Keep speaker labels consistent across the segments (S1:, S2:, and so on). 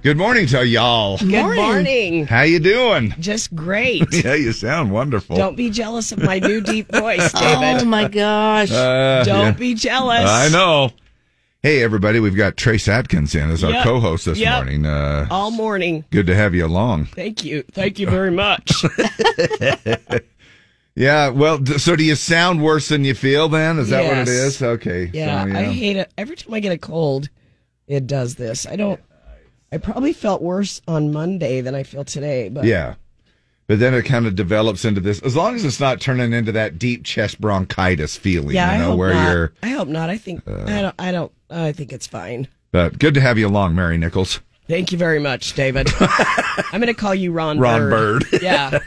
S1: Good morning to y'all.
S2: Good
S3: Morning.
S2: morning.
S1: How you doing?
S2: Just great.
S1: Yeah, you sound wonderful.
S2: Don't be jealous of my new deep voice,
S3: Oh
S2: David.
S3: my gosh.
S1: Uh,
S2: Don't
S1: yeah.
S2: be jealous.
S1: I know. Hey, everybody, we've got Trace Atkins in as our
S2: Yep.
S1: co-host this
S2: Yep.
S1: morning. Uh,
S2: All morning.
S1: good to have you along.
S2: Thank you. Thank you very much.
S1: Yeah. Well, d- so do you sound worse than you feel? Then is that what it
S2: Yes.
S1: is? Okay.
S2: Yeah,
S1: so,
S2: I hate it. Every time I get a cold, it does this. I don't. I probably felt worse on Monday than I feel today. But
S1: Yeah. But then it kind of develops into this. As long as it's not turning into that deep chest bronchitis feeling,
S2: yeah,
S1: you
S2: I
S1: know,
S2: hope
S1: where
S2: not.
S1: you're. Uh,
S2: I hope not. I think I don't. I don't. I think it's fine.
S1: But good to have you along, Mary Nichols.
S2: Thank you very much, David. I'm going to call you Ron.
S1: Ron Bird.
S2: Yeah.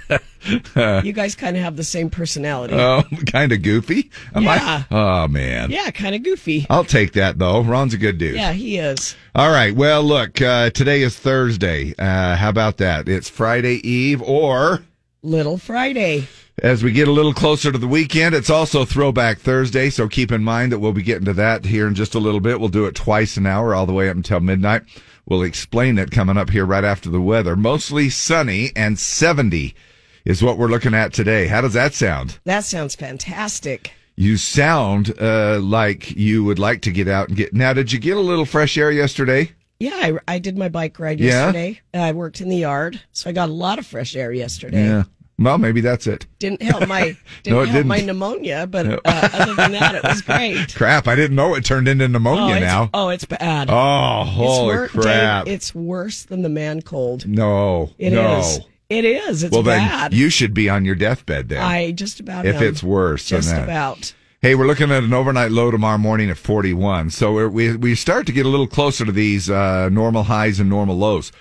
S2: you guys kind of have the same personality.
S1: Oh, kind of goofy. Am
S2: Yeah.
S1: I? Oh man.
S2: yeah, kind of goofy.
S1: I'll take that though. Ron's a good dude.
S2: Yeah, he is.
S1: All right. Well, look, uh, today is Thursday. Uh, how about that? It's Friday Eve, or
S2: Little Friday.
S1: as we get a little closer to the weekend, it's also Throwback Thursday. So keep in mind that we'll be getting to that here in just a little bit. We'll do it twice an hour, all the way up until midnight. We'll explain it coming up here right after the weather. Mostly sunny and 70 is what we're looking at today. How does that sound?
S2: That sounds fantastic.
S1: You sound uh, like you would like to get out and get. Now, did you get a little fresh air yesterday?
S2: Yeah, I, I did my bike ride
S1: Yeah?
S2: yesterday. Uh, I worked in the yard, so I got a lot of fresh air yesterday.
S1: Well, maybe that's it.
S2: Didn't help my didn't
S1: it
S2: help my
S1: didn't.
S2: pneumonia, but uh, other than that, it was great.
S1: Crap, I didn't know it turned into pneumonia
S2: it's,
S1: now.
S2: oh, it's bad.
S1: Oh,
S2: it's
S1: holy
S2: wor- Dave,
S1: crap.
S2: it's worse than the man cold.
S1: no,
S2: It is.
S1: no.
S2: It is. It's
S1: well, then
S2: bad.
S1: you should be on your deathbed then.
S2: I just about
S1: if
S2: am.
S1: it's worse than
S2: just
S1: that.
S2: about.
S1: Hey, we're looking at an overnight low tomorrow morning at 41. So we're, we we start to get a little closer to these uh, normal highs and normal lows.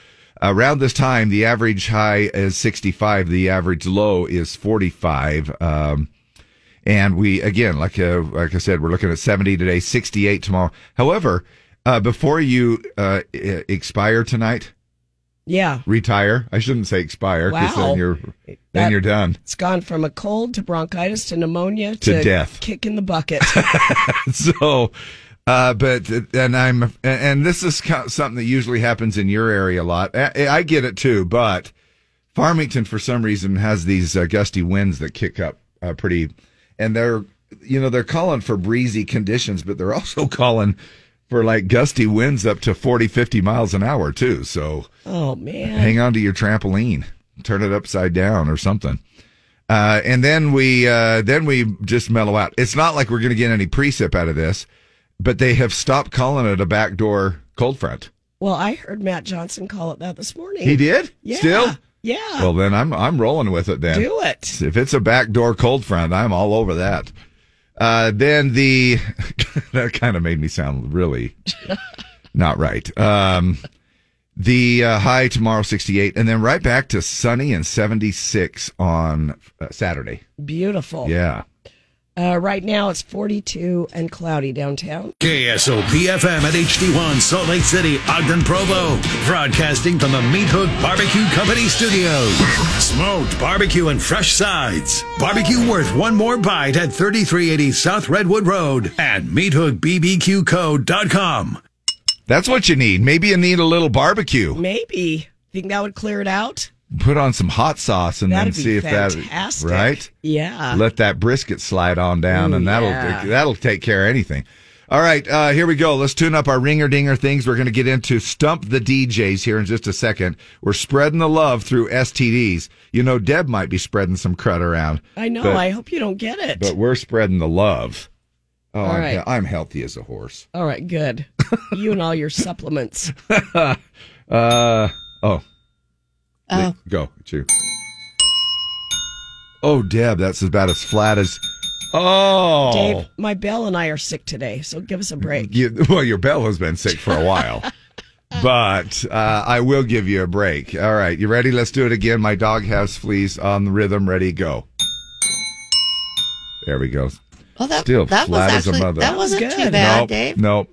S1: Around this time, the average high is 65. The average low is 45. Um, and we again, like uh, like I said, we're looking at 70 today, 68 tomorrow. However, uh, before you uh, e- expire tonight,
S2: Yeah,
S1: retire. I shouldn't say expire because
S2: Wow.
S1: then you're then
S2: That-
S1: you're done.
S2: it's gone from a cold to bronchitis to pneumonia
S1: To death.
S2: Kick in the bucket.
S1: so uh but and i'm and this is co- something that usually happens in your area a lot i, I get it too but farmington for some reason has these uh, gusty winds that kick up uh, pretty and they're you know they're calling for breezy conditions but they're also calling for like gusty winds up to 40 50 miles an hour too so
S2: oh man.
S1: hang on to your trampoline, turn it upside down or something. Uh, and then we uh, then we just mellow out. It's not like we're going to get any precip out of this, but they have stopped calling it a backdoor cold front.
S2: Well, I heard Matt Johnson call it that this morning.
S1: He did
S2: Yeah.
S1: still.
S2: Yeah.
S1: Well, then I'm I'm rolling with it then.
S2: do it.
S1: If it's a backdoor cold front, I'm all over that. Uh, then the that kind of made me sound really not right. Um, the uh, high tomorrow 68, and then right back to sunny and 76 on uh, Saturday.
S2: Beautiful.
S1: Yeah.
S2: Uh, right now it's 42 and cloudy downtown.
S4: KSOP FM at HD1 Salt Lake City, Ogden, Provo. Broadcasting from the Meat Hook Barbecue Company Studios. Smoked barbecue and fresh sides. Barbecue worth one more bite at 3380 South Redwood Road and meathookbbqco.com.
S1: That's what you need. Maybe you need a little barbecue.
S2: Maybe. Think that would clear it out?
S1: Put on some hot sauce and
S2: That'd
S1: then
S2: be
S1: see if
S2: fantastic.
S1: that right.
S2: Yeah.
S1: Let that brisket slide on down,
S2: Ooh,
S1: and that'll
S2: yeah.
S1: that'll take care of anything. All right, uh, here we go. Let's tune up our ringer dinger things. We're going to get into stump the DJs here in just a second. We're spreading the love through STDs. You know, Deb might be spreading some crud around,
S2: I know.
S1: But-
S2: I hope you don't get it.
S1: but we're spreading the love. Oh,
S2: All
S1: I'm,
S2: right.
S1: I'm healthy as a horse.
S2: all right, good. you and all your supplements.
S1: Uh, oh,
S2: Uh,
S3: oh,
S1: go chew. Oh, Deb, that's about as flat as. Oh,
S2: Dave, my Belle and I are sick today, so give us a break.
S1: You, well, your bell has been sick for a while, but uh, I will give you a break. All right, you ready? Let's do it again. My dog has fleas on the rhythm. Ready? Go. There we go.
S3: well, that,
S1: Still
S3: that was
S1: flat as a
S3: actually
S1: mother.
S3: that wasn't
S2: That was
S3: too
S2: good.
S3: bad,
S1: nope.
S3: Dave.
S1: Nope.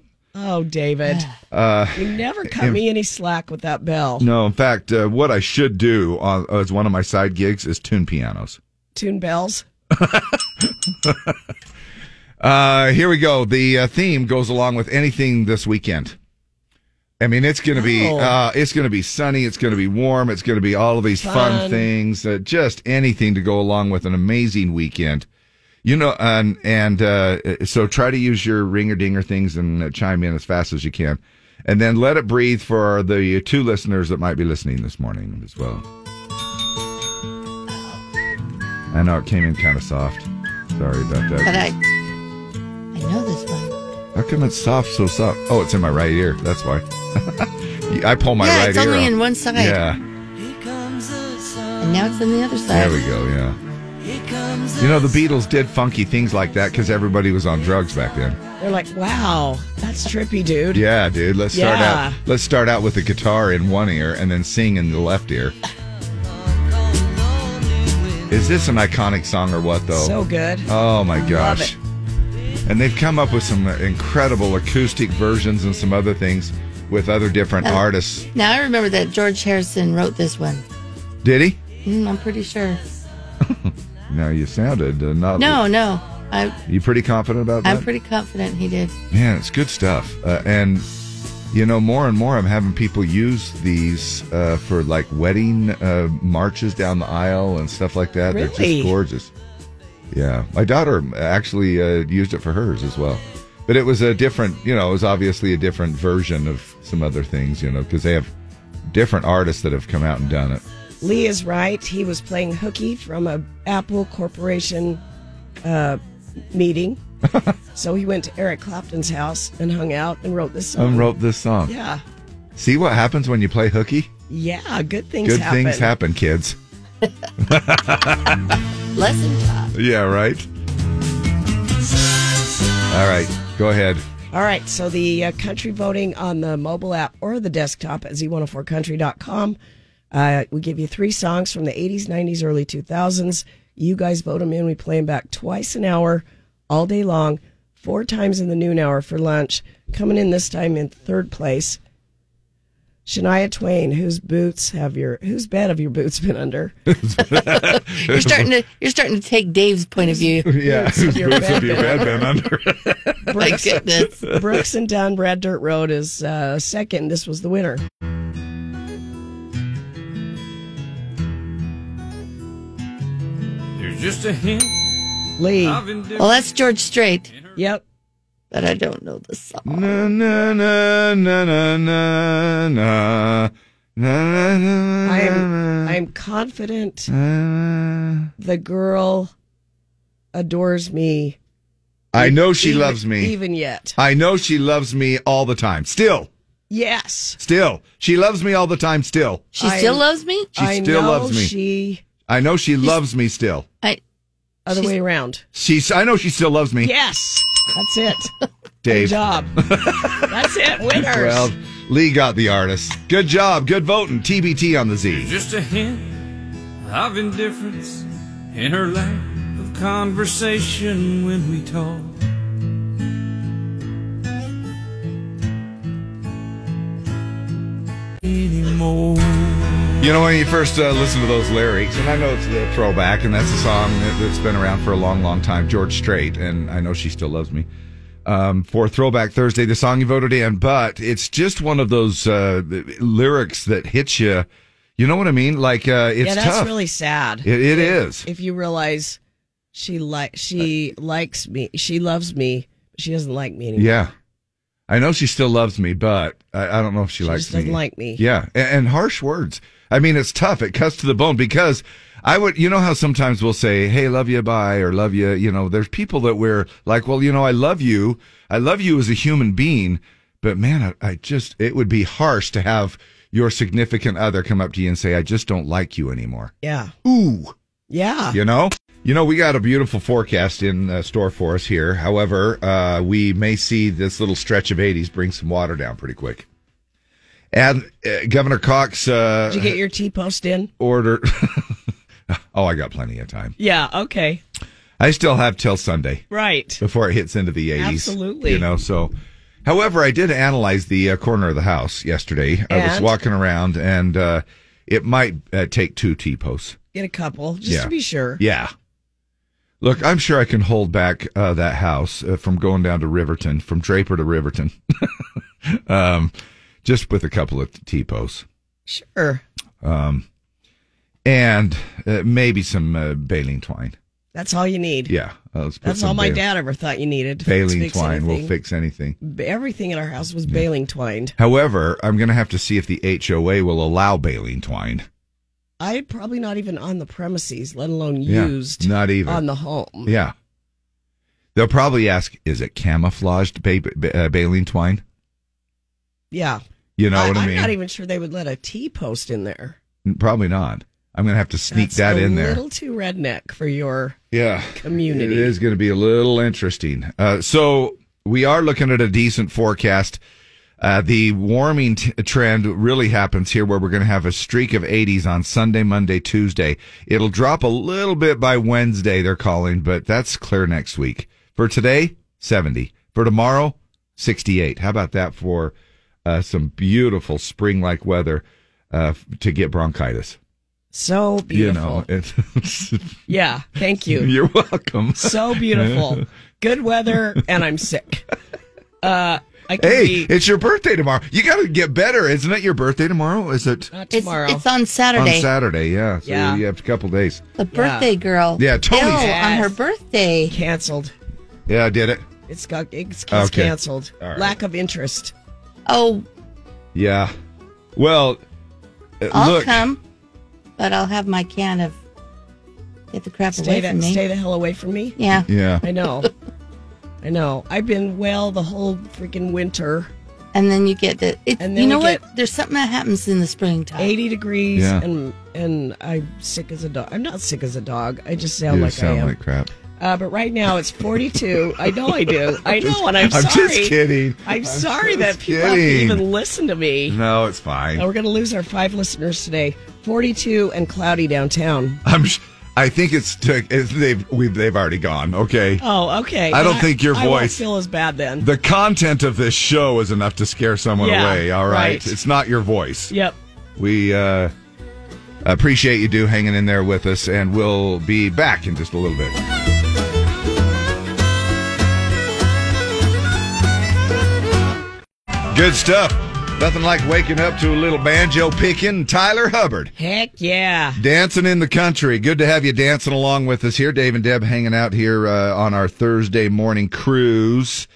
S2: Oh, David.
S1: Uh,
S2: You never cut me any slack with that bell.
S1: no. In fact, uh, what I should do on, as one of my side gigs is tune pianos.
S2: Tune bells.
S1: Uh, here we go. The uh, theme goes along with anything this weekend. I mean, it's going to be
S2: Oh.
S1: uh, it's going to be sunny. It's going to be warm. It's going to be all of these fun,
S2: Fun.
S1: things. Uh, just anything to go along with an amazing weekend. You know, and and uh, so try to use your ringer dinger things and uh, chime in as fast as you can, and then let it breathe for the uh, two listeners that might be listening this morning as well. I know it came in kind of soft. Sorry about that.
S3: But I, I know this one.
S1: How come it's soft, so soft? Oh, it's in my right ear. That's why. I pull my
S3: yeah,
S1: right
S3: it's
S1: ear.
S3: only
S1: up.
S3: in one side.
S1: Yeah,
S3: And now it's on the other side.
S1: there we go. Yeah. You know, the Beatles did funky things like that because everybody was on drugs back then.
S2: They're like, wow, that's trippy, dude.
S1: Yeah, dude. Let's start
S2: Yeah.
S1: out. Let's start out with the guitar in one ear and then sing in the left ear. Is this an iconic song or what, though?
S2: So good.
S1: Oh my gosh. And they've come up with some incredible acoustic versions and some other things with other different
S3: Oh.
S1: artists.
S3: Now I remember that George Harrison wrote this one.
S1: Did he?
S3: Mm, I'm pretty sure.
S1: No, you sounded uh, not.
S3: No, no. I,
S1: You pretty confident about that?
S3: I'm pretty confident he did.
S1: Man, it's good stuff. Uh, and you know, more and more, I'm having people use these uh, for like wedding uh, marches down the aisle and stuff like that. They're
S2: Really?
S1: just gorgeous. Yeah, my daughter actually uh, used it for hers as well. But it was a different, you know, it was obviously a different version of some other things, you know, because they have different artists that have come out and done it.
S2: Lee is right. He was playing hooky from a Apple Corporation uh, meeting. so he went to Eric Clapton's house and hung out and wrote this song.
S1: Some wrote this song.
S2: yeah.
S1: See what happens when you play hooky?
S2: Yeah, good things
S1: Good
S2: happen.
S1: things happen, kids.
S3: Lesson taught.
S1: Yeah, right. All right, go ahead.
S2: All right, so the uh, country voting on the mobile app or the desktop at z104country.com. Uh, we give you three songs from the 80s, 90s, early 2000s. You guys vote them in. We play them back twice an hour, all day long, four times in the noon hour for lunch. Coming in this time in third place, Shania Twain. Whose boots have your whose bed have your boots been under?
S3: You're starting to you're starting to take Dave's point of view.
S1: Yeah,
S2: Boots of your bed been
S1: been under?
S3: My goodness.
S2: Brooks and Dunn, Brad Dirt Road is uh, second. This was the winner.
S5: There's just a hint
S2: Lee.
S5: of indifference.
S3: Well, that's George Strait,
S2: Yep.
S3: but I don't know the song.
S1: na na na na na na Uh, na na na. Mm.
S2: I'm I'm confident
S1: I'm.
S2: the girl adores me.
S1: I know she
S2: even-
S1: loves me.
S2: Even yet.
S1: I know she loves me all the time. Still,
S2: Yes.
S1: still, she loves me all the time. Still,
S3: She
S2: I-
S3: still loves me.
S1: she
S2: I
S1: still
S2: know
S1: loves me.
S2: She
S1: I know she loves me. Still,
S3: I
S2: other
S3: She's-
S2: way around.
S1: she's. I know she still loves me.
S2: Yes. That's it. Good
S1: Dave.
S2: job. That's it. Winners.
S1: Well, Lee got the artist. Good job. Good voting. TBT on the Z.
S5: There's just a hint of indifference in her lack of conversation when we talk. Anymore.
S1: You know, when you first uh, listen to those lyrics, and I know it's a throwback, and that's a song that, that's been around for a long, long time, George Strait, and I know she still loves me. Um, for Throwback Thursday, the song you voted in, but it's just one of those uh, lyrics that hits you. You know what I mean? Like uh, it's
S2: yeah, that's
S1: tough.
S2: really sad.
S1: It- it is.
S2: If you realize she like she likes me, she loves me, but she doesn't like me anymore.
S1: yeah, I know she still loves me, but I, I don't know if she,
S2: She
S1: likes
S2: just doesn't
S1: me.
S2: like me.
S1: Yeah, and, and harsh words. I mean, it's tough. It cuts to the bone because I would, you know, how sometimes we'll say, "Hey, love you, bye," or "Love you." You know, there's people that we're like, "Well, you know, I love you. I love you as a human being," but man, I, I just it would be harsh to have your significant other come up to you and say, "I just don't like you anymore."
S2: Yeah.
S1: Ooh,
S2: Yeah.
S1: you know. You know, we got a beautiful forecast in uh, store for us here. However, uh, we may see this little stretch of 80s bring some water down pretty quick. And uh, Governor Cox uh,
S2: Did you get your T post in?
S1: order. oh, I got plenty of time.
S2: Yeah. Okay.
S1: I still have till Sunday
S2: Right.
S1: before it hits into the 80s.
S2: Absolutely.
S1: You know, so. However, I did analyze the uh, corner of the house yesterday. I was
S2: And?
S1: walking around, and uh, it might uh, take two T posts.
S2: Get a couple just
S1: Yeah.
S2: to be sure.
S1: Yeah. Look, I'm sure I can hold back uh, that house uh, from going down to Riverton, from Draper to Riverton. um, just with a couple of T-posts.
S2: Sure.
S1: Um, and uh, maybe some uh, baling twine.
S2: That's all you need.
S1: Yeah. uh, let's put
S2: That's
S1: some
S2: all my
S1: bal-
S2: dad ever thought you needed. to
S1: Baling
S2: fix
S1: twine will
S2: anything.
S1: fix anything.
S2: B- Everything in our house was baling twined.
S1: However, I'm going to have to see if the HOA will allow baling twine.
S2: I probably not even on the premises, let alone
S1: Yeah,
S2: used.
S1: not even.
S2: on the home.
S1: Yeah. They'll probably ask, is it camouflaged ba- ba- uh, baling twine?
S2: Yeah.
S1: You know
S2: I,
S1: what I
S2: am
S1: mean?
S2: not even sure they would let a T post in there.
S1: probably not. I'm going to have to sneak
S2: That's
S1: that
S2: a
S1: in there.
S2: little too redneck for your
S1: yeah.
S2: community.
S1: It is going to be a little interesting. Uh, so we are looking at a decent forecast. Uh, the warming t- trend really happens here where we're going to have a streak of 80s on Sunday, Monday, Tuesday. It'll drop a little bit by Wednesday, they're calling, but that's clear next week. For today, 70. For tomorrow, 68. How about that for uh, some beautiful spring like weather uh, f- to get bronchitis?
S2: So
S1: You
S2: beautiful.
S1: know, it's,
S2: Yeah. Thank you.
S1: you're welcome.
S2: so beautiful. Good weather, and I'm sick. Uh, I could
S1: Hey,
S2: be
S1: it's your birthday tomorrow. You got to get better. Isn't it your birthday tomorrow? Is it
S2: not
S3: It's,
S2: tomorrow.
S3: it's on Saturday.
S1: on Saturday? Yeah. So
S2: Uh, Yeah.
S1: you have a couple days.
S3: The birthday girl.
S1: Yeah, Tony's-
S3: Ill
S2: Yes.
S3: on her birthday.
S2: canceled.
S1: Yeah, I did it.
S2: It's got it's, it's
S1: Okay.
S2: canceled.
S1: All right.
S2: Lack of interest.
S3: Oh,
S1: Yeah. Well, uh,
S3: I'll
S1: look.
S3: come, but I'll have my can of get the crap
S2: Stay
S3: away
S2: the,
S3: from me.
S2: stay the hell away from me.
S3: yeah.
S1: Yeah.
S2: I know. I know. I've been well the whole freaking winter.
S3: and then you get the. It,
S2: And then
S3: you know
S2: we
S3: what?
S2: get-
S3: There's something that happens in the springtime.
S2: 80 degrees
S1: Yeah.
S2: and and I'm sick as a dog. I'm not sick as a dog. I just sound
S1: you
S2: like
S1: sound
S2: I am.
S1: like crap.
S2: Uh, but right now it's 42. I know I do. I know, and
S1: I'm
S2: I'm, sorry.
S1: just kidding.
S2: I'm sorry
S1: just
S2: that people have to
S1: kidding.
S2: even listen to me.
S1: No, it's fine.
S2: Now we're going to lose our five listeners today. 42 and cloudy downtown.
S1: I'm. Sh- I think it's. T- it's they've. We've. They've already gone. Okay.
S2: Oh, okay.
S1: I don't
S2: Then
S1: think your
S2: I won't
S1: voice-
S2: feel as bad then.
S1: the content of this show is enough to scare someone
S2: Yeah,
S1: away. All right.
S2: right.
S1: It's not your voice.
S2: yep.
S1: We uh, appreciate you do hanging in there with us, and we'll be back in just a little bit. Good stuff. Nothing like waking up to a little banjo picking. Tyler Hubbard
S2: Heck yeah.
S1: dancing in the country. Good to have you dancing along with us here. Dave and Deb hanging out here uh, on our Thursday morning cruise.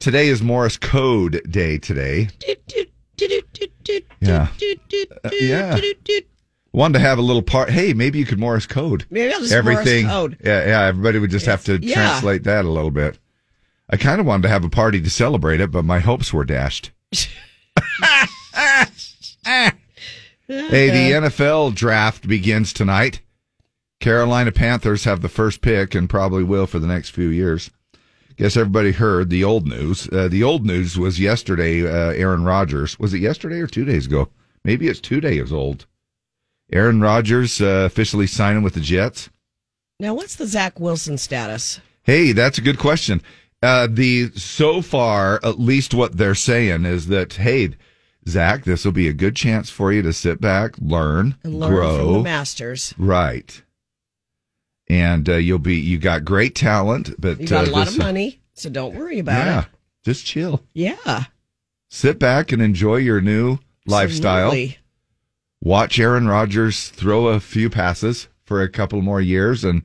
S1: Today is Morris Code Day today. Yeah. Uh, yeah. Wanted to have a little part. Hey, maybe you could Morris code.
S2: Maybe I'll just
S1: everything.
S2: Morse code.
S1: Yeah, yeah. Everybody would just have to
S2: yeah.
S1: translate that a little bit. I kind of wanted to have a party to celebrate it, but my hopes were dashed. Hey, the NFL draft begins tonight. Carolina Panthers have the first pick and probably will for the next few years. Guess everybody heard the old news. Uh, the old news was yesterday. Uh, Aaron Rodgers was it yesterday or two days ago? Maybe it's two days old. Aaron Rodgers uh, officially signing with the Jets.
S2: Now, what's the Zach Wilson status?
S1: Hey, that's a good question. Uh, the so far, at least what they're saying is that hey, Zach, this will be a good chance for you to sit back, learn,
S2: And learn
S1: grow,
S2: from the masters.
S1: Right. And uh, you'll be you got great talent, but
S2: You got
S1: uh,
S2: a lot
S1: this-
S2: of money, so don't worry about
S1: Yeah,
S2: it.
S1: just chill,
S2: Yeah.
S1: sit back and enjoy your new lifestyle.
S2: absolutely.
S1: Watch Aaron Rodgers throw a few passes for a couple more years and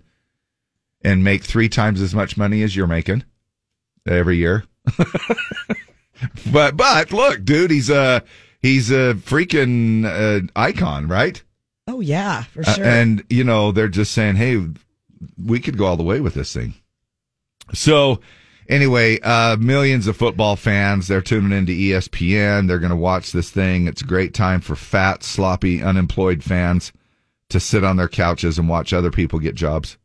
S1: and make three times as much money as you're making every year. but but look, dude, he's a he's a freaking uh, icon, right?
S2: Oh, yeah, for
S1: Uh,
S2: sure.
S1: and you know, they're just saying, "Hey, we could go all the way with this thing." So, anyway, uh, millions of football fans they're tuning into E ESPN. They're going to watch this thing. It's a great time for fat, sloppy, unemployed fans to sit on their couches and watch other people get jobs.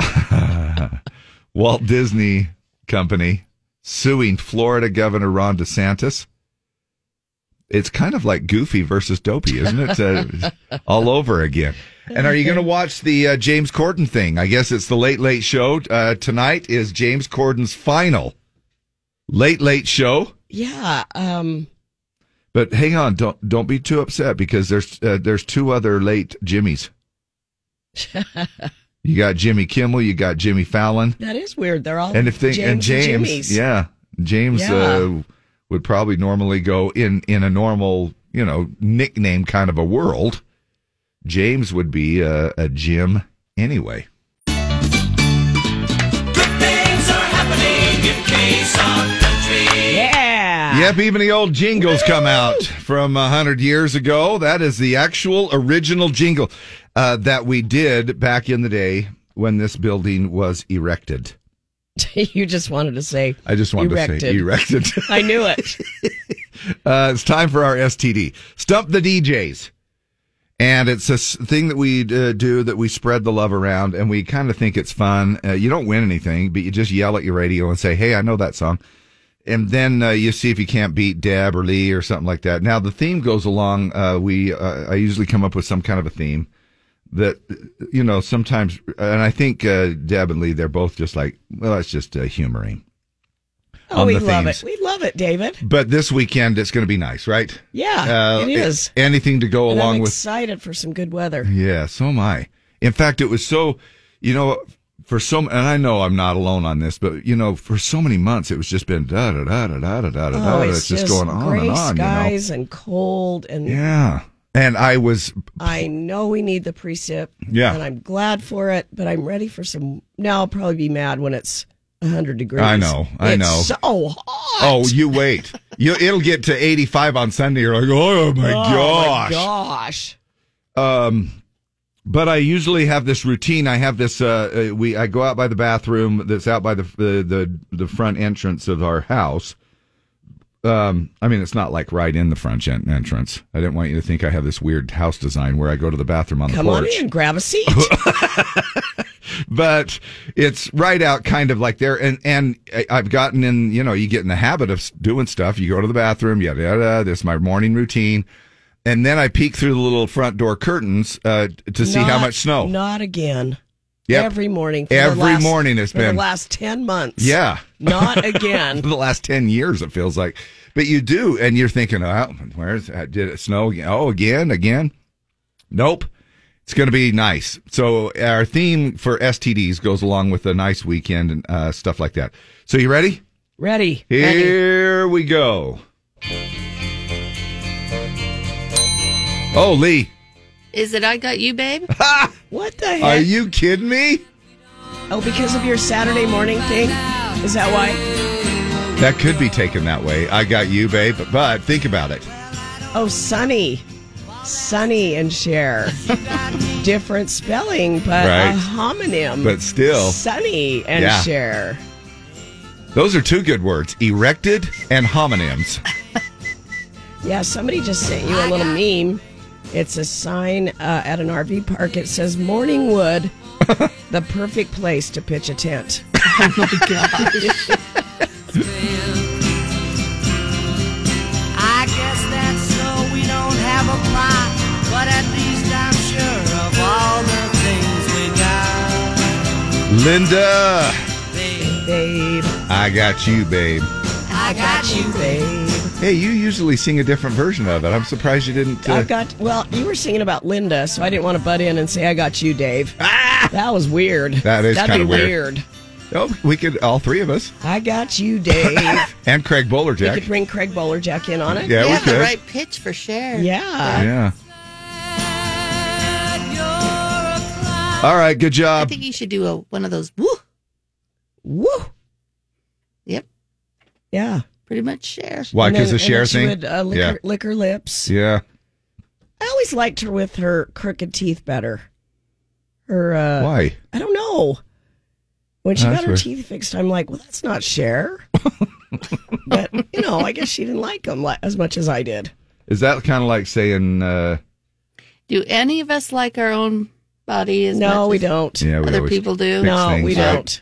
S1: Uh, Walt Disney Company suing Florida Governor Ron DeSantis. It's kind of like Goofy versus Dopey, isn't it? Uh, all over again. And are you going to watch the uh, James Corden thing? I guess it's the Late Late Show. Uh, tonight is James Corden's final Late Late Show.
S2: yeah. Um,
S1: But hang on, don't don't be too upset because there's uh, there's two other late Jimmys. you got Jimmy Kimmel, you got Jimmy Fallon,
S2: that is weird. They're all
S1: Oh, and if they
S2: James
S1: and James,
S2: Jimmys.
S1: yeah, James
S2: Yeah.
S1: Uh, would probably normally go in in a normal you know nickname kind of a world. James would be a, a Jim anyway.
S2: Yeah.
S1: Yep, even the old jingles come out from a hundred years ago. That is the actual original jingle uh, that we did back in the day when this building was erected.
S2: you just wanted to say.
S1: I just wanted to say erected.
S2: I knew it.
S1: Uh, it's time for our STD. Stump the DJs. And it's a s- thing that we uh, do that we spread the love around and we kind of think it's fun. Uh, you don't win anything, but you just yell at your radio and say, Hey, I know that song. And then uh, you see if you can't beat Deb or Lee or something like that. Now the theme goes along. Uh, we, uh, I usually come up with some kind of a theme that, you know, sometimes, and I think uh, Deb and Lee, they're both just like, well, that's just uh, humoring.
S2: Oh,
S1: On
S2: we
S1: the
S2: love
S1: themes.
S2: it. We love it, David.
S1: But this weekend, it's going to be nice, right? Uh,
S2: Yeah, it
S1: a-
S2: is.
S1: Anything to go
S2: And
S1: along
S2: I'm
S1: with.
S2: excited for some good weather.
S1: Yeah, so am I. In fact, it was so, you know, for so, and I know I'm not alone on this, but you know, for so many months it was just been da da da da da da da da.
S2: Oh,
S1: It's, just going on
S2: gray
S1: and on.
S2: skies and cold, and
S1: You know? Yeah, and I was
S2: I know we need the precip.
S1: Yeah.
S2: and I'm glad for it, but I'm ready for some. Now I'll probably be mad when it's 100 degrees.
S1: I know, I
S2: It's
S1: know.
S2: So hot.
S1: Oh, you wait. You, it'll get to 85 on Sunday. You're like, oh my
S2: Oh, my
S1: gosh.
S2: gosh.
S1: Um, but I usually have this routine. I have this. Uh, uh, we I go out by the bathroom that's out by the the the, the front entrance of our house. Um, I mean, it's not like right in the front en- entrance. I didn't want you to think I have this weird house design where I go to the bathroom on
S2: Come
S1: the
S2: on
S1: porch
S2: in, grab a seat.
S1: but it's right out kind of like there and and I- i've gotten in you know you get in the habit of s- doing stuff you go to the bathroom yada yada this is my morning routine and then i peek through the little front door curtains uh, to see how
S2: Not-
S1: much snow
S2: Not again.
S1: Yep.
S2: Every morning. for
S1: Every
S2: the last,
S1: morning it's
S2: for the
S1: been.
S2: last 10 months.
S1: yeah
S2: Not again.
S1: for the last 10 years it feels like but you do and you're thinking oh where's did it snow again oh again again nope it's going to be nice so our theme for stds goes along with a nice weekend and uh, stuff like that so you ready
S2: Ready?
S1: Here we go. Oh, Lee.
S3: Is it I Got You, Babe?
S2: What the
S1: Are
S2: heck?
S1: you kidding me?
S2: oh, because of your Saturday morning thing? Is that why?
S1: That could be taken that way. I got you, babe. But think about it.
S2: Oh, Sunny. Sunny and Cher. Different spelling, but
S1: Right.
S2: a homonym.
S1: But still.
S2: Sunny and
S1: Yeah.
S2: Cher.
S1: Those are two good words erected and homonyms.
S2: Yeah, somebody just sent you a little meme. It's a sign uh, at an RV park. It says Morningwood, the perfect place to pitch a tent.
S6: I guess that's so we don't have a plot, but at least I'm sure of all the things we got.
S1: Linda,
S2: Babe,
S1: I got you, babe.
S6: I got you.
S2: babe.
S1: Hey, you usually sing a different version of it. I'm surprised you didn't. Uh,
S2: I got, well, you were singing about Linda, so I didn't want to butt in and say, I got you, Dave. That was weird.
S1: Ah! That is
S2: That'd
S1: kinda
S2: be
S1: weird. oh, we could, all three of us,
S2: I got you, Dave.
S1: and Craig
S2: we
S1: Bowlerjack.
S2: could bring Craig Bowlerjack in on it.
S1: Yeah,
S3: you
S1: we
S3: have
S1: could.
S3: the right pitch for Cher.
S2: Yeah.
S1: Yeah.
S6: At your o'clock.
S1: All right, good
S3: I
S1: job.
S3: think you should do a one of those woo.
S2: Woo.
S3: Yep.
S2: Yeah.
S3: Pretty much Cher.
S1: Why?
S2: And
S1: Because
S2: then-
S1: the
S2: and
S1: share
S2: then she
S1: thing?
S2: would, uh, lick,
S1: yeah.
S2: her, lick her lips.
S1: Yeah.
S2: I always liked her with her crooked teeth better. Her uh
S1: Why?
S2: I don't know. When she
S1: That's
S2: got her
S1: weird.
S2: teeth fixed, I'm like, well, that's not Cher. but you know, I guess she didn't like them li- as much as I did.
S1: Is that kind of like saying, uh,
S3: Do any of us like our own body as
S2: no,
S3: much
S2: we
S3: as
S2: don't.
S1: yeah, we
S3: Other
S1: always-
S3: people do.
S1: Fix
S2: no, we
S1: things, right?
S2: don't.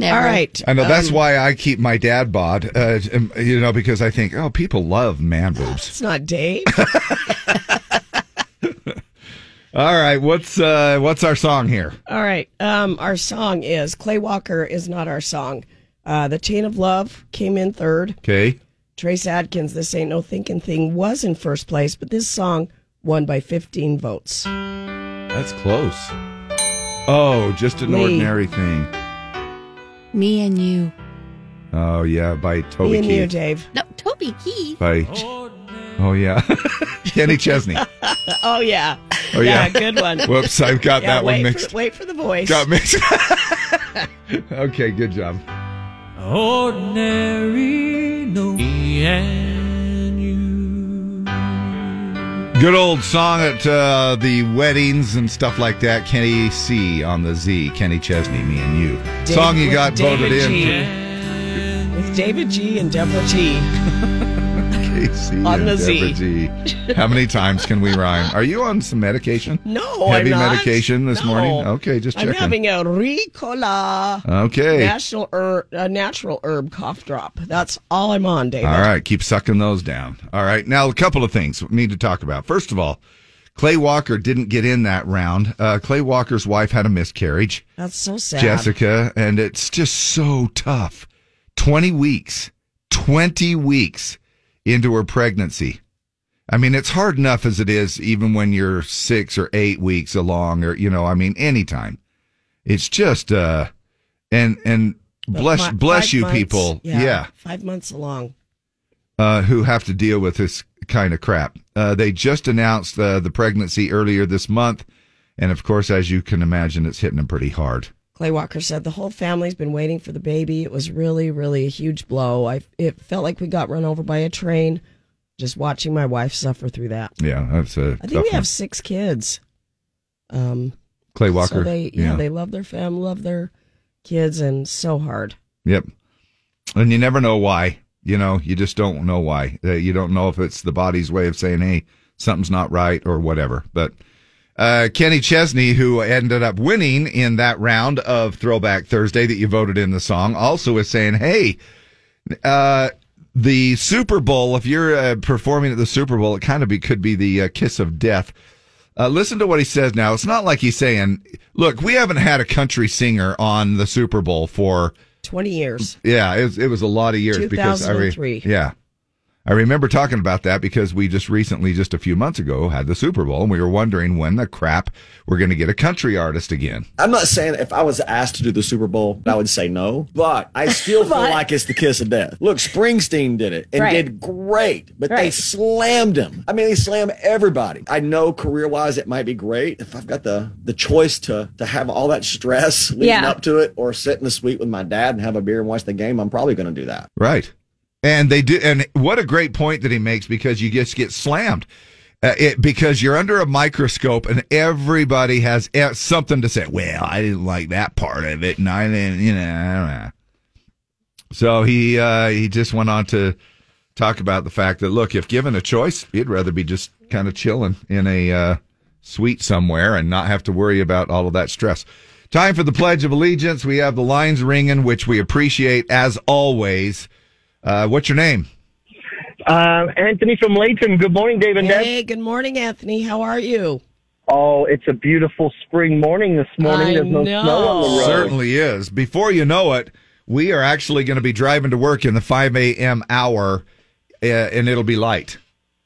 S3: Never.
S2: All right.
S1: I know that's
S2: Um,
S1: why I keep my dad bod, uh, um, you know, because I think, oh, people love man boobs.
S2: It's not Dave.
S1: All right, what's uh, what's our song here?
S2: All right. Um, our song is Clay Walker is not our song. Uh, the Chain of Love came in third.
S1: Okay,
S2: Trace Adkins, This Ain't No Thinking Thing was in first place, but this song won by 15 votes.
S1: that's close. Oh, just an
S2: Lee.
S1: ordinary thing.
S3: Me and you.
S1: Oh yeah, by Toby
S2: Me and you,
S1: Keith.
S2: Dave.
S3: No, Toby Keith.
S1: by oh yeah, Kenny Chesney.
S2: Oh yeah.
S1: Oh, yeah.
S2: good one.
S1: Whoops, I've got
S2: Yeah,
S1: that one
S2: wait
S1: mixed.
S2: For, wait for the voice.
S1: Got mixed. okay, good job.
S5: Ordinary, no. Me and you.
S1: Good old song at uh, the weddings and stuff like that. Kenny C on the Z. Kenny Chesney, me and you. song you
S2: with
S1: got
S2: David
S1: voted in.
S2: G. With David G and Deborah T.
S1: KC
S2: On
S1: and
S2: the
S1: Deborah
S2: Z.
S1: G. How many times can we rhyme? Are you on some medication?
S2: No,
S1: Heavy
S2: I'm not.
S1: medication this
S2: No.
S1: morning? Okay, just
S2: I'm
S1: checking.
S2: having a Ricola
S1: okay.
S2: national herb, uh, natural herb cough drop. That's all I'm on, David.
S1: All right, keep sucking those down. All right, now a couple of things we need to talk about. First of all, Clay Walker didn't get in that round. Uh, Clay Walker's wife had a miscarriage,
S2: That's so sad.
S1: Jessica, and it's just so tough. 20 weeks, 20 weeks into her pregnancy. I mean, it's hard enough as it is, even when you're six or eight weeks along, or, you know, I mean, anytime. It's just, uh, and, and,
S2: But
S1: Bless,
S2: fi-
S1: bless
S2: five
S1: you,
S2: months-
S1: people. yeah
S2: Five months along.
S1: uh, who have to deal with this kind of crap. Uh, they just announced uh, the pregnancy earlier this month. And of course, as you can imagine, it's hitting them pretty hard.
S2: Clay Walker said the whole family's been waiting for the baby. It was really, really a huge blow. I it felt like we got run over by a train. Just watching my wife suffer through that.
S1: Yeah, that's a
S2: I
S1: tough
S2: think we
S1: one.
S2: have six kids. Um,
S1: Clay Walker.
S2: So they, yeah, they love their fam, love their kids, and so hard.
S1: Yep. And you never know why. You know, you just don't know why. Uh, you don't know if it's the body's way of saying, hey, something's not right or whatever. But uh, Kenny Chesney, who ended up winning in that round of Throwback Thursday that you voted in the song, also is saying, hey, uh, the Super Bowl, if you're uh, performing at the Super Bowl, it kind of be, could be the uh, kiss of death. Uh, listen to what he says now. It's not like he's saying, look, we haven't had a country singer on the Super Bowl for
S2: Twenty years.
S1: yeah, it was, it was a lot of years because I re-
S2: 2003.
S1: yeah, I remember talking about that because we just recently, just a few months ago, had the Super Bowl and we were wondering when the crap we're going to get a country artist again.
S7: I'm not saying if I was asked to do the Super Bowl, I would say no, but I still feel
S8: But-
S7: like it's the kiss of death. Look, Springsteen did it and
S8: Right.
S7: did great, but they
S8: Right.
S7: slammed him. I mean, they slammed everybody. I know career wise it might be great if I've got the the choice to to have all that stress leading
S8: Yeah.
S7: up to it, or sit in the suite with my dad and have a beer and watch the game. I'm probably going to do that.
S1: Right. And they do. And what a great point that he makes because you just get slammed. Uh, it, because you're under a microscope and everybody has e- something to say. Well, I didn't like that part of it, and I didn't, you know. I don't know. So he uh, he just went on to talk about the fact that look, if given a choice, he'd rather be just kind of chilling in a uh, suite somewhere and not have to worry about all of that stress. Time for the Pledge of Allegiance. We have the lines ringing, which we appreciate as always. Uh, what's your name?
S9: Uh, Anthony from Layton. Good morning, David. and Deb.
S2: Hey, good morning, Anthony. How are you?
S9: Oh, it's a beautiful spring morning this morning.
S2: I
S9: There's no
S2: know.
S9: snow on the road.
S1: Certainly is. Before you know it, we are actually going to be driving to work in the 5 a.m. hour, uh, and it'll be light.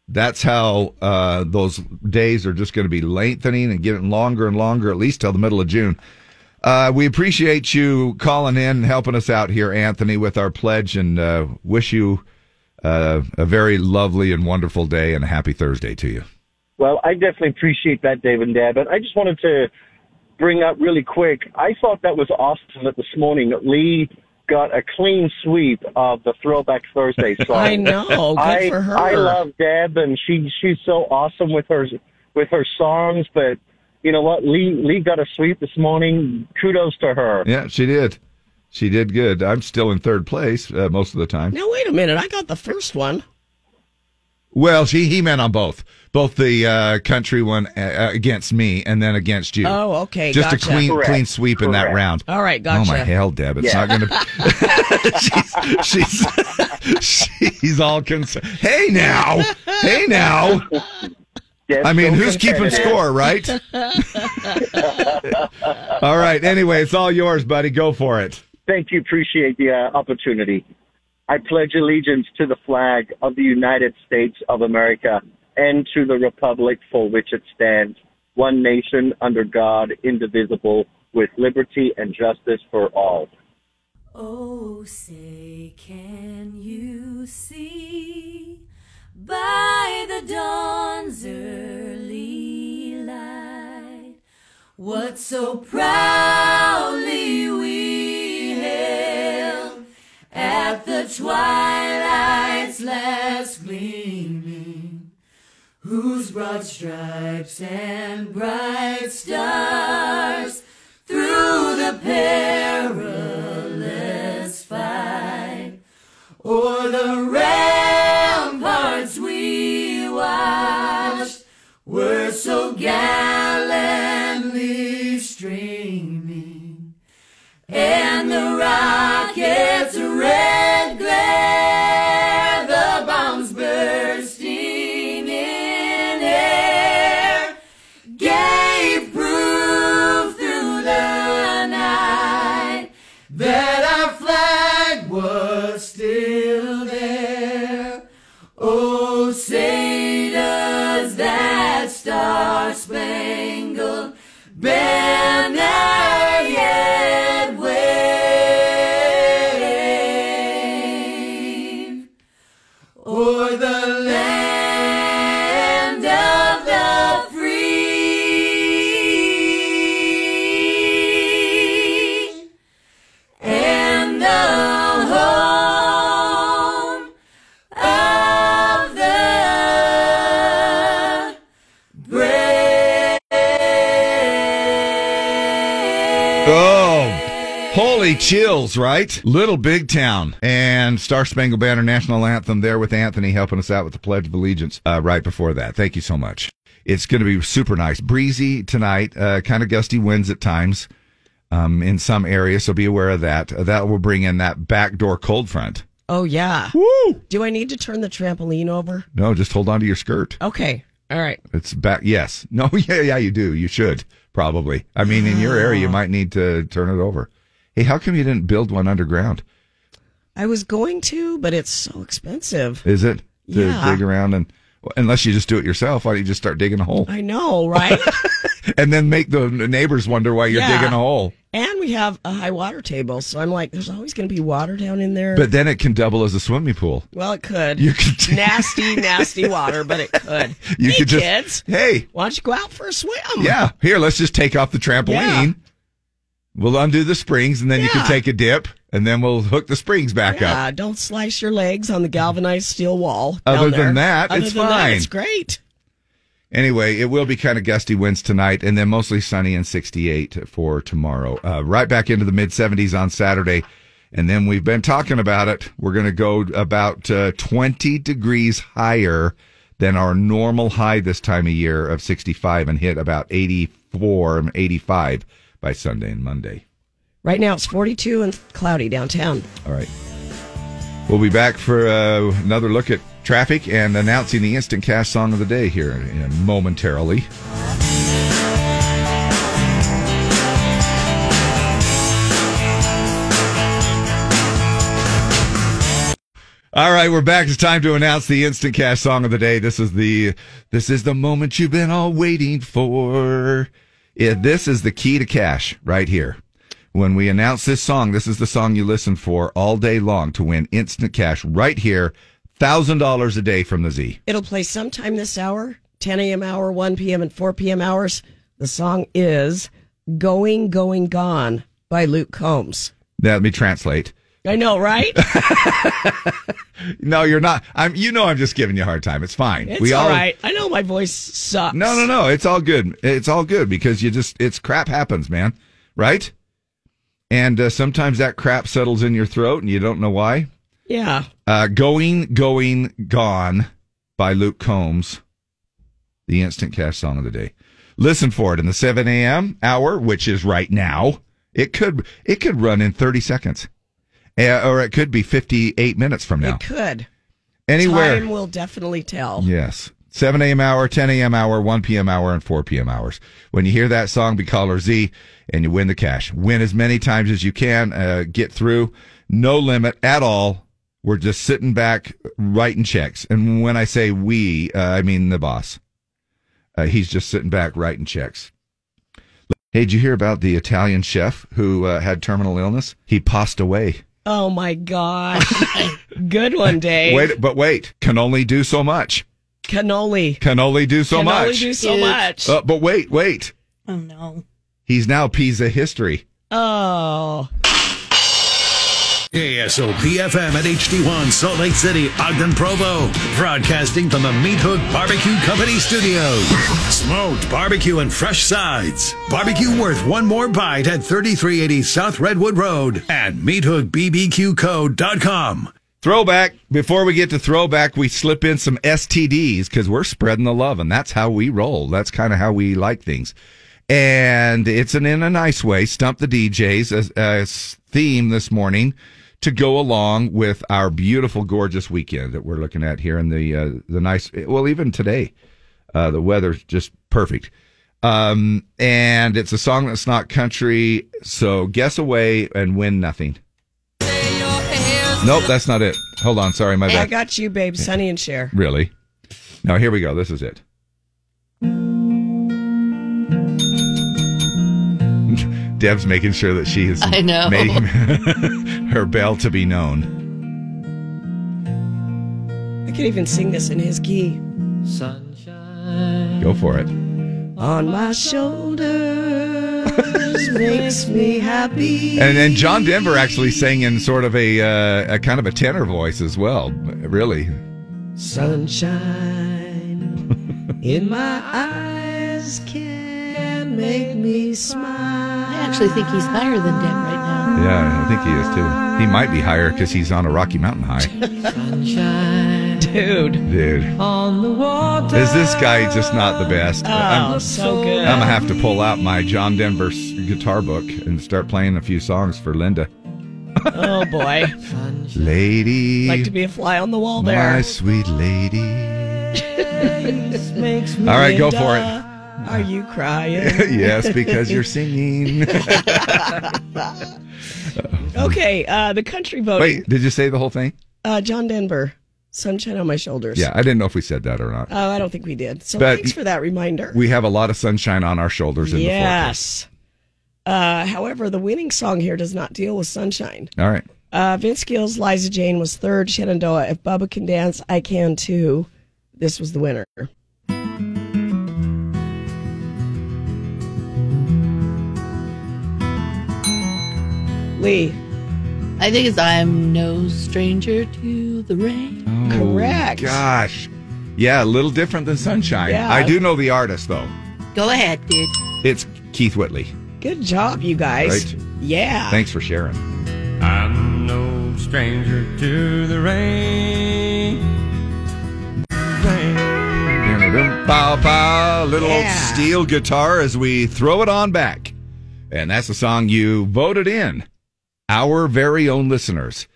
S1: That's how uh, those days are just going to be lengthening and getting longer and longer, at least till the middle of June. Uh, we appreciate you calling in and helping us out here, Anthony, with our pledge, and uh, wish you uh, a very lovely and wonderful day and a happy Thursday to you.
S9: Well, I definitely appreciate that, Dave and Deb. And I just wanted to bring up really quick. I thought that was awesome that this morning that Lee got a clean sweep of the Throwback Thursday song.
S2: I know. Good
S9: I,
S2: for her.
S9: I love Deb, and she she's so awesome with her with her songs. But you know what, Lee Lee got a sweep this morning. Kudos to her.
S1: Yeah, she did. She did good. I'm still in third place uh, most of the time.
S2: Now wait a minute. I got the first one.
S1: Well, she he meant on both, both the uh, country one uh, against me and then against you.
S2: Oh, okay,
S1: Just
S2: gotcha.
S1: a clean
S9: Correct,
S1: clean sweep in that
S9: correct.
S1: round.
S2: All right, gotcha.
S1: Oh my hell, Deb! It's not gonna. she's she's she's all concerned. Hey now, hey now.
S9: Deb's
S1: I mean,
S9: so
S1: who's keeping
S9: competitive.
S1: score, right? all right. Anyway, it's all yours, buddy. Go for it.
S9: Thank you. Appreciate the uh, opportunity. I pledge allegiance to the flag of the United States of America and to the republic for which it stands, one nation under God, indivisible, with liberty and justice for all.
S10: Oh, say, can you see by the dawn's early light what so proudly we hailed at the twilight's last gleaming, whose broad stripes and bright stars through the perilous fight. O'er the ramparts we watched were so gallantly streaming, and the rockets' red glare, the bombs bursting in air, gave proof through the night that our flag was still there. Oh, say does that star spangled banner yet wave o'er the land of the free? and the home of the
S1: Oh, holy chills, right? Little Big Town and Star Spangled Banner National Anthem there with Anthony helping us out with the Pledge of Allegiance uh, right before that. Thank you so much. It's going to be super nice. Breezy tonight, uh, kind of gusty winds at times um, in some areas, so be aware of that. Uh, that will bring in that backdoor cold front.
S2: Oh yeah. Woo! Do I need to turn the trampoline over?
S1: No, just hold on to your skirt.
S2: Okay. All right.
S1: It's back. Yes. No. Yeah. Yeah. You do. You should probably. I mean, in your area, you might need to turn it over. Hey, how come you didn't build one underground?
S2: I was going to, but it's so expensive.
S1: Is it to
S2: Yeah.
S1: dig around and well, unless you just do it yourself, why don't you just start digging a hole
S2: I know, right?
S1: and then make the neighbors wonder why you're
S2: Yeah.
S1: digging a hole?
S2: and we have a high water table, so I'm like, there's always going to be water down in there.
S1: But then it can double as a swimming pool.
S2: well, it could.
S1: You could-
S2: nasty, nasty water, but it could.
S1: You
S2: hey,
S1: could just
S2: kids,
S1: hey,
S2: why don't you go out for a swim?
S1: yeah, here let's just take off the trampoline.
S2: Yeah.
S1: We'll undo the springs, and then you can
S2: Yeah.
S1: take a dip, and then we'll hook the springs back up.
S2: Yeah, Uh, don't slice your legs on the galvanized steel wall. down
S1: Other than
S2: there.
S1: that,
S2: Other
S1: it's
S2: than that,
S1: fine.
S2: it's great.
S1: Anyway, it will be kind of gusty winds tonight and then mostly sunny and 68 for tomorrow. Uh, right back into the mid 70s on Saturday. And then we've been talking about it. We're going to go about uh, 20 degrees higher than our normal high this time of year of 65 and hit about 84 and 85 by Sunday and Monday.
S2: Right now, it's 42 and cloudy downtown.
S1: All right. We'll be back for uh, another look at traffic and announcing the instant cast song of the day here in momentarily. All right, we're back. It's time to announce the instant cast song of the day. This is the this is the moment you've been all waiting for. Yeah, this is the key to cash right here. When we announce this song, this is the song you listen for all day long to win instant cash right here, thousand dollars a day from the Z.
S2: It'll play sometime this hour, 10 a.m. hour, 1 p.m., and 4 p.m. hours. The song is Going, Going, Gone by Luke Combs.
S1: Now, Let me translate.
S2: I know, right?
S1: No, you're not. I'm. You know, I'm just giving you a hard time. It's fine.
S2: It's
S1: we
S2: all
S1: all
S2: right. I know my voice sucks.
S1: No, no, no. It's all good. It's all good because you just, it's crap happens, man. Right? And uh, sometimes that crap settles in your throat and you don't know why.
S2: Yeah.
S1: Uh, Going, Going, Gone by Luke Combs, the instant cash song of the day. Listen for it in the 7 a.m. hour, which is right now. It could, it could run in 30 seconds. Uh, or it could be 58 minutes from now.
S2: It could.
S1: Anywhere.
S2: Time will definitely tell.
S1: Yes. 7 a.m. hour, 10 a.m. hour, 1 p.m. hour, and 4 p.m. hours. When you hear that song, be caller Z and you win the cash. Win as many times as you can. Uh, get through. No limit at all. We're just sitting back writing checks. And when I say we, uh, I mean the boss. Uh, he's just sitting back writing checks. Hey, did you hear about the Italian chef who uh, had terminal illness? He passed away.
S2: Oh my gosh. Good one, Dave.
S1: Wait, but wait, can only do so much.
S2: Cannoli.
S1: Can only do so
S2: Can
S1: much.
S2: only do so Huge. much.
S1: Uh, but wait, wait.
S3: Oh no.
S1: He's now Pisa history.
S2: Oh.
S4: KSOP FM at HD1 Salt Lake City, Ogden, Provo. Broadcasting from the Meat Hook Barbecue Company Studios. Smoked barbecue and fresh sides. Barbecue worth one more bite at 3380 South Redwood Road at meathookbbqco.com.
S1: Throwback. Before we get to throwback, we slip in some STDs because we're spreading the love, and that's how we roll. That's kind of how we like things. And it's an in a nice way, Stump the DJs a, a theme this morning to go along with our beautiful, gorgeous weekend that we're looking at here in the uh, the nice. Well, even today, uh, the weather's just perfect. Um, and it's a song that's not country, so guess away and win nothing. Nope, that's not it. Hold on, sorry, my
S2: I
S1: bad.
S2: got you, babe. Sunny and Cher.
S1: Really? No, here we go. This is it. Deb's making sure that she has
S3: I know.
S1: made her bell to be known.
S2: I could even sing this in his key.
S1: Go for it.
S2: On my shoulders makes me happy.
S1: And then John Denver actually sang in sort of a, uh, a kind of a tenor voice as well. Really,
S2: Sunshine in my eyes can make me smile.
S3: I actually think he's higher than Deb right now.
S1: yeah, I think he is too. He might be higher because he's on a Rocky Mountain high,
S2: Dude.
S1: dude.
S6: On the water.
S1: Is this guy just not the best?
S2: Oh, so good.
S1: I'm gonna have to pull out my John Denver s- guitar book and start playing a few songs for Linda.
S2: Oh, boy.
S1: Lady,
S2: Like to be a fly on the wall
S1: my
S2: there.
S1: sweet lady.
S2: Makes me
S1: All right, go for
S2: Linda, Are you crying?
S1: yes, because you're singing.
S2: okay, uh, the country voting.
S1: Wait, did you say the whole thing?
S2: Uh, John Denver, Sunshine on My Shoulders.
S1: Yeah, I didn't know if we said that or not.
S2: Oh, I don't think we did. So
S1: But-
S2: thanks for that reminder.
S1: We have a lot of sunshine on our shoulders in
S2: yes. Uh, however, the winning song here does not deal with sunshine.
S1: the forecast. All right.
S2: Uh, Vince Gill's Liza Jane was third. Shenandoah, if Bubba can dance, I can too. This was the winner. Lee,
S3: I think it's I'm no stranger to the rain.
S2: correct.
S1: Oh, Gosh. Yeah, a little different than sunshine.
S2: Yeah.
S1: I do know the artist though.
S3: Go ahead, dude.
S1: It's Keith Whitley.
S2: Good job, you guys.
S1: Right.
S2: Yeah.
S1: Thanks for sharing.
S5: I'm no stranger to the rain. rain.
S1: Bow bow, little old
S2: Yeah.
S1: steel guitar as we throw it on back. And that's the song you voted in. Our very own listeners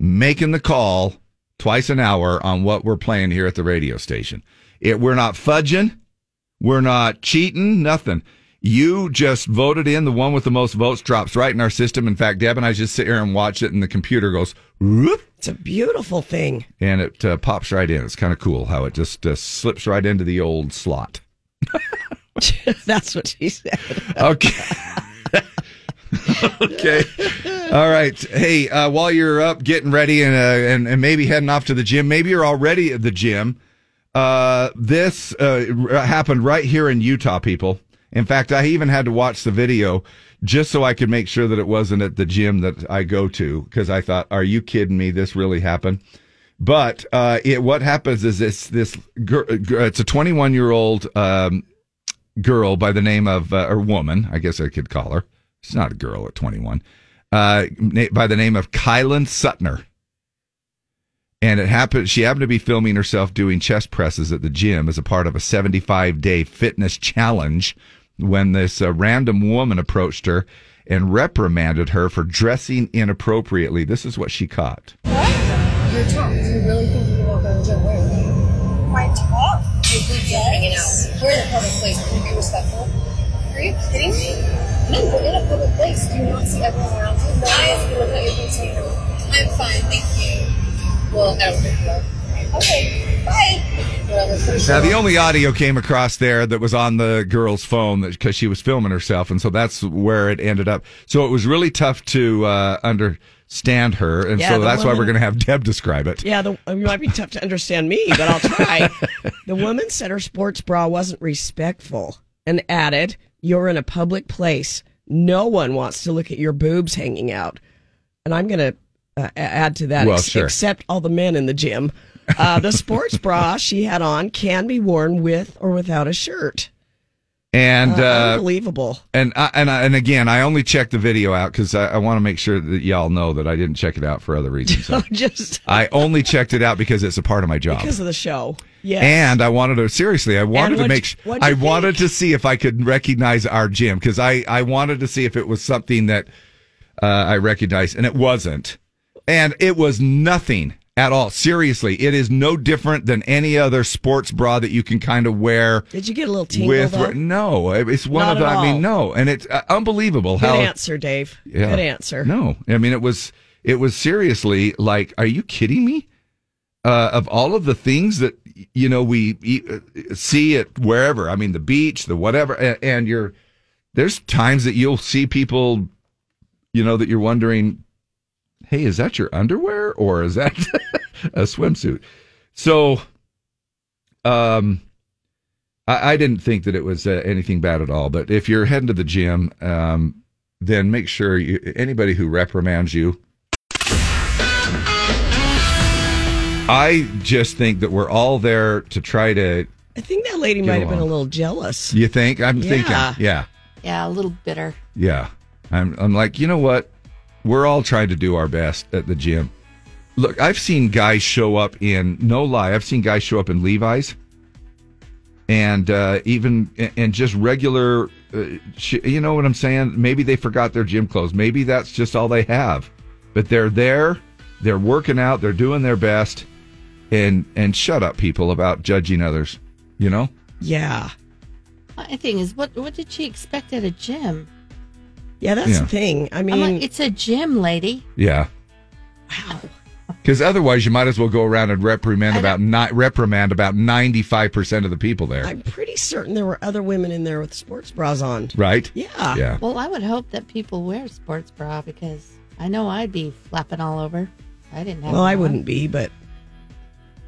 S1: making the call twice an hour on what we're playing here at the radio station. It, we're not fudging. We're not cheating. Nothing. You just voted in the one with the most votes drops right in our system. In fact, Deb and I just sit here and watch it and the computer goes whoop
S2: It's a beautiful thing.
S1: and it uh, pops right in. It's kind of cool how it just uh, slips right into the old slot.
S2: That's what she said.
S1: Okay. okay. All right. Hey, uh, while you're up getting ready and, uh, and and maybe heading off to the gym, maybe you're already at the gym. Uh, this uh, r- happened right here in Utah, people. In fact, I even had to watch the video just so I could make sure that it wasn't at the gym that I go to because I thought, "Are you kidding me? This really happened." But uh, it, what happens is this this gir- gir- it's a 21 year old um, girl by the name of uh, or woman, I guess I could call her. She's not a girl at 21. Uh, na- by the name of Kylan Sutner. And it happened. She happened to be filming herself doing chest presses at the gym as a part of a 75 day fitness challenge when this uh, random woman approached her and reprimanded her for dressing inappropriately. This is what she caught.
S11: Your top. You really think you can walk on the gym wearing that? My top? Your boobs are hanging out. We're in a public place. Can you be respectful? Are you kidding me? No, we're in a public place. Do you not see everyone around you? No one else can look at your boobs anymore. I'm fine, thank you. Well, I don't think you are. Okay, bye. Whatever.
S1: Now, the only audio came across there that was on the girl's phone because she was filming herself, and so that's where it ended up. So it was really tough to uh, understand her, and
S2: Yeah,
S1: so
S2: the
S1: that's why we're
S2: woman-
S1: going to have Deb describe it.
S2: Yeah, the, it might be tough to understand me, but I'll try. the woman said her sports bra wasn't respectful and added, You're in a public place. No one wants to look at your boobs hanging out. And I'm going to uh, a- add to that,
S12: Well, sure.
S2: except all the men in the gym. Uh, the sports bra she had on can be worn with or without a shirt.
S1: And
S2: Uh,
S1: uh,
S2: unbelievable.
S1: And I, and I, and again, I only checked the video out because I, I want to make sure that y'all know that I didn't check it out for other reasons. So
S2: Just
S1: I only checked it out because it's a part of my job.
S2: because of the show. Yes.
S1: And I wanted to seriously, I wanted to
S2: what'd
S1: make
S2: you-
S1: sh-
S2: what'd you
S1: I wanted to see if I could recognize our gym because I I wanted to see if it was something that uh, I recognized, and it wasn't, and it was nothing at all. Seriously, it is no different than any other sports bra that you can kind of wear.
S2: Did you get a little tingle?
S1: with
S2: though?
S1: no, it's one
S2: Not
S1: of the,
S2: at
S1: I mean
S2: all.
S1: no, and it's uh, unbelievable
S2: Good
S1: how
S2: answer, Dave.
S1: Yeah.
S2: Good answer.
S1: No, I mean it was it was seriously like, are you kidding me? Uh, of all of the things that y- you know we eat, uh, see it wherever. I mean, the beach, the whatever, and, and you're there's times that you'll see people, you know, that you're wondering, hey, is that your underwear or is that a swimsuit? So, um, I, I didn't think that it was uh, anything bad at all. But if you're heading to the gym, um, then make sure you anybody who reprimands you. I just think that we're all there to try to.
S2: I think that lady
S1: Get
S2: might have been a
S1: along.
S2: little jealous.
S1: You think? I'm
S2: Yeah.
S1: thinking. Yeah.
S3: Yeah, a little bitter.
S1: Yeah. I'm, I'm like, you know what? We're all trying to do our best at the gym. Look, I've seen guys show up in, no lie, I've seen guys show up in Levi's and uh, even, and just regular, uh, sh- you know what I'm saying? Maybe they forgot their gym clothes. Maybe that's just all they have. But they're there, they're working out, they're doing their best. And, and shut up, people, about judging others, you know?
S2: Yeah.
S3: My thing is, what what did she expect at a gym?
S2: Yeah, that's
S1: Yeah.
S2: the thing. I
S3: I'm
S2: mean,
S3: like, it's a gym, lady.
S1: Yeah. Wow. Because otherwise, you might as well go around and reprimand about not reprimand about ninety five percent of the people there,
S2: I'm pretty certain there were other women in there with sports bras on.
S1: right?
S2: Yeah.
S1: yeah.
S3: Well, I would hope that people wear sports bra because I know I'd be flapping all over. I didn't have.
S2: Well, I
S3: one.
S2: wouldn't be, but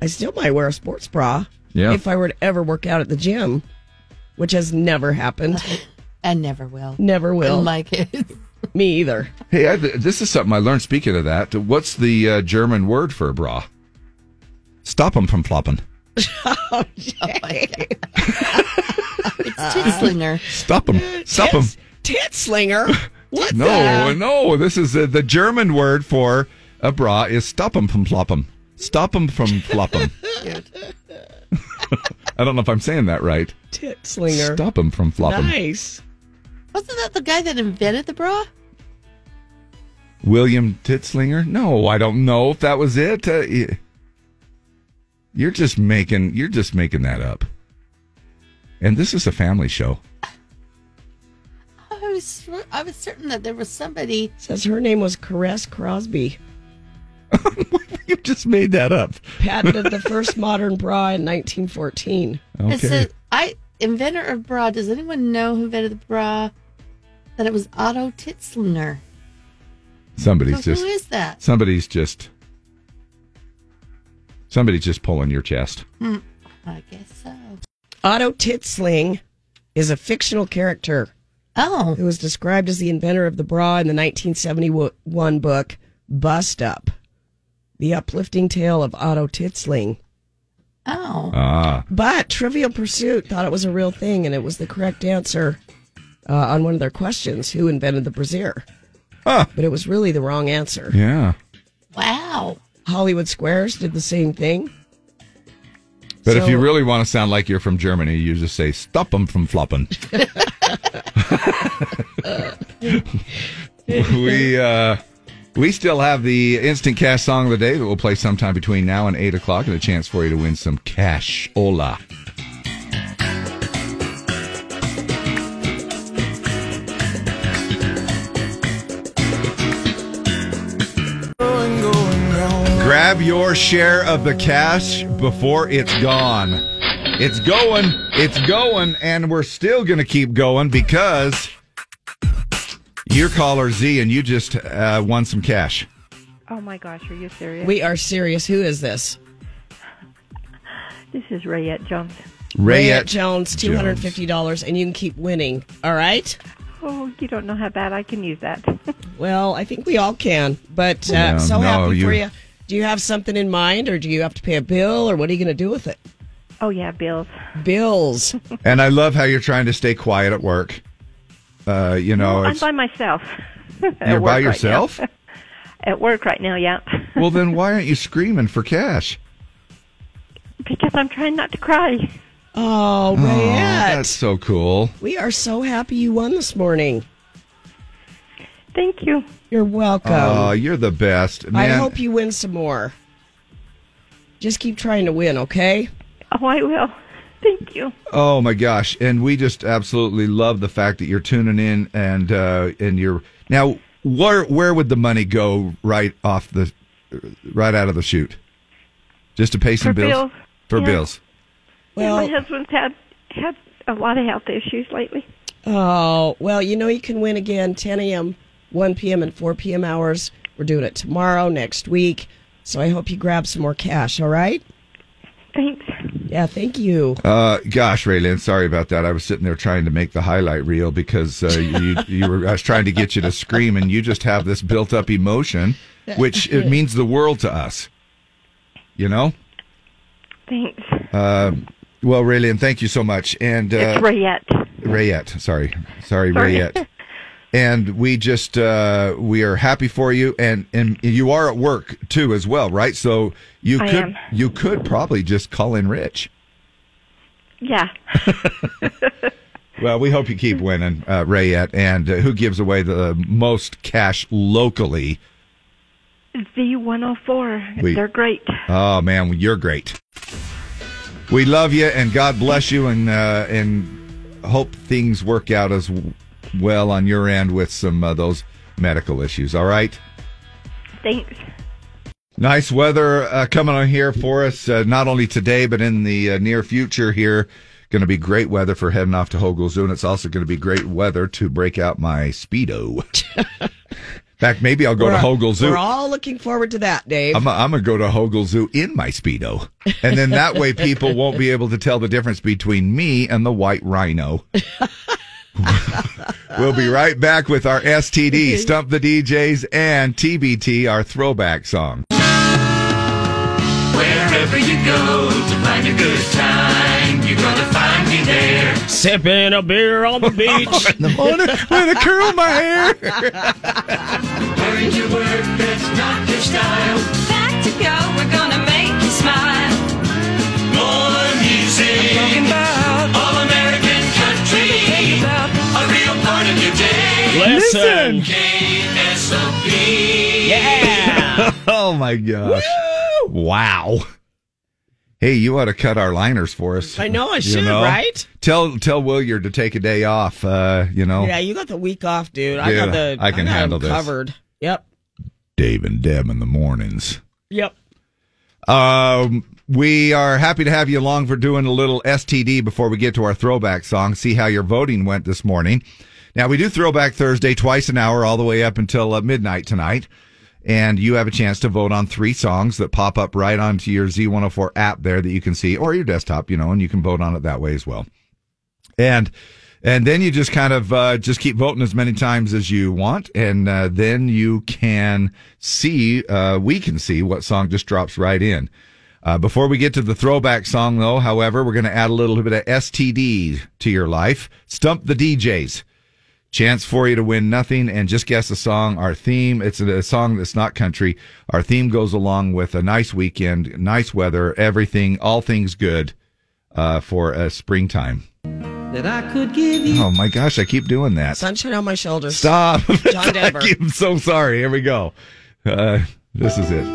S2: I still might wear a sports bra.
S1: Yeah.
S2: If I were to ever work out at the gym, which has never happened.
S3: and never will.
S2: Never will.
S3: And my kids.
S2: Me either.
S1: Hey, I, this is something I learned. Speaking of that, what's the uh, German word for bra? Stop them from flopping.
S2: Oh,
S3: Oh, It's Titslinger.
S1: Stop them.
S2: Uh,
S1: Stop them.
S2: Tit slinger. What
S1: No,
S2: the?
S1: no. This is uh, the German word for a bra is stop them from flop 'em. Stop them from flop 'em. I don't know if I'm saying that right.
S2: Tit slinger.
S1: Stop them from flop 'em.
S2: Nice.
S3: Wasn't that the guy that invented the bra?
S1: William Titslinger? No, I don't know if that was it. Uh, y- you're just making you're just making that up. And this is a family show.
S3: I was I was certain that there was somebody.
S2: Says her name was Caress Crosby.
S1: you just made that up.
S2: Patented the first modern bra in 1914.
S3: It says I inventor of bra. Does anyone know who invented the bra? That it was Otto Titslinger.
S1: Somebody's
S3: So who
S1: just
S3: is that?
S1: Somebody's just somebody's just pulling your chest.
S3: Hmm, I guess so.
S2: Otto Titsling is a fictional character.
S3: Oh.
S2: Who was described as the inventor of the bra in the 1971 book Bust Up The Uplifting Tale of Otto Titsling.
S3: Oh.
S1: Ah.
S2: But Trivial Pursuit thought it was a real thing and it was the correct answer uh, on one of their questions who invented the brassiere? But it was really the wrong answer.
S1: Yeah.
S3: Wow.
S2: Hollywood Squares did the same thing.
S1: But if
S2: So-
S1: you really want to sound like you're from Germany, you just say stop them from flopping. we uh, we still have the instant cash song of the day that we'll play sometime between now and eight o'clock, and a chance for you to win some cash. Hola. Grab Grab your share of the cash before it's gone. It's going, it's going, and we're still going to keep going because you're caller Z and you just uh, won some cash.
S12: Oh my gosh, are you serious?
S2: We are serious. Who is this?
S12: This is Rayette Jones.
S1: Rayette
S2: Jones, two hundred and fifty dollars, and you can keep winning. All right.
S12: Oh, you don't know how bad I can use that.
S2: Well, I think we all can, but uh,
S1: Yeah,
S2: so
S1: no,
S2: happy for
S1: you-
S2: you. Do you have something in mind, or do you have to pay a bill, or what are you going to do with it?
S12: Oh yeah, bills.
S2: Bills.
S1: And I love how you're trying to stay quiet at work. Uh, you
S2: Oh,
S1: know,
S12: I'm
S1: it's,
S12: by myself. At
S1: You're by
S12: work right
S1: yourself?
S12: now. At work right now, yeah.
S1: well, then why aren't you screaming for cash?
S12: Because I'm trying not to cry.
S1: Aw,
S2: Oh, Rayette.
S1: that's so cool.
S2: We are so happy you won this morning.
S12: Thank you.
S2: You're welcome.
S1: Oh, you're the best.
S2: I
S1: Man,
S2: hope you win some more. Just keep trying to win, okay?
S12: Oh, I will. Thank you.
S1: Oh my gosh! And we just absolutely love the fact that you're tuning in and uh, and you're now where where would the money go right off the right out of the chute? Just to pay some
S12: For
S1: bills
S12: bills.
S1: for
S12: Yeah.
S1: bills.
S12: my husband's had had a lot of health issues lately.
S2: Oh, well, you know you can win again 10 a.m., 1 p.m., and 4 p.m. hours. We're doing it tomorrow, next week. So I hope you grab some more cash, all right?
S12: Thanks.
S2: Yeah, thank you.
S1: Uh, gosh, Raylan, sorry about that. I was sitting there trying to make the highlight reel because uh, you you were I was trying to get you to scream, and you just have this built up emotion, which it means the world to us. You know.
S12: Thanks.
S1: Uh, well, Raylan, thank you so much. And uh,
S12: it's Rayette.
S1: Rayette. Sorry,
S12: Sorry.
S1: sorry, Rayette. And we just uh, we are happy for you, and and you are at work too as well, right? So you
S12: I
S1: could
S12: am.
S1: you could probably just call in Rich.
S12: Yeah.
S1: Well, we hope you keep winning, uh, Rayette. And uh, who gives away the most cash locally?
S12: Z104.
S1: We-
S12: They're great.
S1: Oh man, well, you're great. We love you, and God bless you, and uh, and hope things work out as well on your end with some of those medical issues. All right.
S12: Thanks.
S1: Nice weather uh, coming on here for us, uh, not only today, but in the uh, near future here. Going to be great weather for heading off to Hogle Zoo, and it's also going to be great weather to break out my Speedo. In fact, maybe I'll go
S2: we're,
S1: to Hogle Zoo.
S2: We're all looking forward to that, Dave.
S1: I'm, I'm going to go to Hogle Zoo in my Speedo. And then that way people won't be able to tell the difference between me and the white rhino. we'll be right back with our STD, Stump the DJs, and TBT, our throwback song.
S13: Wherever you go to find a good time, you're gonna find me there.
S14: Sipping a beer on the
S2: Oh,
S14: beach.
S1: in the morning when I curl my hair.
S13: Hurry to work, that's not your style. Back to go, we're gonna make you smile. More music. talking about all American country. about a real part of your day.
S14: Listen.
S13: KSOP.
S1: oh my gosh. Wow. Hey, you ought to cut our liners for us.
S2: I know I
S1: You
S2: should,
S1: know?
S2: right?
S1: Tell tell Williard to take a day off, uh, you know.
S2: Yeah, you got the week off, dude. I got
S1: Dude,
S2: the
S1: I can
S2: got 'em
S1: handle this.
S2: covered. Yep.
S1: Dave and Deb in the mornings.
S2: Yep.
S1: Um, we are happy to have you along for doing a little STD before we get to our throwback song. See how your voting went this morning. Now we do Throwback Thursday twice an hour, all the way up until uh, midnight tonight, and you have a chance to vote on three songs that pop up right onto your Z104 app there that you can see, or your desktop, you know, and you can vote on it that way as well. And and then you just kind of uh, just keep voting as many times as you want, and uh, then you can see uh, we can see what song just drops right in. Uh, before we get to the throwback song, though, however, we're going to add a little bit of STD to your life. Stump the DJs. Chance for you to win nothing and just guess the song. Our theme, it's a, a song that's not country. Our theme goes along with a nice weekend, nice weather, everything, all things good uh, for uh, springtime.
S2: That I could give you
S1: Oh my gosh, I keep doing that.
S2: sunshine on my shoulders.
S1: Stop.
S2: John Denver.
S1: I'm so sorry. Here we go. Uh, this is it.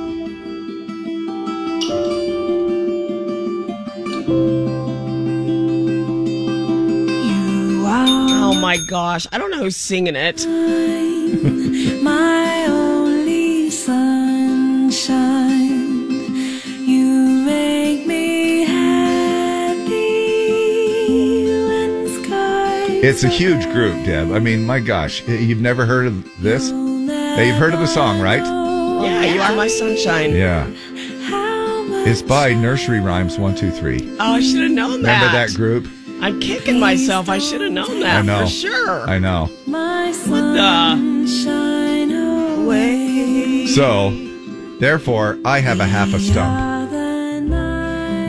S2: Oh my gosh. I don't know who's singing it.
S8: My only sunshine.
S1: It's a huge group, Deb. I mean, my gosh, you've never heard of this? Now, you've heard of the song, right?
S2: Yeah, you are my sunshine.
S1: Yeah. It's by Nursery Rhymes One Two Three.
S2: Oh, I should have known that.
S1: Remember that group?
S2: I'm kicking myself. I should have known that
S1: I know.
S2: for sure.
S1: I know.
S8: My
S2: What the?
S8: sunshine away.
S1: uh, So, therefore, I have a half a stump,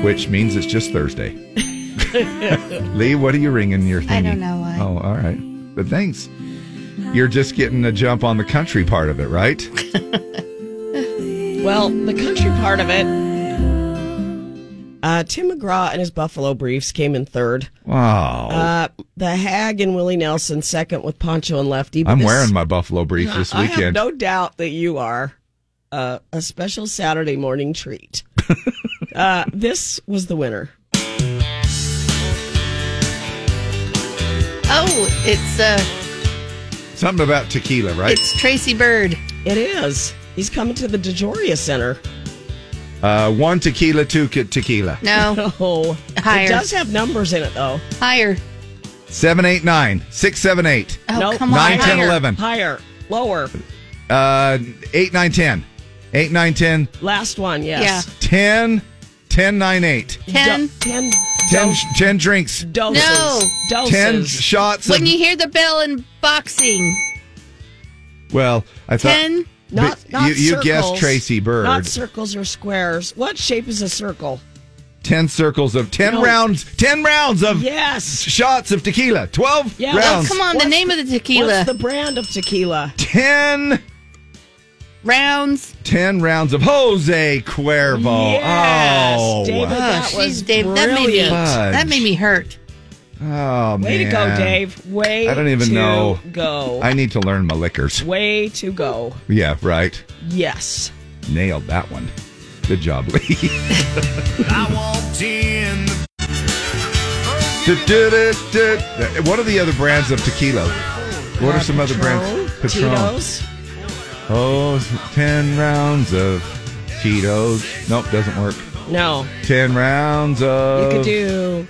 S1: which means it's just Thursday. Lee, what are you ringing your thingy?
S3: I don't know why.
S1: Oh, all right. But thanks. You're just getting a jump on the country part of it, right?
S2: Well, the country part of it. Uh, Tim McGraw and his Buffalo Briefs came in third.
S1: Wow.
S2: Uh, the Hag and Willie Nelson second with Poncho and Lefty. but
S1: I'm
S2: this-
S1: wearing my buffalo brief this
S2: I have
S1: weekend.
S2: no doubt that you are uh, a special Saturday morning treat. uh, this was the winner.
S3: Oh, it's uh,
S1: Something about tequila, right?
S3: it's Tracy Bird.
S2: It is. He's coming to the DeJoria Center.
S1: Uh, one tequila, two ki- tequila.
S3: No.
S2: Oh,
S3: Higher.
S2: It does have numbers in it, though.
S3: Higher.
S1: 789, 678.
S3: Oh,
S2: Nope.
S3: come on.
S1: Nine, ten,
S3: Higher.
S1: eleven.
S2: Higher. Lower.
S1: Uh, 8, 9, 10. 8, 9, 10.
S2: Last one, yes.
S1: 10, 10, 9, 8.
S3: Ten.
S2: ten.
S1: 10, sh- 10 drinks.
S2: Doses.
S3: No.
S2: Doses.
S1: 10 shots of.
S3: When you hear the bell in boxing,
S1: well, I thought.
S3: ten.
S2: Not,
S1: But
S2: not
S1: you- you
S2: circles.
S1: guessed Tracy Byrd.
S2: Not circles or squares. What shape is a circle?
S1: 10 circles of. 10
S2: No.
S1: rounds. 10 rounds of
S2: Yes.
S1: shots of tequila. 12
S2: Yeah. Oh,
S1: rounds.
S3: Oh, Come on, the
S2: What's
S3: name of the tequila.
S2: What's the brand of tequila?
S1: 10,
S3: Rounds.
S1: 10 rounds of Jose Cuervo.
S2: Yes,
S1: oh.
S2: David,
S3: Oh,
S2: that
S3: she's
S2: was
S3: Dave. That made me.
S2: brilliant.
S3: That made me hurt.
S1: Oh,
S2: Way to go,
S1: man.
S2: Dave. Way
S1: I don't even
S2: to
S1: know.
S2: go.
S1: I need to learn my liquors.
S2: Way to go.
S1: Yeah, right.
S2: Yes.
S1: Nailed that one. Good job, Lee. Du-du-du-du. What are the other brands of tequila? What are some other brands?
S2: Uh, Patron.
S1: Patron.
S2: Tito's.
S1: Oh, 10 rounds of Cheetos. Nope, doesn't work.
S2: No.
S1: 10 rounds
S2: You
S1: of
S2: could do.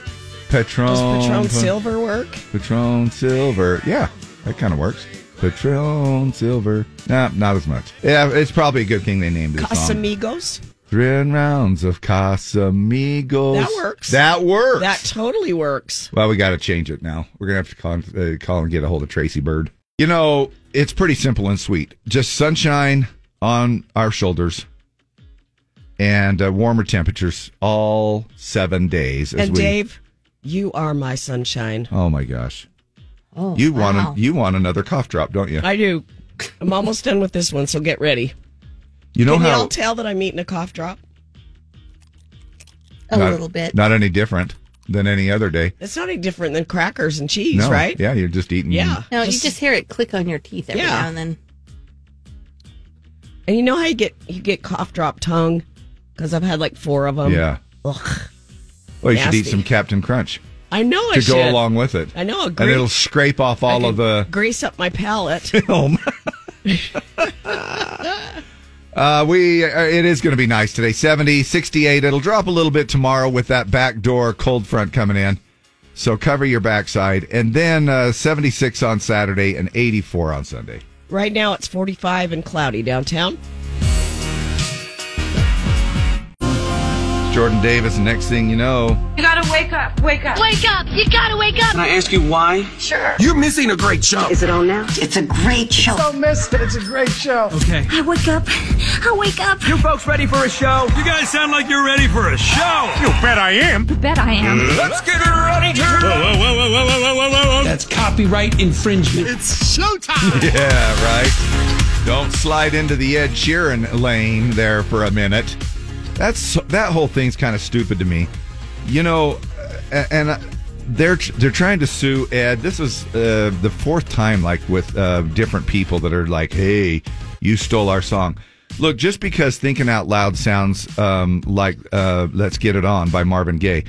S1: Patron.
S2: Does Patron
S1: Pa-
S2: Silver work?
S1: Patron Silver. Yeah, that kind of works. Patron Silver. Nah, not as much. Yeah, it's probably a good thing they named this song.
S2: Casamigos?
S1: Three rounds of Casamigos.
S2: That works.
S1: That works.
S2: That totally works.
S1: well, we got to change it now. We're going to have to call, uh, call and get a hold of Tracy Bird. You know, it's pretty simple and sweet. Just sunshine on our shoulders and uh, warmer temperatures all seven days. As
S2: And
S1: we,
S2: Dave, you are my sunshine.
S1: oh my gosh.
S3: Oh,
S1: You want
S3: wow.
S1: a, you want another cough drop, don't you?
S2: I do. I'm almost done with this one, so get ready.
S1: You know
S2: Can
S1: how
S2: y'all tell that I'm eating a cough drop?
S3: a
S1: Not-
S3: little bit.
S1: Not any different than any other day.
S2: It's not any different than crackers and cheese,
S1: no,
S2: right?
S1: Yeah, you're just eating.
S2: Yeah.
S3: No, Mm. you just hear it click on your teeth every
S2: Yeah.
S3: now and then.
S2: And you know how you get you get cough drop tongue? Because I've had like four of them.
S1: yeah.
S2: Ugh.
S1: Well, you should eat
S2: Um, nasty.
S1: some Captain Crunch
S2: I know I
S1: to
S2: should.
S1: go along with it.
S2: I know,
S1: And
S2: agree.
S1: it'll scrape off
S2: I
S1: all of
S2: could
S1: the Oh,
S2: grease up my palate.
S1: film. Uh, we uh, it is going to be nice today 70 68 it'll drop a little bit tomorrow with that backdoor cold front coming in so cover your backside and then uh, 76 on saturday and 84 on sunday
S2: right now it's 45 and cloudy downtown.
S1: jordan davis next thing you know
S8: You gotta wake up, wake up. Wake up, you gotta wake up.
S15: I ask you why?
S8: Sure.
S15: You're missing a great show.
S8: Is it on now? It's a great show.
S15: Don't miss it. It's a great show. Okay.
S8: I wake up. I wake up.
S15: You folks ready for a show? You guys sound like you're ready for a show. You bet I am.
S8: Bet I am.
S15: Let's get ready to. Whoa, whoa, whoa, whoa, whoa, whoa, whoa, whoa. That's copyright infringement. It's showtime.
S1: Yeah, right. Don't slide into the Ed Sheeran lane there for a minute. That's that whole thing's kind of stupid to me. You know, a- and uh, they're they're trying to sue Ed. This is uh, the fourth time, like with uh, different people that are like, "Hey, you stole our song." Look, just because thinking out loud sounds um, like uh, "Let's Get It On" by Marvin Gaye,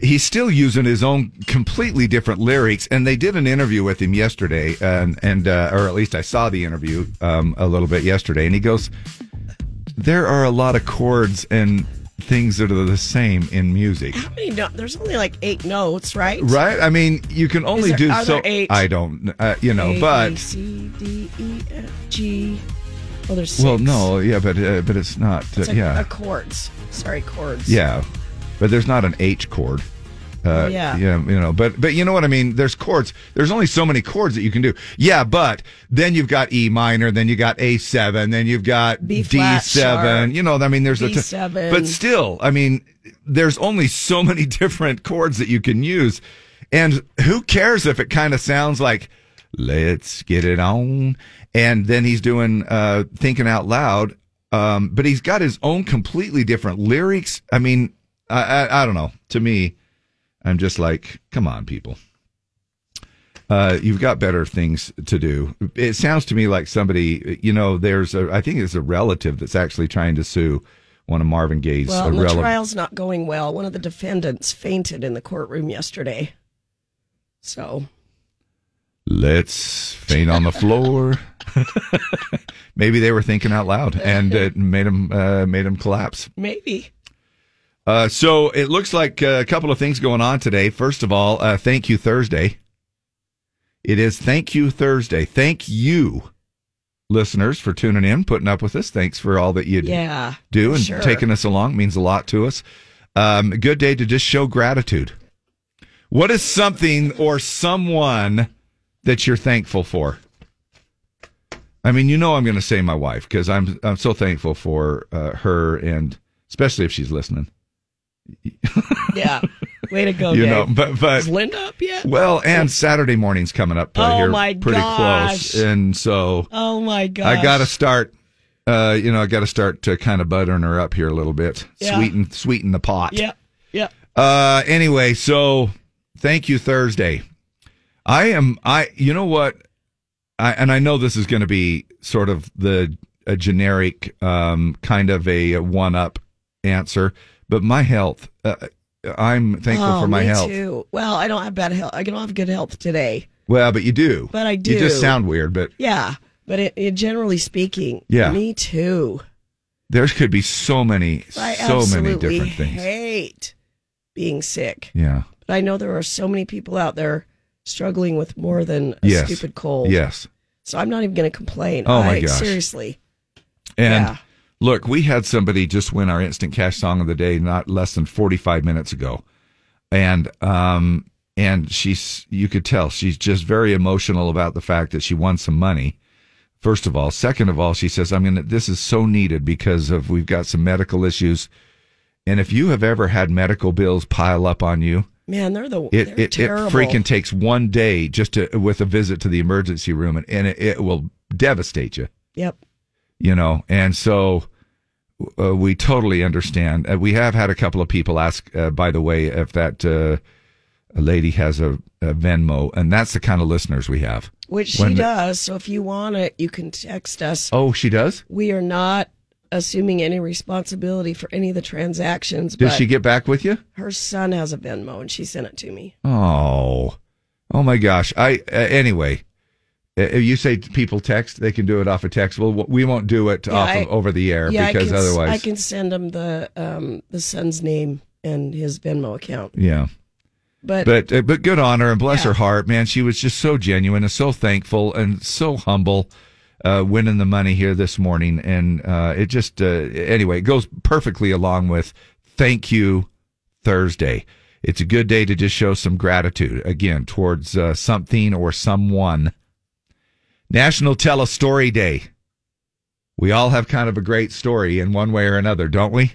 S1: he's still using his own completely different lyrics. And they did an interview with him yesterday, and and uh, or at least I saw the interview um, a little bit yesterday. And he goes, "There are a lot of chords and things that are the same in music.
S2: How many no- there's only like eight notes, right?
S1: Right? I mean, you can only
S2: there-
S1: do
S2: are
S1: so.
S2: there eight?
S1: I don't, uh, you know,
S2: A, B,
S1: but
S2: C, D, E, F, G. Well, there's six.
S1: well, no, yeah, but uh, but it's not, uh,
S2: It's a,
S1: yeah,
S2: a chords. Sorry, chords.
S1: yeah, but there's not an H chord. Uh,
S2: Yeah.
S1: yeah, you know, but but you know what I mean. There's chords. There's only so many chords that you can do. Yeah, but then you've got E minor, then you got A seven, then you've got D
S2: B flat
S1: seven.
S2: sharp,
S1: You know, I mean, there's a
S2: B7.
S1: but still, I mean, there's only so many different chords that you can use, and who cares if it kind of sounds like "Let's get it on," and then he's doing uh, "Thinking Out Loud," um, but he's got his own completely different lyrics. I mean, I, I, I don't know. To me, I'm just like, come on, people. Uh, you've got better things to do. It sounds to me like somebody, you know, there's a, I think it's a relative that's actually trying to sue one of Marvin Gaye's
S2: Well,
S1: uh,
S2: and the
S1: rel-
S2: trial's not going well. One of the defendants fainted in the courtroom yesterday. So
S1: Let's faint on the floor. Maybe they were thinking out loud and it made them, uh, made them collapse.
S2: maybe.
S1: Uh, so it looks like uh, a couple of things going on today. First of all, uh, thank you Thursday. It is thank you Thursday. Thank you, listeners, for tuning in, putting up with us. Thanks for all that you do
S2: Yeah.
S1: do and
S2: sure.
S1: taking us along means a lot to us. Um, a good day to just show gratitude. What is something or someone that you're thankful for? I mean, you know, I'm going to say my wife because I'm I'm so thankful for uh, her, and especially if she's listening.
S2: Yeah. Way to go,
S1: you
S2: Dave.
S1: know, but but
S2: Is Linda up yet?
S1: Well, and Saturday morning's coming up uh,
S2: Oh,
S1: here
S2: my
S1: pretty
S2: gosh.
S1: close, and so
S2: Oh my gosh.
S1: I got to start. Uh, you know, I got to start to kind of buttering her up here a little bit,
S2: Yeah.
S1: sweeten sweeten the pot.
S2: Yeah. Yeah.
S1: Uh, anyway, so thank you Thursday. I am I. You know what? I and I know this is going to be sort of the a generic um, kind of a one up answer, but my health. Uh, I'm thankful
S2: Oh,
S1: for my
S2: me
S1: health.
S2: Too. Well, I don't have bad health. I don't have good health today.
S1: Well, but you do.
S2: But I
S1: You just
S2: do.
S1: sound weird, but
S2: Yeah. But it, it- generally speaking,
S1: Yeah.
S2: me too.
S1: there could be so many,
S2: I
S1: so many
S2: absolutely
S1: different things.
S2: hate being sick.
S1: Yeah.
S2: But I know there are so many people out there struggling with more than a
S1: Yes.
S2: stupid cold.
S1: Yes.
S2: So I'm not even going to complain.
S1: Oh, my
S2: I-
S1: gosh.
S2: Seriously.
S1: And
S2: Yeah.
S1: look, we had somebody just win our instant cash song of the day not less than 45 minutes ago. And um and she's you could tell she's just very emotional about the fact that she won some money. First of all, second of all, she says I'm going to this is so needed because of we've got some medical issues. And if you have ever had medical bills pile up on you,
S2: Man, they're the
S1: it
S2: Oh, they're
S1: it, it
S2: terrible.
S1: freaking takes one day just to with a visit to the emergency room and, and it, it will devastate you
S2: Yep.
S1: you know and so uh, we totally understand uh, we have had a couple of people ask uh, by the way if that uh, lady has a, a venmo and that's the kind of listeners we have
S2: Which
S1: When-
S2: she does. So if you want it, you can text us.
S1: oh she does
S2: We are not assuming any responsibility for any of the transactions.
S1: did
S2: but
S1: she get back with you
S2: Her son has a Venmo, and she sent it to me.
S1: oh oh my gosh i uh, anyway uh, you say people text they can do it off of text well we won't do it
S2: Yeah,
S1: off
S2: I-
S1: of over the air
S2: yeah,
S1: because
S2: I can, s-
S1: otherwise
S2: I can send him the um, the son's name and his Venmo account.
S1: yeah
S2: But,
S1: but uh, but good on her and bless her heart, man. She was just so genuine and so thankful and so humble, uh, winning the money here this morning, and uh, it just uh, anyway it goes perfectly along with thank you Thursday. It's a good day to just show some gratitude again towards uh, something or someone. National Tell a Story Day. We all have kind of a great story in one way or another, don't we?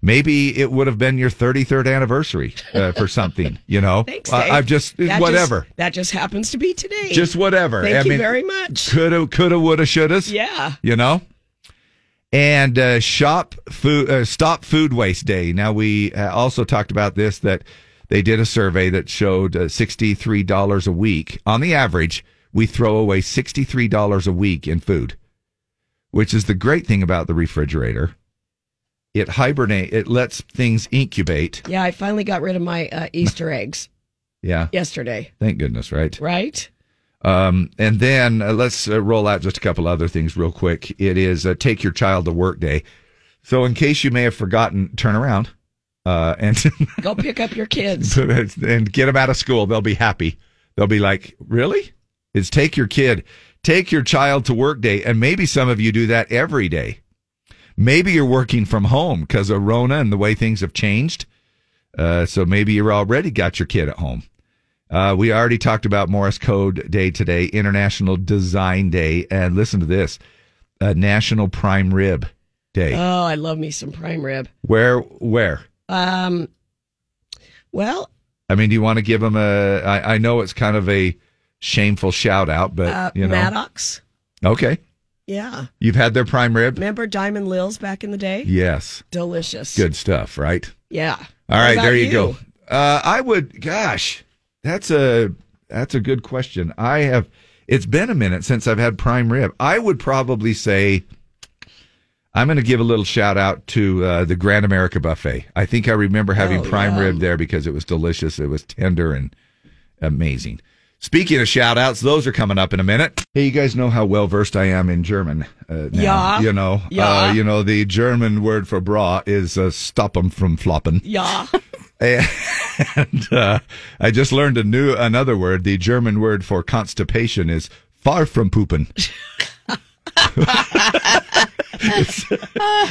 S1: Maybe it would have been your 33rd anniversary uh, for something, you know?
S2: Thanks,
S1: Oh, I-
S2: Dave.
S1: I've just,
S2: That
S1: whatever.
S2: that just happens to be today.
S1: Just whatever.
S2: Thank
S1: I
S2: you
S1: mean,
S2: very much.
S1: Coulda, coulda, woulda, shouldas.
S2: Yeah.
S1: You know? And uh, shop food, uh, stop food waste day. Now, we uh, also talked about this that they did a survey that showed uh, $63 a week. On the average, we throw away $63 a week in food, which is the great thing about the refrigerator. It hibernate, it lets things incubate.
S2: Yeah, I finally got rid of my uh, Easter eggs
S1: Yeah.
S2: yesterday.
S1: Thank goodness, right?
S2: Right?
S1: Um, and then uh, let's uh, roll out just a couple other things real quick. It is uh, Take Your Child to Work Day. So, in case you may have forgotten, turn around uh, and
S2: Go pick up your kids.
S1: So that's- and get them out of school. They'll be happy. They'll be like, really? It's take your kid, take your child to work day. And maybe some of you do that every day. Maybe you're working from home because of Rona and the way things have changed. Uh, so maybe you're already got your kid at home. Uh, we already talked about Morris Code Day today, International Design Day. And listen to this uh, National Prime Rib Day.
S2: Oh, I love me some prime rib.
S1: where, where?
S2: Um, well,
S1: I mean, do you want to give them a? I, I know it's kind of a shameful shout out, but
S2: uh,
S1: you know,
S2: Maddox.
S1: okay,
S2: Yeah.
S1: you've had their prime rib.
S2: Remember Diamond Lil's back in the day?
S1: Yes,
S2: Delicious.
S1: good stuff, right?
S2: Yeah.
S1: All
S2: What
S1: right,
S2: about
S1: there you, go. Uh, I would, gosh, that's a that's a good question. I have. It's been a minute since I've had prime rib. I would probably say I'm going to give a little shout out to uh, the Grand America Buffet. I think I remember having
S16: Oh,
S1: prime
S16: yum.
S1: rib there because it was delicious. It was tender and amazing. Speaking of shout outs, those are coming up in a minute. Hey, you guys know how well versed I am in German. Uh, now,
S2: Yeah.
S1: You know,
S2: Yeah.
S1: Uh, you know, the German word for bra is uh, stop 'em from flopping.
S2: Yeah.
S1: And uh, I just learned a new another word. The German word for constipation is far from pooping.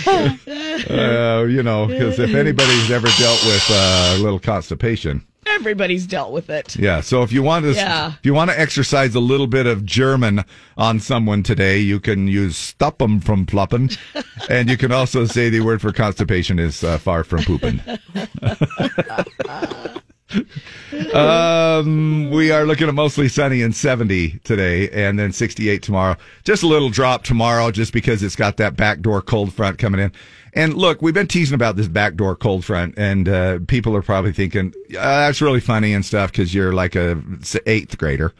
S1: Uh, you know, because if anybody's ever dealt with uh, a little constipation,
S2: Everybody's dealt with it.
S1: yeah. So if you want to,
S2: Yeah.
S1: if you want to exercise a little bit of German on someone today, you can use "stop 'em from plopping," and you can also say the word for constipation is uh, far from pooping. um, we are looking at mostly sunny and 70 today and then 68 tomorrow. Just a little drop tomorrow just because it's got that backdoor cold front coming in. And look, we've been teasing about this backdoor cold front and uh, people are probably thinking, uh, that's really funny and stuff because you're like a s- eighth grader.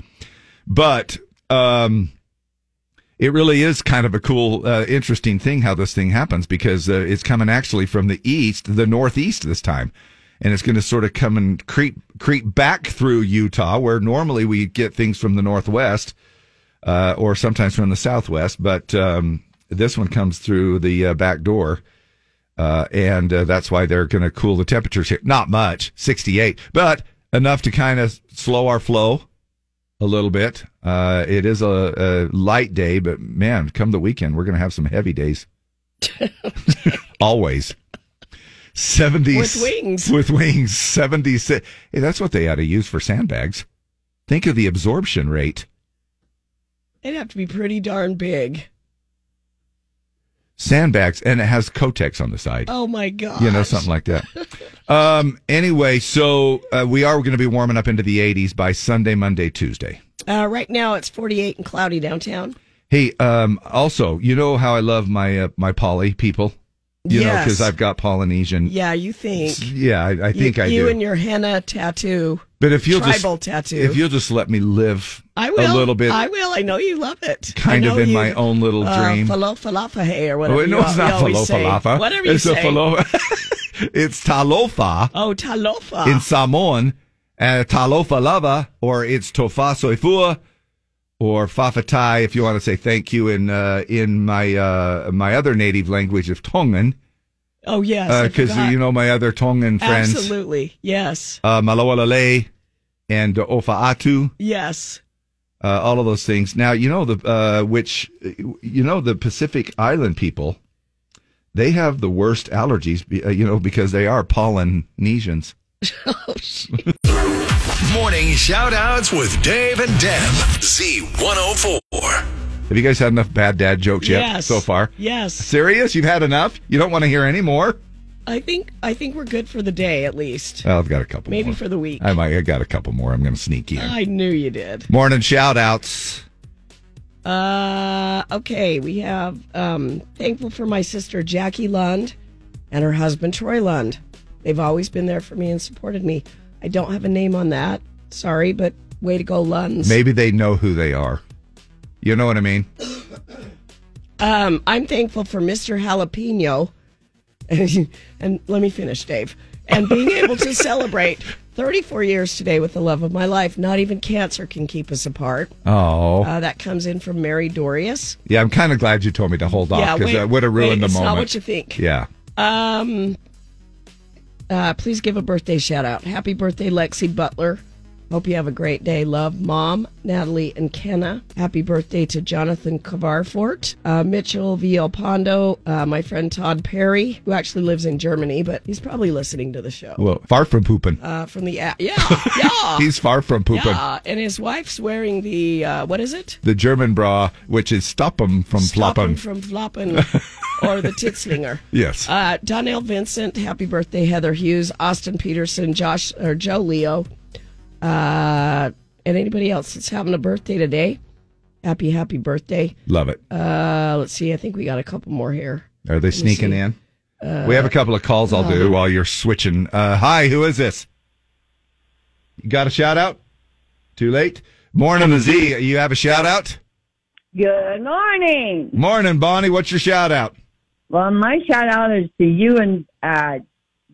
S1: But, um, it really is kind of a cool, uh, interesting thing how this thing happens because uh, it's coming actually from the east, the northeast this time, and it's going to sort of come and creep creep back through Utah, where normally we get things from the northwest uh, or sometimes from the southwest, but um, this one comes through the uh, back door. Uh, and uh, that's why they're going to cool the temperatures here. Not much, 68, but enough to kind of slow our flow a little bit. Uh, it is a, a light day, but man, come the weekend, we're going to have some heavy days. Always. 70
S2: With wings.
S1: With wings. 76. Hey, that's what they ought to use for sandbags. Think of the absorption rate.
S2: It'd have to be pretty darn big.
S1: Sandbags, and it has Kotex on the side.
S2: Oh my god.
S1: you know, something like that. um, anyway, so uh, we are going to be warming up into the 80s by Sunday, Monday, Tuesday.
S2: Uh, right now it's 48 and cloudy downtown.
S1: Hey, um, also, you know how I love my uh, my Polly people, you know,
S2: Yes.
S1: because I've got Polynesian.
S2: Yeah, you think.
S1: Yeah, I, I think
S2: you,
S1: I
S2: you
S1: do.
S2: and your henna tattoo.
S1: but if you'll
S2: tribal
S1: just
S2: tattoo.
S1: if you'll just let me live
S2: I will.
S1: a little bit,
S2: I will. I know you love it.
S1: Kind
S2: I
S1: of
S2: know
S1: in
S2: you-
S1: my own little
S2: uh,
S1: dream.
S2: Falafalafa hay or whatever.
S1: Oh, no,
S2: you-
S1: it's
S2: you
S1: not
S2: always say.
S1: falofalafa.
S2: Whatever you
S1: it's
S2: say.
S1: a falofa. it's talofa
S2: Oh, talofa.
S1: in Samoan, uh, talofa lava, or it's tofa soifua, or fafatai if you want to say thank you in uh, in my uh, my other native language of Tongan,
S2: oh yes. I
S1: because
S2: forgot.
S1: Uh, you know my other Tongan friends,
S2: Absolutely. Yes.
S1: uh, Malawalale and uh, Ofaatu.
S2: Yes.
S1: uh, all of those things. Now you know the uh, which you know the Pacific Island people, they have the worst allergies. be- uh, You know because they are Polynesians.
S4: Oh, Morning shout outs with Dave and Deb. Z104.
S1: Have you guys had enough bad dad jokes yet
S2: Yes.
S1: so far?
S2: Yes.
S1: Serious? You've had enough? You don't want to hear any more?
S2: I think I think we're good for the day at least.
S1: Well, I've got a couple.
S2: Maybe
S1: more.
S2: for the week.
S1: I might. I got a couple more. I'm going to sneak in.
S2: I knew you did.
S1: Morning shout outs.
S2: Uh, okay, we have um, thankful for my sister Jackie Lund and her husband Troy Lund. They've always been there for me and supported me. I don't have a name on that. Sorry, but way to go, Lunds.
S1: Maybe they know who they are. You know what I mean?
S2: Um, I'm thankful for Mr. Jalapeno. and let me finish, Dave. And being able to celebrate 34 years today with the love of my life. Not even cancer can keep us apart.
S1: Oh.
S2: Uh, that comes in from Mary Dorius.
S1: yeah, I'm kind of glad you told me to hold
S2: Yeah,
S1: off because
S2: wait-
S1: that would have
S2: wait,
S1: ruined the
S2: it's not
S1: moment.
S2: what you think.
S1: Yeah.
S2: Um, uh, please give a birthday shout out. Happy birthday, Lexi Butler. Hope you have a great day. Love, Mom, Natalie, and Kenna. Happy birthday to Jonathan Cavarfort, uh, Mitchell Villalpando, uh, my friend Todd Perry, who actually lives in Germany, but he's probably listening to the show.
S1: Well, far from pooping.
S2: Uh, from the app. Yeah, yeah.
S1: He's far from pooping.
S2: Uh, Yeah, and his wife's wearing the, uh, what is it?
S1: The German bra, which is stop 'em from
S2: Stop
S1: flop
S2: 'em
S1: 'em.
S2: from flopping or the titslinger.
S1: Yes.
S2: Uh, Donnell Vincent, happy birthday, Heather Hughes, Austin Peterson, Josh or Joe Leo, uh, and anybody else that's having a birthday today. Happy, happy birthday.
S1: Love it.
S2: Uh, let's see. I think we got a couple more here.
S1: Are they
S2: Let me
S1: sneaking
S2: see.
S1: in?
S2: Uh,
S1: we have a couple of calls I'll do while you're switching. Uh, hi, who is this? You got a shout out? Too late? Morning, Z. You have a shout out?
S16: Good morning.
S1: Morning, Bonnie. What's your shout out?
S16: Well, my shout out is to you and uh,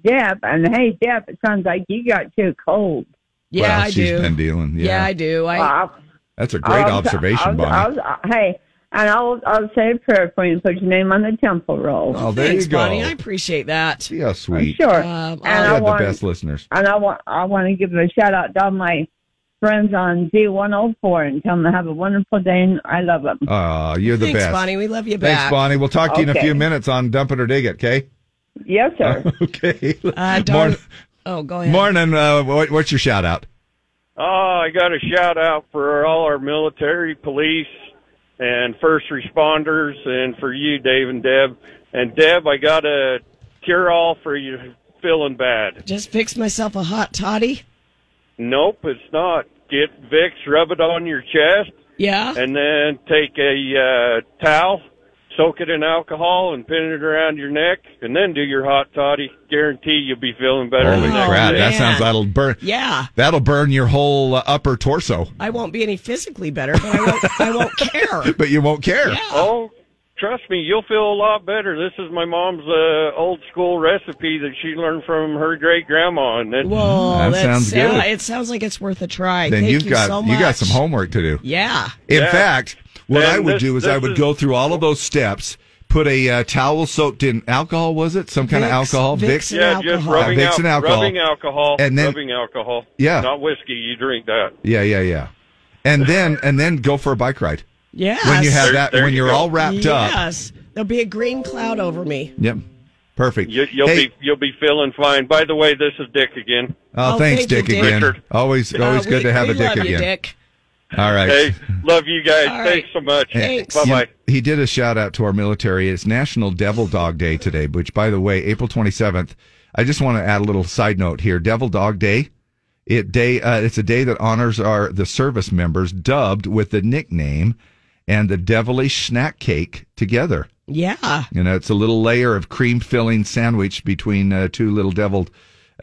S16: Deb. And hey, Deb, it sounds like you got too cold. Uh,
S2: Yeah,
S1: well,
S2: I
S1: she's
S2: do.
S1: been dealing. Yeah.
S2: Yeah, I do. I
S1: That's a great
S16: I'll-
S1: observation,
S16: I'll-
S1: Bonnie.
S16: I'll- I'll- hey, and I'll I'll say a prayer for you and put your name on the temple roll.
S1: Oh, there
S2: Thanks,
S1: you go.
S2: Bonnie. I appreciate that.
S1: Yeah, sweet.
S16: Sure.
S2: Um,
S16: and I
S1: you had the
S16: want
S1: best listeners.
S16: and I want I want to give a shout out to all my friends on Z104 and tell them to have a wonderful day. And I love them.
S1: Uh, you're the
S16: Thanks,
S1: best.
S16: Bonnie. We love you
S1: Thanks,
S16: back.
S1: Bonnie. We'll talk to you in a
S16: Okay.
S1: few minutes on Dump It or Dig It, okay?
S16: Yes, sir.
S1: okay.
S2: Uh,
S1: Morning,
S2: Oh, go ahead.
S1: morning uh, what, what's your shout out?
S17: Oh, I got a shout out for all our military, police, and first responders, and for you, Dave and Deb. And Deb, I got a cure all for you feeling bad.
S2: Just fixed myself a hot toddy.
S17: Nope, it's not. Get Vicks, rub it on your chest,
S2: Yeah.
S17: and then take a uh, towel, soak it in alcohol, and pin it around your neck, and then do your hot toddy. Guarantee you'll be feeling better.
S1: Holy
S17: the next
S1: crap!
S17: day.
S1: That sounds that'll burn.
S2: Oh, Yeah.
S1: that'll burn your whole uh, upper torso,
S2: I won't be any physically better, but I won't, I won't care.
S1: but you won't care.
S17: Oh, trust me, you'll feel a lot better. This is my mom's uh, old school recipe that she learned from her great grandma, and then
S2: Whoa,
S1: That sounds
S2: yeah,
S1: good.
S2: Uh, It sounds like it's worth a try.
S1: then
S2: Thank
S1: you've
S2: you
S1: got
S2: so
S1: you got
S2: much.
S1: some homework to do.
S2: Yeah.
S1: In
S2: Yeah.
S1: fact, what
S17: And
S1: I would
S17: this-
S1: do is
S17: this
S1: I would
S17: is-
S1: go through all of those steps, put a uh, towel soaked in alcohol. Was it some kind of
S17: Vicks-
S1: alcohol?
S17: Vicks and Yeah, just alcohol. rubbing
S1: Uh, Vicks
S17: al-
S1: and alcohol.
S17: rubbing alcohol,
S1: And then
S17: rubbing alcohol.
S1: Yeah.
S17: not whiskey. You drink that.
S1: yeah, yeah, yeah, and then and then go for a bike ride.
S2: Yeah.
S1: When you have
S17: There-
S1: that,
S17: there
S1: when
S17: you
S1: you're
S17: go.
S1: all wrapped up.
S2: Yes. There'll be a green cloud over me.
S1: Yep. Perfect.
S17: You, you'll
S1: Hey.
S17: be you'll be feeling fine. By the way, this is Dick again.
S1: Oh, thanks, Dick, again. Always,
S2: Uh,
S1: always good to have a Dick again. All right.
S17: Hey, love you guys. Thanks so much. Bye bye.
S1: He did a shout out to our military. It's National Devil Dog Day today, which, by the way, April 27th. I just want to add a little side note here. Devil Dog Day. It day. Uh, it's a day that honors our the service members, dubbed with the nickname and the devilish snack cake together.
S2: Yeah.
S1: You know, it's a little layer of cream filling sandwich between uh, two little deviled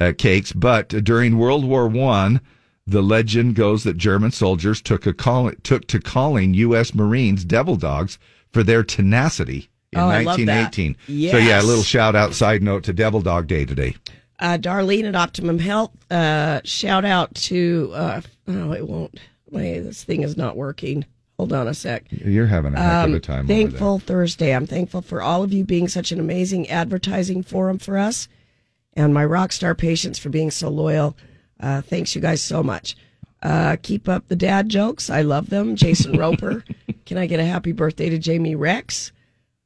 S1: uh, cakes. But during World War One, the legend goes that German soldiers took a call, took to calling U.S. Marines devil dogs for their tenacity in
S2: Oh, I love that.
S1: 1918. So yeah, a
S2: Yes.
S1: little shout out side note to Devil Dog Day today.
S2: Uh, Darlene at Optimum Health. Uh, shout out to. Uh, oh, it won't. My, this thing is not working. Hold on a sec.
S1: You're having a heck
S2: Um,
S1: of a time. over there.
S2: thankful Thursday. I'm thankful for all of you being such an amazing advertising forum for us and my rock star patients for being so loyal. Uh, thanks, you guys, so much. Uh, keep up the dad jokes. I love them. Jason Roper. Can I get a happy birthday to Jamie Rex?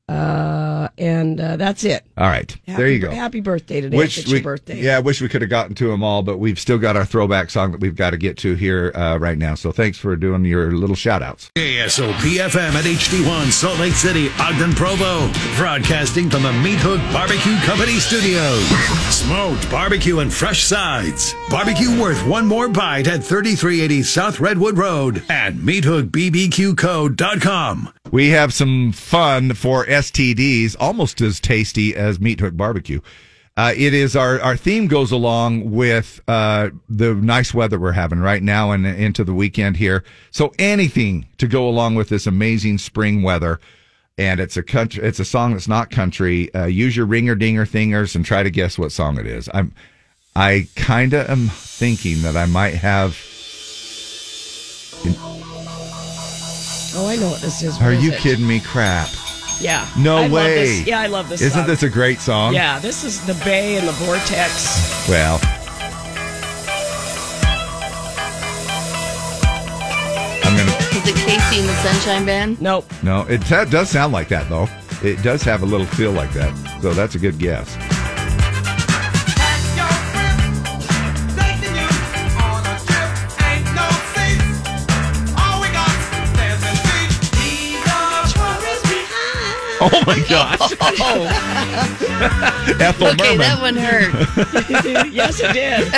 S2: Uh, and uh, that's it.
S1: All right,
S2: Happy,
S1: there you go.
S2: Happy birthday today. if it's
S1: we,
S2: your birthday.
S1: Yeah, I wish we could have gotten to them all, but we've still got our throwback song that we've got to get to here uh, right now. So thanks for doing your little shout outs.
S4: KSOPFM at HD1 Salt Lake City, Ogden Provo. Broadcasting from the Meat Hook Barbecue Company Studios. Smoked barbecue and fresh sides. Barbecue worth one more bite at 3380 South Redwood Road and meathookbbqco.com.
S1: We have some fun for STDs, almost as tasty as Meat Hook Barbecue. Uh, it is our, our theme goes along with uh, the nice weather we're having right now and into the weekend here. So anything to go along with this amazing spring weather. And it's a country, it's a song that's not country. Uh, use your ringer dinger thingers and try to guess what song it is. I'm I kind of am thinking that I might have.
S2: Oh, I know what this is. What
S1: Are
S2: is
S1: you
S2: it?
S1: kidding me? Crap.
S2: Yeah.
S1: No
S2: I love
S1: way.
S2: this. Yeah, I love this.
S1: Isn't
S2: song.
S1: this a great song?
S2: Yeah, this is the Bay and the Vortex.
S1: Well, I'm gonna.
S3: Is it Casey and the Sunshine Band?
S2: Nope.
S1: No, it ta- does sound like that though. It does have a little feel like that. So that's a good guess. Oh my gosh!
S10: Oh.
S1: Oh. Ethel
S3: okay,
S1: Merman.
S3: that one hurt.
S2: yes, it did.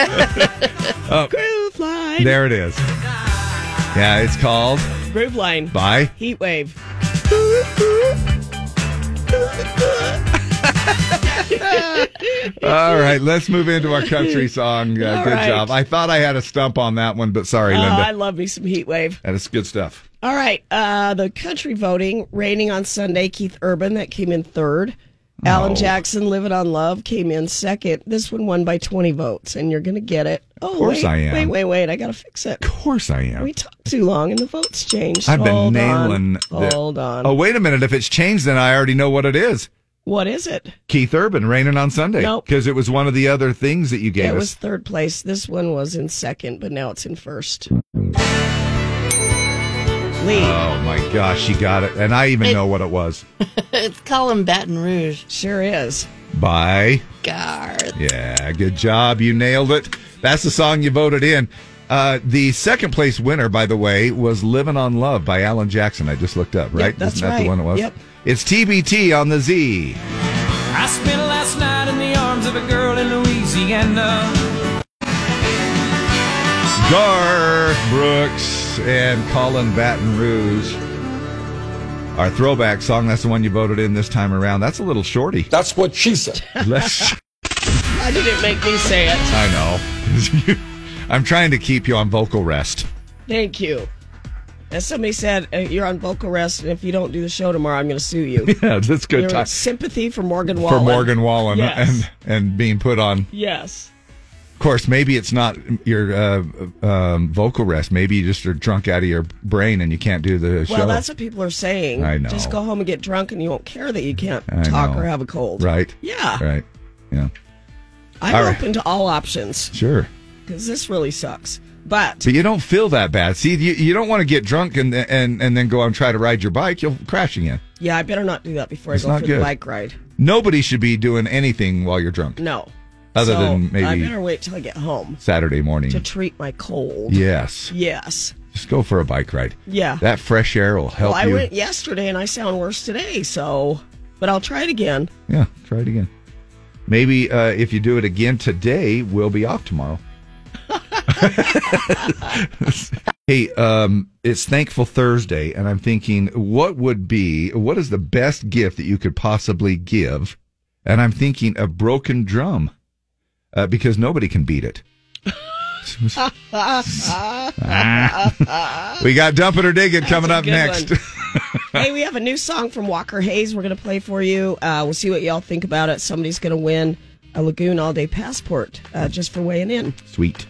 S1: Oh,
S2: Groove line.
S1: there it is. Yeah, it's called
S2: Groove line.
S1: by
S2: Heat wave.
S1: All right, let's move into our country song. Uh,
S2: All
S1: good
S2: right.
S1: job. I thought I had a stump on that one, but sorry,
S2: oh, I
S1: Linda.
S2: love me some heat wave.
S1: That is good stuff.
S2: All right. Uh, the country voting, raining on Sunday, Keith Urban, that came in third. Alan
S1: Oh.
S2: Jackson, Live It on Love, came in second. This one won by 20 votes, and you're going to get it. Oh,
S1: Of course
S2: wait,
S1: I am.
S2: Wait, wait, wait. I got to fix it. Of
S1: course I am.
S2: We talked too long, and the votes changed.
S1: I've been
S2: Hold
S1: nailing.
S2: On.
S1: the-
S2: Hold on.
S1: Oh, wait a minute. If it's changed, then I already know what it is.
S2: What is it?
S1: Keith Urban, raining on Sunday.
S2: Nope.
S1: Because it was one of the other things that you gave
S2: it
S1: us.
S2: was third place. This one was in second, but now it's in first. Lee.
S1: Oh my gosh, she got it, and I even
S3: It-
S1: know what it was.
S3: it's Colin Baton Rouge.
S2: Sure is.
S1: Bye.
S3: Garth.
S1: Yeah, good job. You nailed it. That's the song you voted in. Uh, the second place winner, by the way, was "Living on Love" by Alan Jackson. I just looked up. Right?
S5: that's
S1: Isn't that
S5: right.
S1: the one it was?
S5: Yep.
S1: It's TBT on the Z.
S5: I spent last night in the arms of a girl in Louisiana.
S1: Garth Brooks and Colin Baton Rouge. Our throwback song. That's the one you voted in this time around. That's a little shorty. That's what she said. Let's.
S2: Why did it make me say it?
S1: I know. I'm trying to keep you on vocal rest.
S2: Thank you. As somebody said, uh, you're on vocal rest, and if you don't do the show tomorrow, I'm going to sue you.
S1: Yeah, that's good
S2: Your
S1: time.
S2: Sympathy for Morgan Wallen.
S1: For Morgan Wallen
S2: Yes.
S1: and and being put on.
S2: yes.
S1: Of course, maybe it's not your uh, um, vocal rest. Maybe you just are drunk out of your brain and you can't do the show.
S2: Well, that's what people are saying.
S1: I know.
S2: Just go home and get drunk, and you won't care that you can't
S1: I
S2: talk
S1: know.
S2: or have a cold.
S1: Right.
S2: Yeah.
S1: Right. Yeah.
S2: I'm
S1: All right.
S2: open to all options
S1: Sure.
S2: because this really sucks. But
S1: But you don't feel that bad. See, you, you don't want to get drunk and and and then go out and try to ride your bike. You'll crash again.
S2: yeah, I better not do that before I
S1: It's
S2: go
S1: not
S2: for
S1: good.
S2: the bike ride.
S1: Nobody should be doing anything while you're drunk.
S2: No.
S1: Other
S2: So,
S1: than
S2: I
S1: maybe
S2: better wait till I get home
S1: Saturday morning.
S2: to treat my cold.
S1: Yes.
S2: Yes.
S1: Just go for a bike ride.
S2: Yeah.
S1: That fresh air will help
S2: well, I
S1: you.
S2: went yesterday and I sound worse today, so but I'll try it again.
S1: Yeah, try it again. Maybe uh, if you do it again today, we'll be off tomorrow. hey, um, it's Thankful Thursday, and I'm thinking, what would be, what is the best gift that you could possibly give? And I'm thinking a broken drum uh, because nobody can beat it. we got Dump It or Dig It coming
S2: a
S1: up
S2: good
S1: next.
S2: one. hey, we have a new song from Walker Hayes we're gonna play for you. Uh, we'll see what y'all think about it. Somebody's gonna win a Lagoon All Day Passport uh, just for weighing in.
S1: Sweet.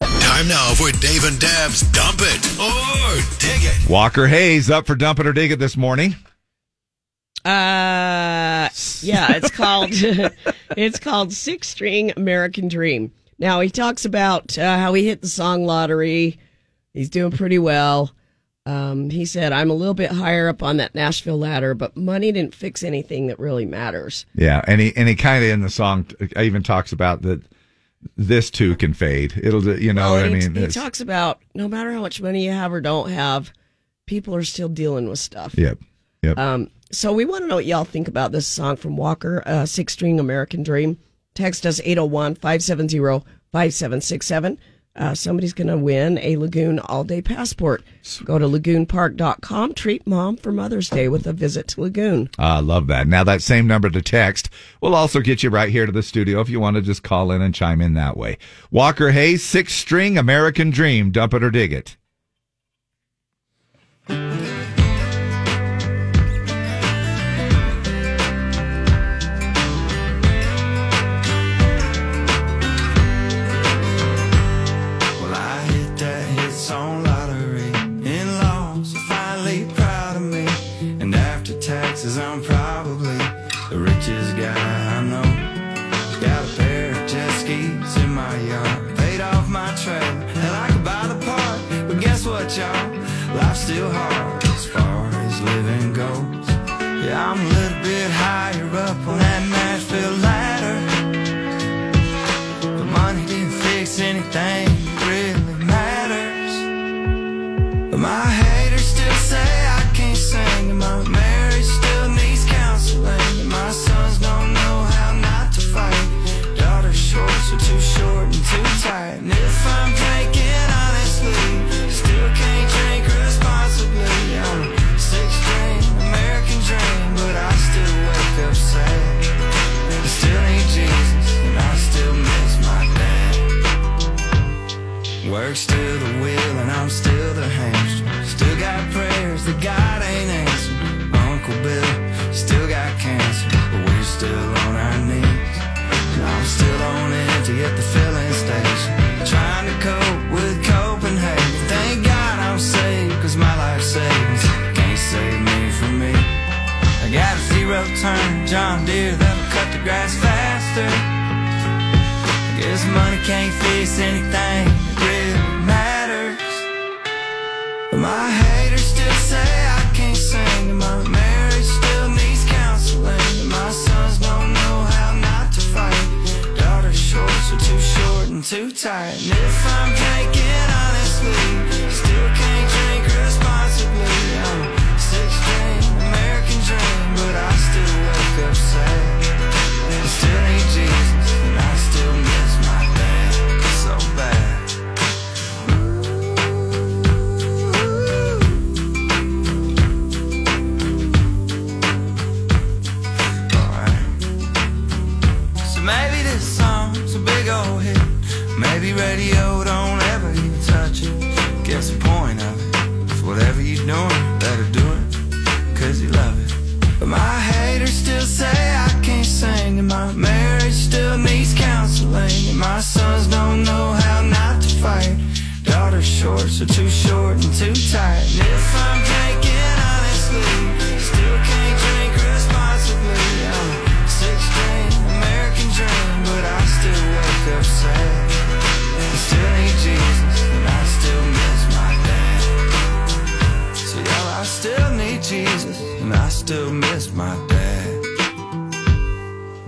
S4: Time now for Dave and Dab's Dump It or Dig It.
S1: Walker Hayes up for Dump It or Dig It this morning.
S2: Uh, yeah, it's called it's called Six String American Dream. Now he talks about uh, how he hit the song lottery. He's doing pretty well. Um, he said, "I'm a little bit higher up on that Nashville ladder, but money didn't fix anything that really matters."
S1: Yeah, and he and he kind of in the song uh, even talks about that this too can fade. It'll do- you know what I
S2: Oh, And he-
S1: mean?
S2: he
S1: It's-
S2: talks about no matter how much money you have or don't have, people are still dealing with stuff.
S1: Yep. Yep.
S2: Um, so we want to know what y'all think about this song from Walker, uh, Six String American Dream. Text us 801 570 5767. Uh, Somebody's going to win a Lagoon All Day Passport. Go to lagoonpark.com. Treat mom for Mother's Day with a visit to Lagoon.
S1: Ah, I love that. Now that same number to text will also get you right here to the studio if you want to just call in and chime in that way. Walker Hayes, six string American Dream, dump it or dig it.
S10: Well, I hit that hits on lottery. In laws are finally proud of me. And after taxes, I'm probably the richest guy I know. Got a pair of jet skis in my yard. Paid off my trailer, and I could buy the part. But guess what, y'all? Life's still hard as far as living goes. Yeah, I'm a little bit higher up on that Nashville ladder. The money didn't fix anything that really matters. My haters still say I can't sing, and my marriage still needs counseling. And my sons don't know how not to fight. Daughter's shorts are too short and too tight. And if I'm drinking honestly, still can't drink responsibly. I'm a six dream, American dream, but I still wake up sad. I still need Jesus, and I still miss my dad. Work still the wheel and I'm still the hamster. Still got prayers that God ain't answered. Uncle Bill still got cancer, but we're still on our knees. And I'm still on empty at the filling station, trying to cope with Copenhagen. Thank God I'm saved, cause my life savings can't save me from me. I got a zero turn John Deere that'll cut the grass faster. Guess money can't fix anything that really matters. My haters still say I can't sing, and my marriage still needs counseling. And my sons don't know how not to fight. Daughter's shorts are too short and too tight. And if I'm drinking honestly, still can't drink responsibly. I'm a six dream American dream, but I still wake up sad. I still need Jesus, and I still miss my dad so bad. So maybe this song's a big old hit. Maybe radio don't ever even touch it. Guess the point of it is whatever you're doing, let her do it, cause you love it. But my haters still say I can't sing, and my marriage still needs counseling, and my sons don't know how not to fight. Daughter's shorts are too short and too tight. And if I'm drinking honestly, still can't drink responsibly. I'm a six dream American dream, but I still wake up sad. I still need Jesus, and I still miss my dad. So y'all, I still need Jesus, and I still miss my dad.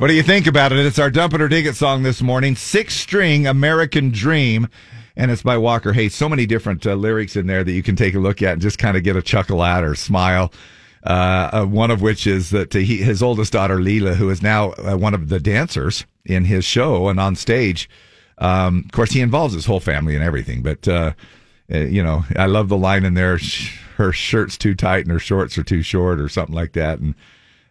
S1: What do you think about it? It's our Dump It or Dig It song this morning. Six string American Dream. And it's by Walker Hayes. So many different uh, lyrics in there that you can take a look at and just kind of get a chuckle at or smile. Uh, uh, one of which is that he, his oldest daughter, Leela, who is now uh, one of the dancers in his show and on stage. Um, of course, he involves his whole family and everything, but, uh, uh, you know, I love the line in there. "Sh- Her shirt's too tight and her shorts are too short, or something like that. And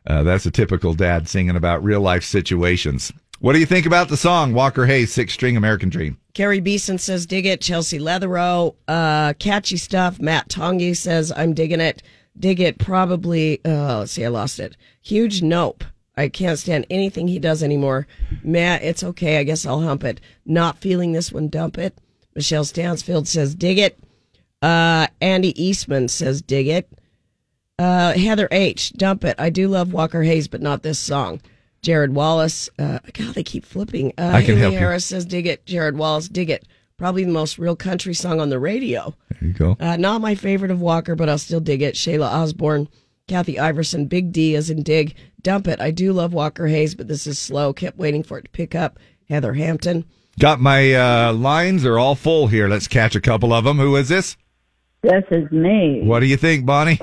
S1: uh, that's a typical dad singing about real life situations. What do you think about the song Walker Hayes Six String American Dream?
S2: Carrie Beeson says, dig it. Chelsea Leatherow, uh, catchy stuff. Matt Tongi says, I'm digging it. Dig it, probably. Uh, let's see, I lost it. Huge nope. I can't stand anything he does anymore. Matt, it's okay. I guess I'll hump it. Not feeling this one, dump it. Michelle Stansfield says, dig it. Uh, Andy Eastman says, dig it. Uh, Heather H., dump it. I do love Walker Hayes, but not this song. Jared Wallace, uh, God, they keep flipping. Uh,
S1: I can
S2: Haley
S1: help you.
S2: Harris says, dig it. Jared Wallace, dig it. Probably the most real country song on the radio.
S1: There you go.
S2: Uh, not my favorite of Walker, but I'll still dig it. Shayla Osborne, Kathy Iverson, Big D is in dig. Dump it. I do love Walker Hayes, but this is slow. Kept waiting for it to pick up. Heather Hampton.
S1: Got my uh, lines are all full here. Let's catch a couple of them. Who is this?
S16: This is me.
S1: What do you think, Bonnie?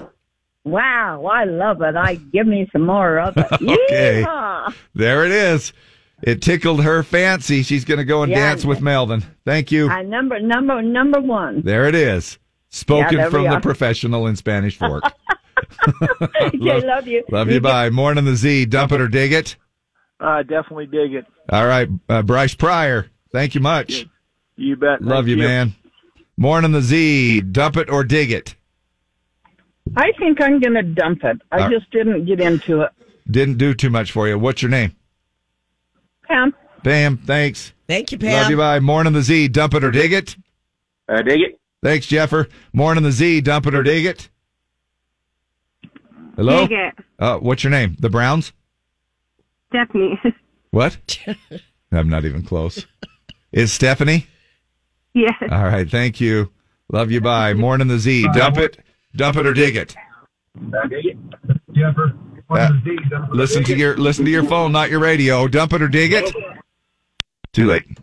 S16: Wow, I love it. I give me some more of it.
S1: Okay.
S16: Yeehaw.
S1: There it is. It tickled her fancy. She's going to go and
S16: Yeah.
S1: dance with Melvin. Thank you.
S16: Uh, number number number one.
S1: There it is. Spoken
S16: Yeah, there
S1: from
S16: we
S1: the
S16: are.
S1: professional in Spanish Fork.
S16: okay, love you.
S1: Love you. Bye. Morning the Z. Dump it or dig it.
S18: I definitely dig it.
S1: All right, uh, Bryce Pryor. Thank you much.
S18: You bet.
S1: Love
S18: Thank
S1: you, man. Morning the Z. Dump it or dig it.
S19: I think I'm going to dump it. I
S1: All right.
S19: just didn't get into it.
S1: Didn't do too much for you. What's your name?
S19: Pam.
S1: Pam, thanks.
S2: Thank you,
S1: Love you, bye. Morning the Z, dump it or dig it.
S9: Uh, dig it.
S1: Thanks, Jeffer. Morning the Z, dump it or dig it. Hello?
S20: Dig it.
S1: Uh, what's your name? The Browns?
S20: Stephanie.
S1: What? I'm not even close. Is Stephanie?
S20: yes.
S1: All right, thank you. Love you, bye. Morning the Z, dump it, dump it or dig it.
S21: Jeffer.
S1: Uh, listen to your listen to your phone, not your radio. Dump it or dig it. Too late.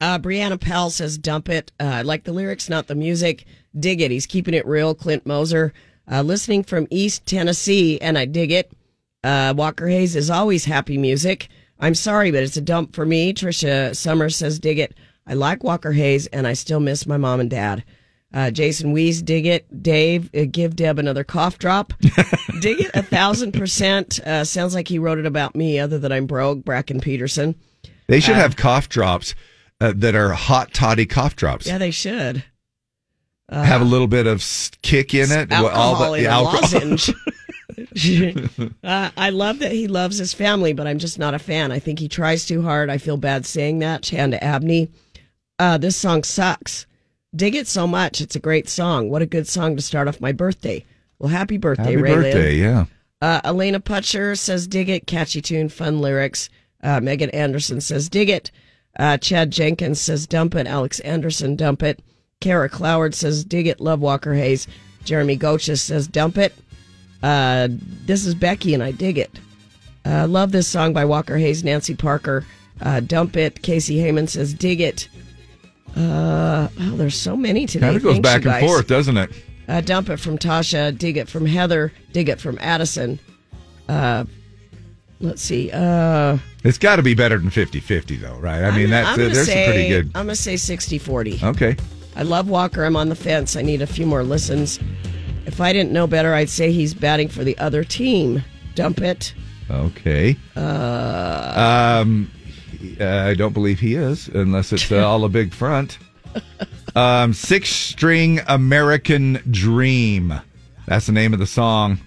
S2: Uh, Brianna Powell says, "Dump it. Uh, I like the lyrics, not the music. Dig it. He's keeping it real." Clint Moser, uh, listening from East Tennessee, and I dig it. Uh, Walker Hayes is always happy music. I'm sorry, but it's a dump for me. Trisha Summers says, "Dig it. I like Walker Hayes, and I still miss my mom and dad." Uh, Jason Wees, dig it. Dave, uh, give Deb another cough drop. dig it a thousand percent. Uh, sounds like he wrote it about me, other than I'm broke. Bracken Peterson.
S1: They should
S2: Uh,
S1: have cough drops uh, that are hot toddy cough drops.
S2: Yeah, they should. Uh,
S1: have a little bit of s- kick in it.
S2: alcohol in
S1: yeah,
S2: a
S1: alcohol.
S2: lozenge. Uh, I love that he loves his family, but I'm just not a fan. I think he tries too hard. I feel bad saying that. Chanda Abney. Uh, this song sucks. Dig it so much. It's a great song. What a good song to start off my birthday. Well, happy birthday,
S1: Happy
S2: Ray Lynn.
S1: birthday, yeah.
S2: Uh, Elena Putcher says, dig it. Catchy tune, fun lyrics. Uh, Megan Anderson says, dig it. Uh, Chad Jenkins says, dump it. Alex Anderson, dump it. Kara Cloward says, dig it. Love Walker Hayes. Jeremy Goches says, dump it. Uh, this is Becky, and I dig it. Uh, love this song by Walker Hayes, Nancy Parker. Uh, dump it. Casey Heyman says, dig it. Uh, oh, there's so many today.
S1: Kind of goes
S2: Thanks,
S1: back
S2: you
S1: and
S2: guys.
S1: forth, doesn't it?
S2: Uh, dump it from Tasha. Dig it from Heather. Dig it from Addison. Uh, let's see. Uh,
S1: It's got to be better than 50-50, though, right? I mean, that's
S2: I'm gonna
S1: there's
S2: say,
S1: some pretty good.
S2: I'm gonna say 60-40.
S1: Okay,
S2: I love Walker. I'm on the fence. I need a few more listens. If I didn't know better, I'd say he's batting for the other team. Dump it.
S1: okay.
S2: Uh,
S1: Um, uh, I don't believe he is, unless it's uh, all a big front. Um, Six String American Dream. That's the name of the song.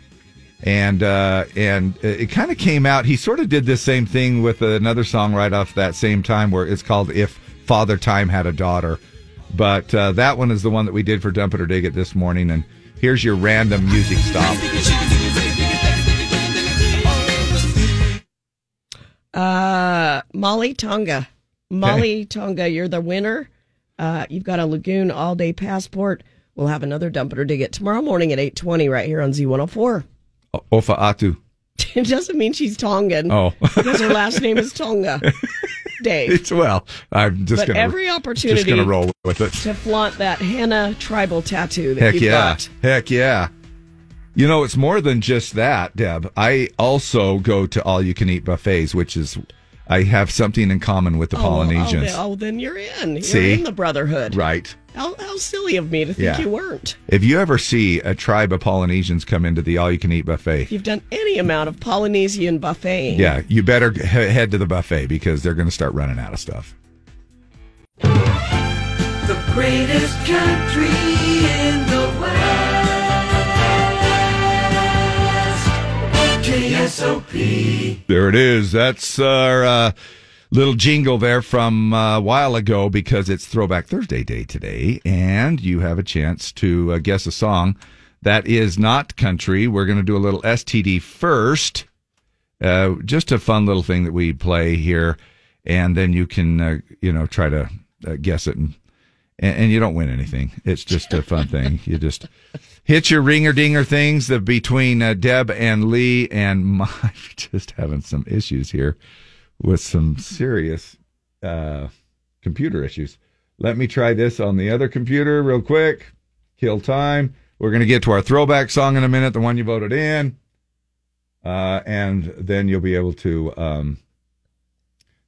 S1: And uh, and it kind of came out. He sort of did this same thing with another song right off that same time, where it's called "If Father Time Had a Daughter." But uh, that one is the one that we did for Dump It or Dig It this morning. And here's your random music stop.
S2: Uh, Molly Tonga. Molly Tonga, you're the winner. Uh, you've got a Lagoon all day passport. We'll have another dump it or dig it tomorrow morning at 820 right here on Z104.
S1: Ofa Atu.
S2: It doesn't mean she's Tongan.
S1: Oh.
S2: Because her last name is Tonga. Dave.
S1: It's well. I'm just
S2: but
S1: gonna
S2: every opportunity
S1: Just gonna roll with it.
S2: to flaunt that henna tribal tattoo that
S1: Heck
S2: you've
S1: yeah.
S2: got.
S1: Heck yeah. You know, it's more than just that, Deb. I also go to all you can eat buffets, which is I have something in common with the Polynesians.
S2: Oh, oh, then you're in. You're
S1: See?
S2: in the brotherhood.
S1: Right.
S2: How, how silly of me to think
S1: Yeah.
S2: you weren't.
S1: If you ever see a tribe of Polynesians come into the all you can eat buffet,
S2: If you've done any amount of Polynesian buffeting.
S1: yeah, you better he- head to the buffet because they're going to start running out of stuff.
S13: The greatest country in the West. KSOP.
S1: There it is. That's our uh, little jingle there from uh, a while ago because it's Throwback Thursday day today, and you have a chance to uh, guess a song that is not country. We're going to do a little STD first, uh, just a fun little thing that we play here, and then you can uh, you know try to uh, guess it and. And, and you don't win anything. It's just a fun thing. You just hit your ringer dinger things that between uh, Deb and Lee and my just having some issues here with some serious uh, computer issues. Let me try this on the other computer real quick. Kill time. We're going to get to our throwback song in a minute, the one you voted in. Uh, and then you'll be able to um,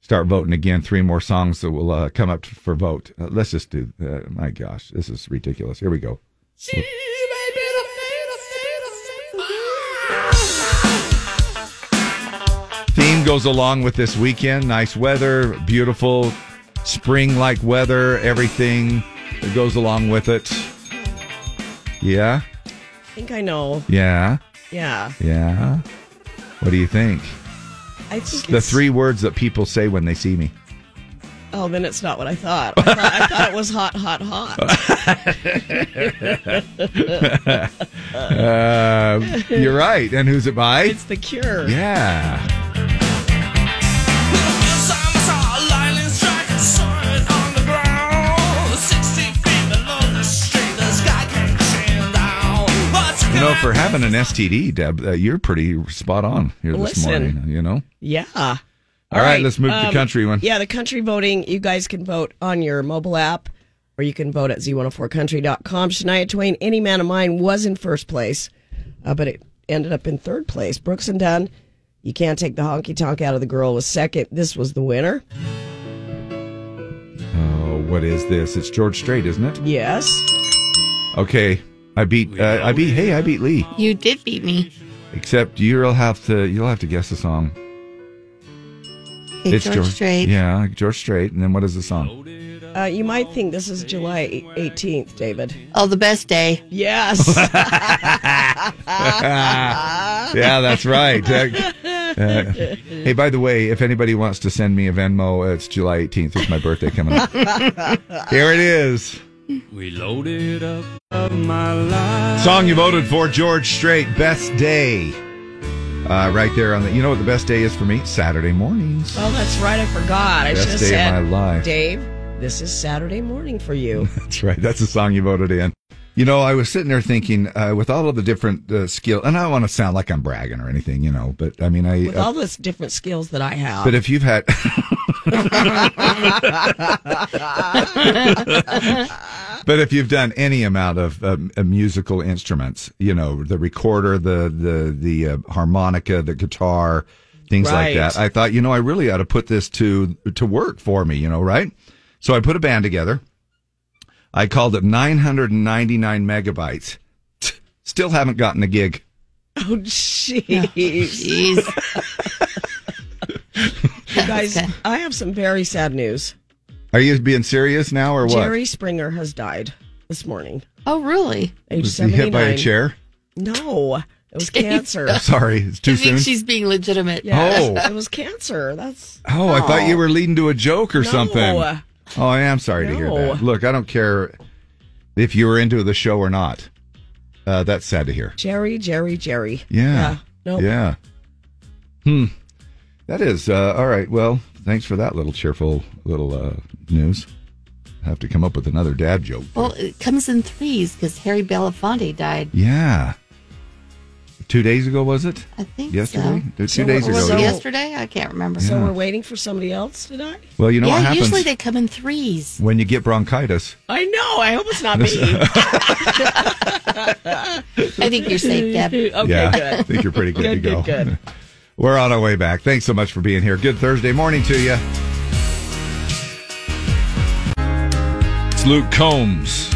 S1: start voting again. Three more songs that will uh, come up for vote. Uh, let's just do. Uh, my gosh, this is ridiculous. Here we go. Theme goes along with this weekend. Nice weather, beautiful spring-like weather. Everything that goes along with it. Yeah.
S2: think I know.
S1: Yeah.
S2: Yeah.
S1: Yeah. What do you think?
S2: I think
S1: The
S2: it's-
S1: three words that people say when they see me.
S2: Oh, then it's not what I thought. I thought, I thought it was hot, hot, hot.
S1: Uh, you're right. And who's it by?
S2: It's The Cure.
S1: Yeah. You know, for having an STD, Deb, uh, you're pretty spot on here this
S2: Listen.
S1: morning. You know.
S2: Yeah. All um,
S1: All right, let's move to country one.
S2: Yeah, the country voting, you guys can vote on your mobile app or you can vote at z104country.com. Shania Twain, Any Man of Mine was in first place, uh, but it ended up in third place. Brooks and Dunn, You Can't Take the Honky Tonk Out of the Girl was second. This was the winner.
S1: Oh, what is this? It's George Strait, isn't it?
S2: Yes.
S1: Okay, I beat. Uh, I beat. Hey, I beat Lee.
S3: You did beat me.
S1: Except you'll have to. You'll have to guess the song.
S3: Okay, George Strait.
S1: Yeah, George Strait. And then what is the song?
S2: Uh, you might think this is July 18th, David.
S3: Oh, the best day.
S2: Yes.
S1: yeah, that's right. Uh, uh, hey, by the way, if anybody wants to send me a Venmo, it's July 18th. It's my birthday coming up. Here it is.
S5: We loaded up of my life.
S1: Song you voted for, George Strait, Best Day. Uh, right there on the. You know what the best day is for me? Saturday mornings.
S2: Oh, that's right. I forgot. I
S1: Best
S2: should have
S1: day of
S2: said,
S1: my life.
S2: Dave, this is Saturday morning for you.
S1: That's right. That's the song you voted in. You know, I was sitting there thinking, uh, with all of the different uh, skill, and I don't want to sound like I'm bragging or anything, you know, but I mean, I. uh,
S2: With all those different skills that I have.
S1: but if you've had, but if you've done any amount of um, uh, musical instruments, you know, the recorder, the the the uh, harmonica, the guitar, things like
S21: Right.
S1: that. I thought, you know, I really ought to put this to to work for me, you know, right? So I put a band together. I called it 999 megabytes. Still haven't gotten a gig.
S2: Oh, jeez. you guys, I have some very sad news.
S1: Are you being serious now or what?
S2: Jerry Springer has died this morning.
S3: Oh, really?
S2: Age
S1: Was he hit by a
S2: 79.
S1: chair?
S2: No, it was cancer.
S1: Sorry, it's too
S3: I think
S1: soon?
S3: she's being legitimate.
S1: Yeah. Oh.
S2: It was cancer. That's
S1: Oh, I thought you were leading to a joke or
S2: No.
S1: something. Oh, I am sorry to hear
S2: No.
S1: that. Look, I don't care if you were into the show or not. Uh, that's sad to hear.
S2: Jerry, Jerry, Jerry.
S1: Yeah.
S2: Nope.
S1: Yeah. Hmm. That is uh, all right. Well, thanks for that little cheerful little uh, news. Have to come up with another dad joke.
S3: Well, it comes in threes because Harry Belafonte died.
S1: Yeah. Two days ago was it?
S3: I think
S1: yesterday.
S3: so.
S1: Two
S3: So
S1: days
S3: was
S1: ago.
S3: it
S1: yeah.
S3: yesterday? I can't remember.
S1: So Yeah. we're
S2: waiting for somebody else to die?
S1: Well, you know
S3: yeah,
S1: what happens
S3: usually they come in threes.
S1: when you get bronchitis.
S2: I know. I hope it's not me.
S3: I think you're safe, Deb.
S2: Okay,
S1: yeah,
S2: good.
S1: I think you're pretty good, to
S2: Good,
S1: go.
S2: good, good.
S1: We're on our way back. Thanks so much for being here. Good Thursday morning to you. It's Luke Combs.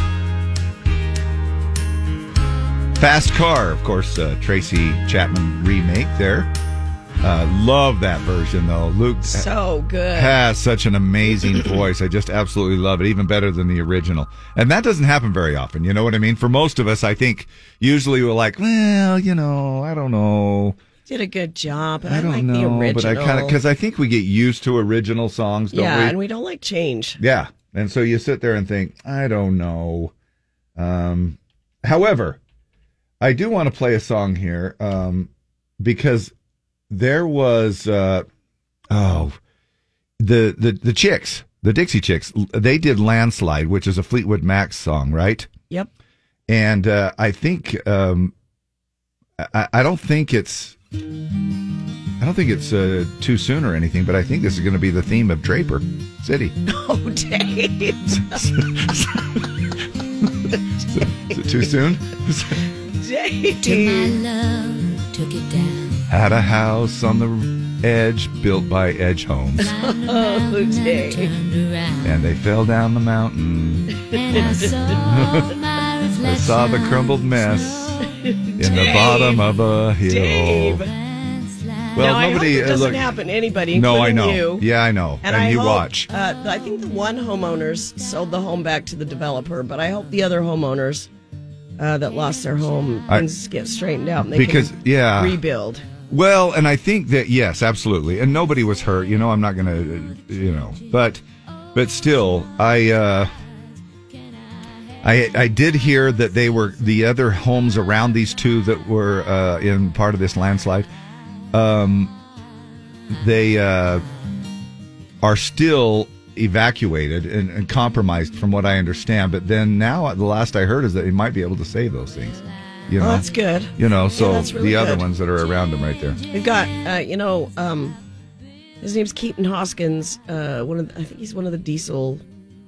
S1: Fast Car, of course, uh, Tracy Chapman remake there. Uh, love that version though. Luke
S2: So good.
S1: has such an amazing voice. I just absolutely love it, even better than the original. And that doesn't happen very often. You know what I mean? For most of us, I think usually we're like, well, you know, I don't know.
S2: Did a good job. I,
S1: I don't
S2: like the
S1: know,
S2: original.
S1: but I kind of because I think we get used to original songs, don't
S2: yeah,
S1: we?
S2: and we don't like change.
S1: Yeah, and so you sit there and think, I don't know. Um, however, I do want to play a song here um, because there was uh, oh the the the chicks, the Dixie Chicks, they did "Landslide," which is a Fleetwood Mac song, right?
S2: Yep.
S1: And uh, I think um, I, I don't think it's I don't think it's uh, too soon or anything, but I think this is going to be the theme of Draper City.
S2: Oh, Dave.
S1: Is it too soon?
S2: Dave.
S13: love took it down.
S1: Had a house on the edge built by Edge Homes,
S2: Oh, Dave.
S1: and they fell down the mountain. I saw the crumbled mess in the
S2: Dave.
S1: bottom of a hill.
S2: Dave.
S1: Well,
S2: now,
S1: nobody
S2: I hope it
S1: uh,
S2: doesn't
S1: look-
S2: happen to anybody.
S1: No, I
S2: including
S1: know.
S2: You.
S1: Yeah, I know. And,
S2: I
S1: you
S2: hope,
S1: watch.
S2: Uh, I think the one homeowners sold the home back to the developer, but I hope the other homeowners uh, that lost their home
S1: I-
S2: things get straightened out and they
S1: Because-
S2: can
S1: yeah.
S2: rebuild.
S1: Well, and I think that yes, absolutely, and nobody was hurt. You know, I'm not gonna, uh, you know, but, but still, I, uh, I, I did hear that they were the other homes around these two that were uh, in part of this landslide. Um, they uh, are still evacuated and, and compromised, from what I understand. But then now, the last I heard is that they might be able to save those things. You know,
S2: Well, that's good.
S1: You know,
S2: Yeah,
S1: so
S2: that's really
S1: the other
S2: good.
S1: ones that are around them right there.
S2: We've got, uh, you know, um, his name's Keaton Hoskins. Uh, one of the, I think he's one of the Diesel,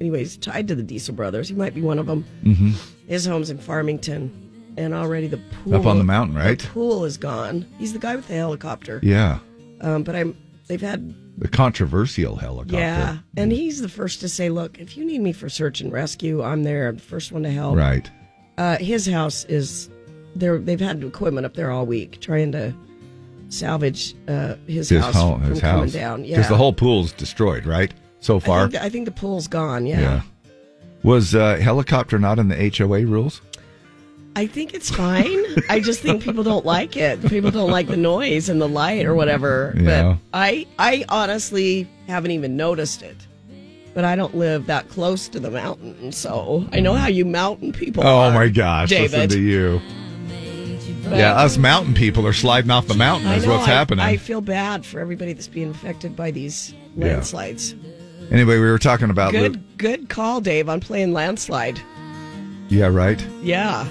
S2: anyways, tied to the Diesel brothers. He might be one of them.
S1: Mhm.
S2: His home's in Farmington, and already the pool
S1: Up on the mountain, right?
S2: The pool is gone. He's the guy with the helicopter.
S1: Yeah.
S2: Um, but I'm. They've had
S1: The controversial helicopter.
S2: yeah, and he's the first to say, "Look, if you need me for search and rescue, I'm there. I'm the first one to help."
S1: Right.
S2: Uh, his house is there. They've had equipment up there all week trying to salvage uh, his, house
S1: home-
S2: from
S1: his
S2: coming
S1: house.
S2: down. Yeah,
S1: Because the whole pool's destroyed, right? So
S2: I
S1: far.
S2: think, I think the pool's gone. Yeah.
S1: Was uh, helicopter not in the HOA rules?
S2: I think it's fine. I just think people don't like it. People don't like the noise and the light or whatever.
S1: Yeah.
S2: But I, I honestly haven't even noticed it. But I don't live that close to the mountain, so I know how you mountain people.
S1: oh
S2: are,
S1: my gosh, listen
S2: David.
S1: to you.
S2: But-
S1: Yeah, us mountain people are sliding off the mountain
S2: I
S1: is
S2: know,
S1: what's
S2: I-
S1: happening.
S2: I feel bad for everybody that's being affected by these
S1: Yeah. Uh,
S2: landslides.
S1: anyway, we were talking about
S2: Good,
S1: Lu-
S2: good call, Dave, on playing landslide.
S1: Yeah, right.
S2: Yeah,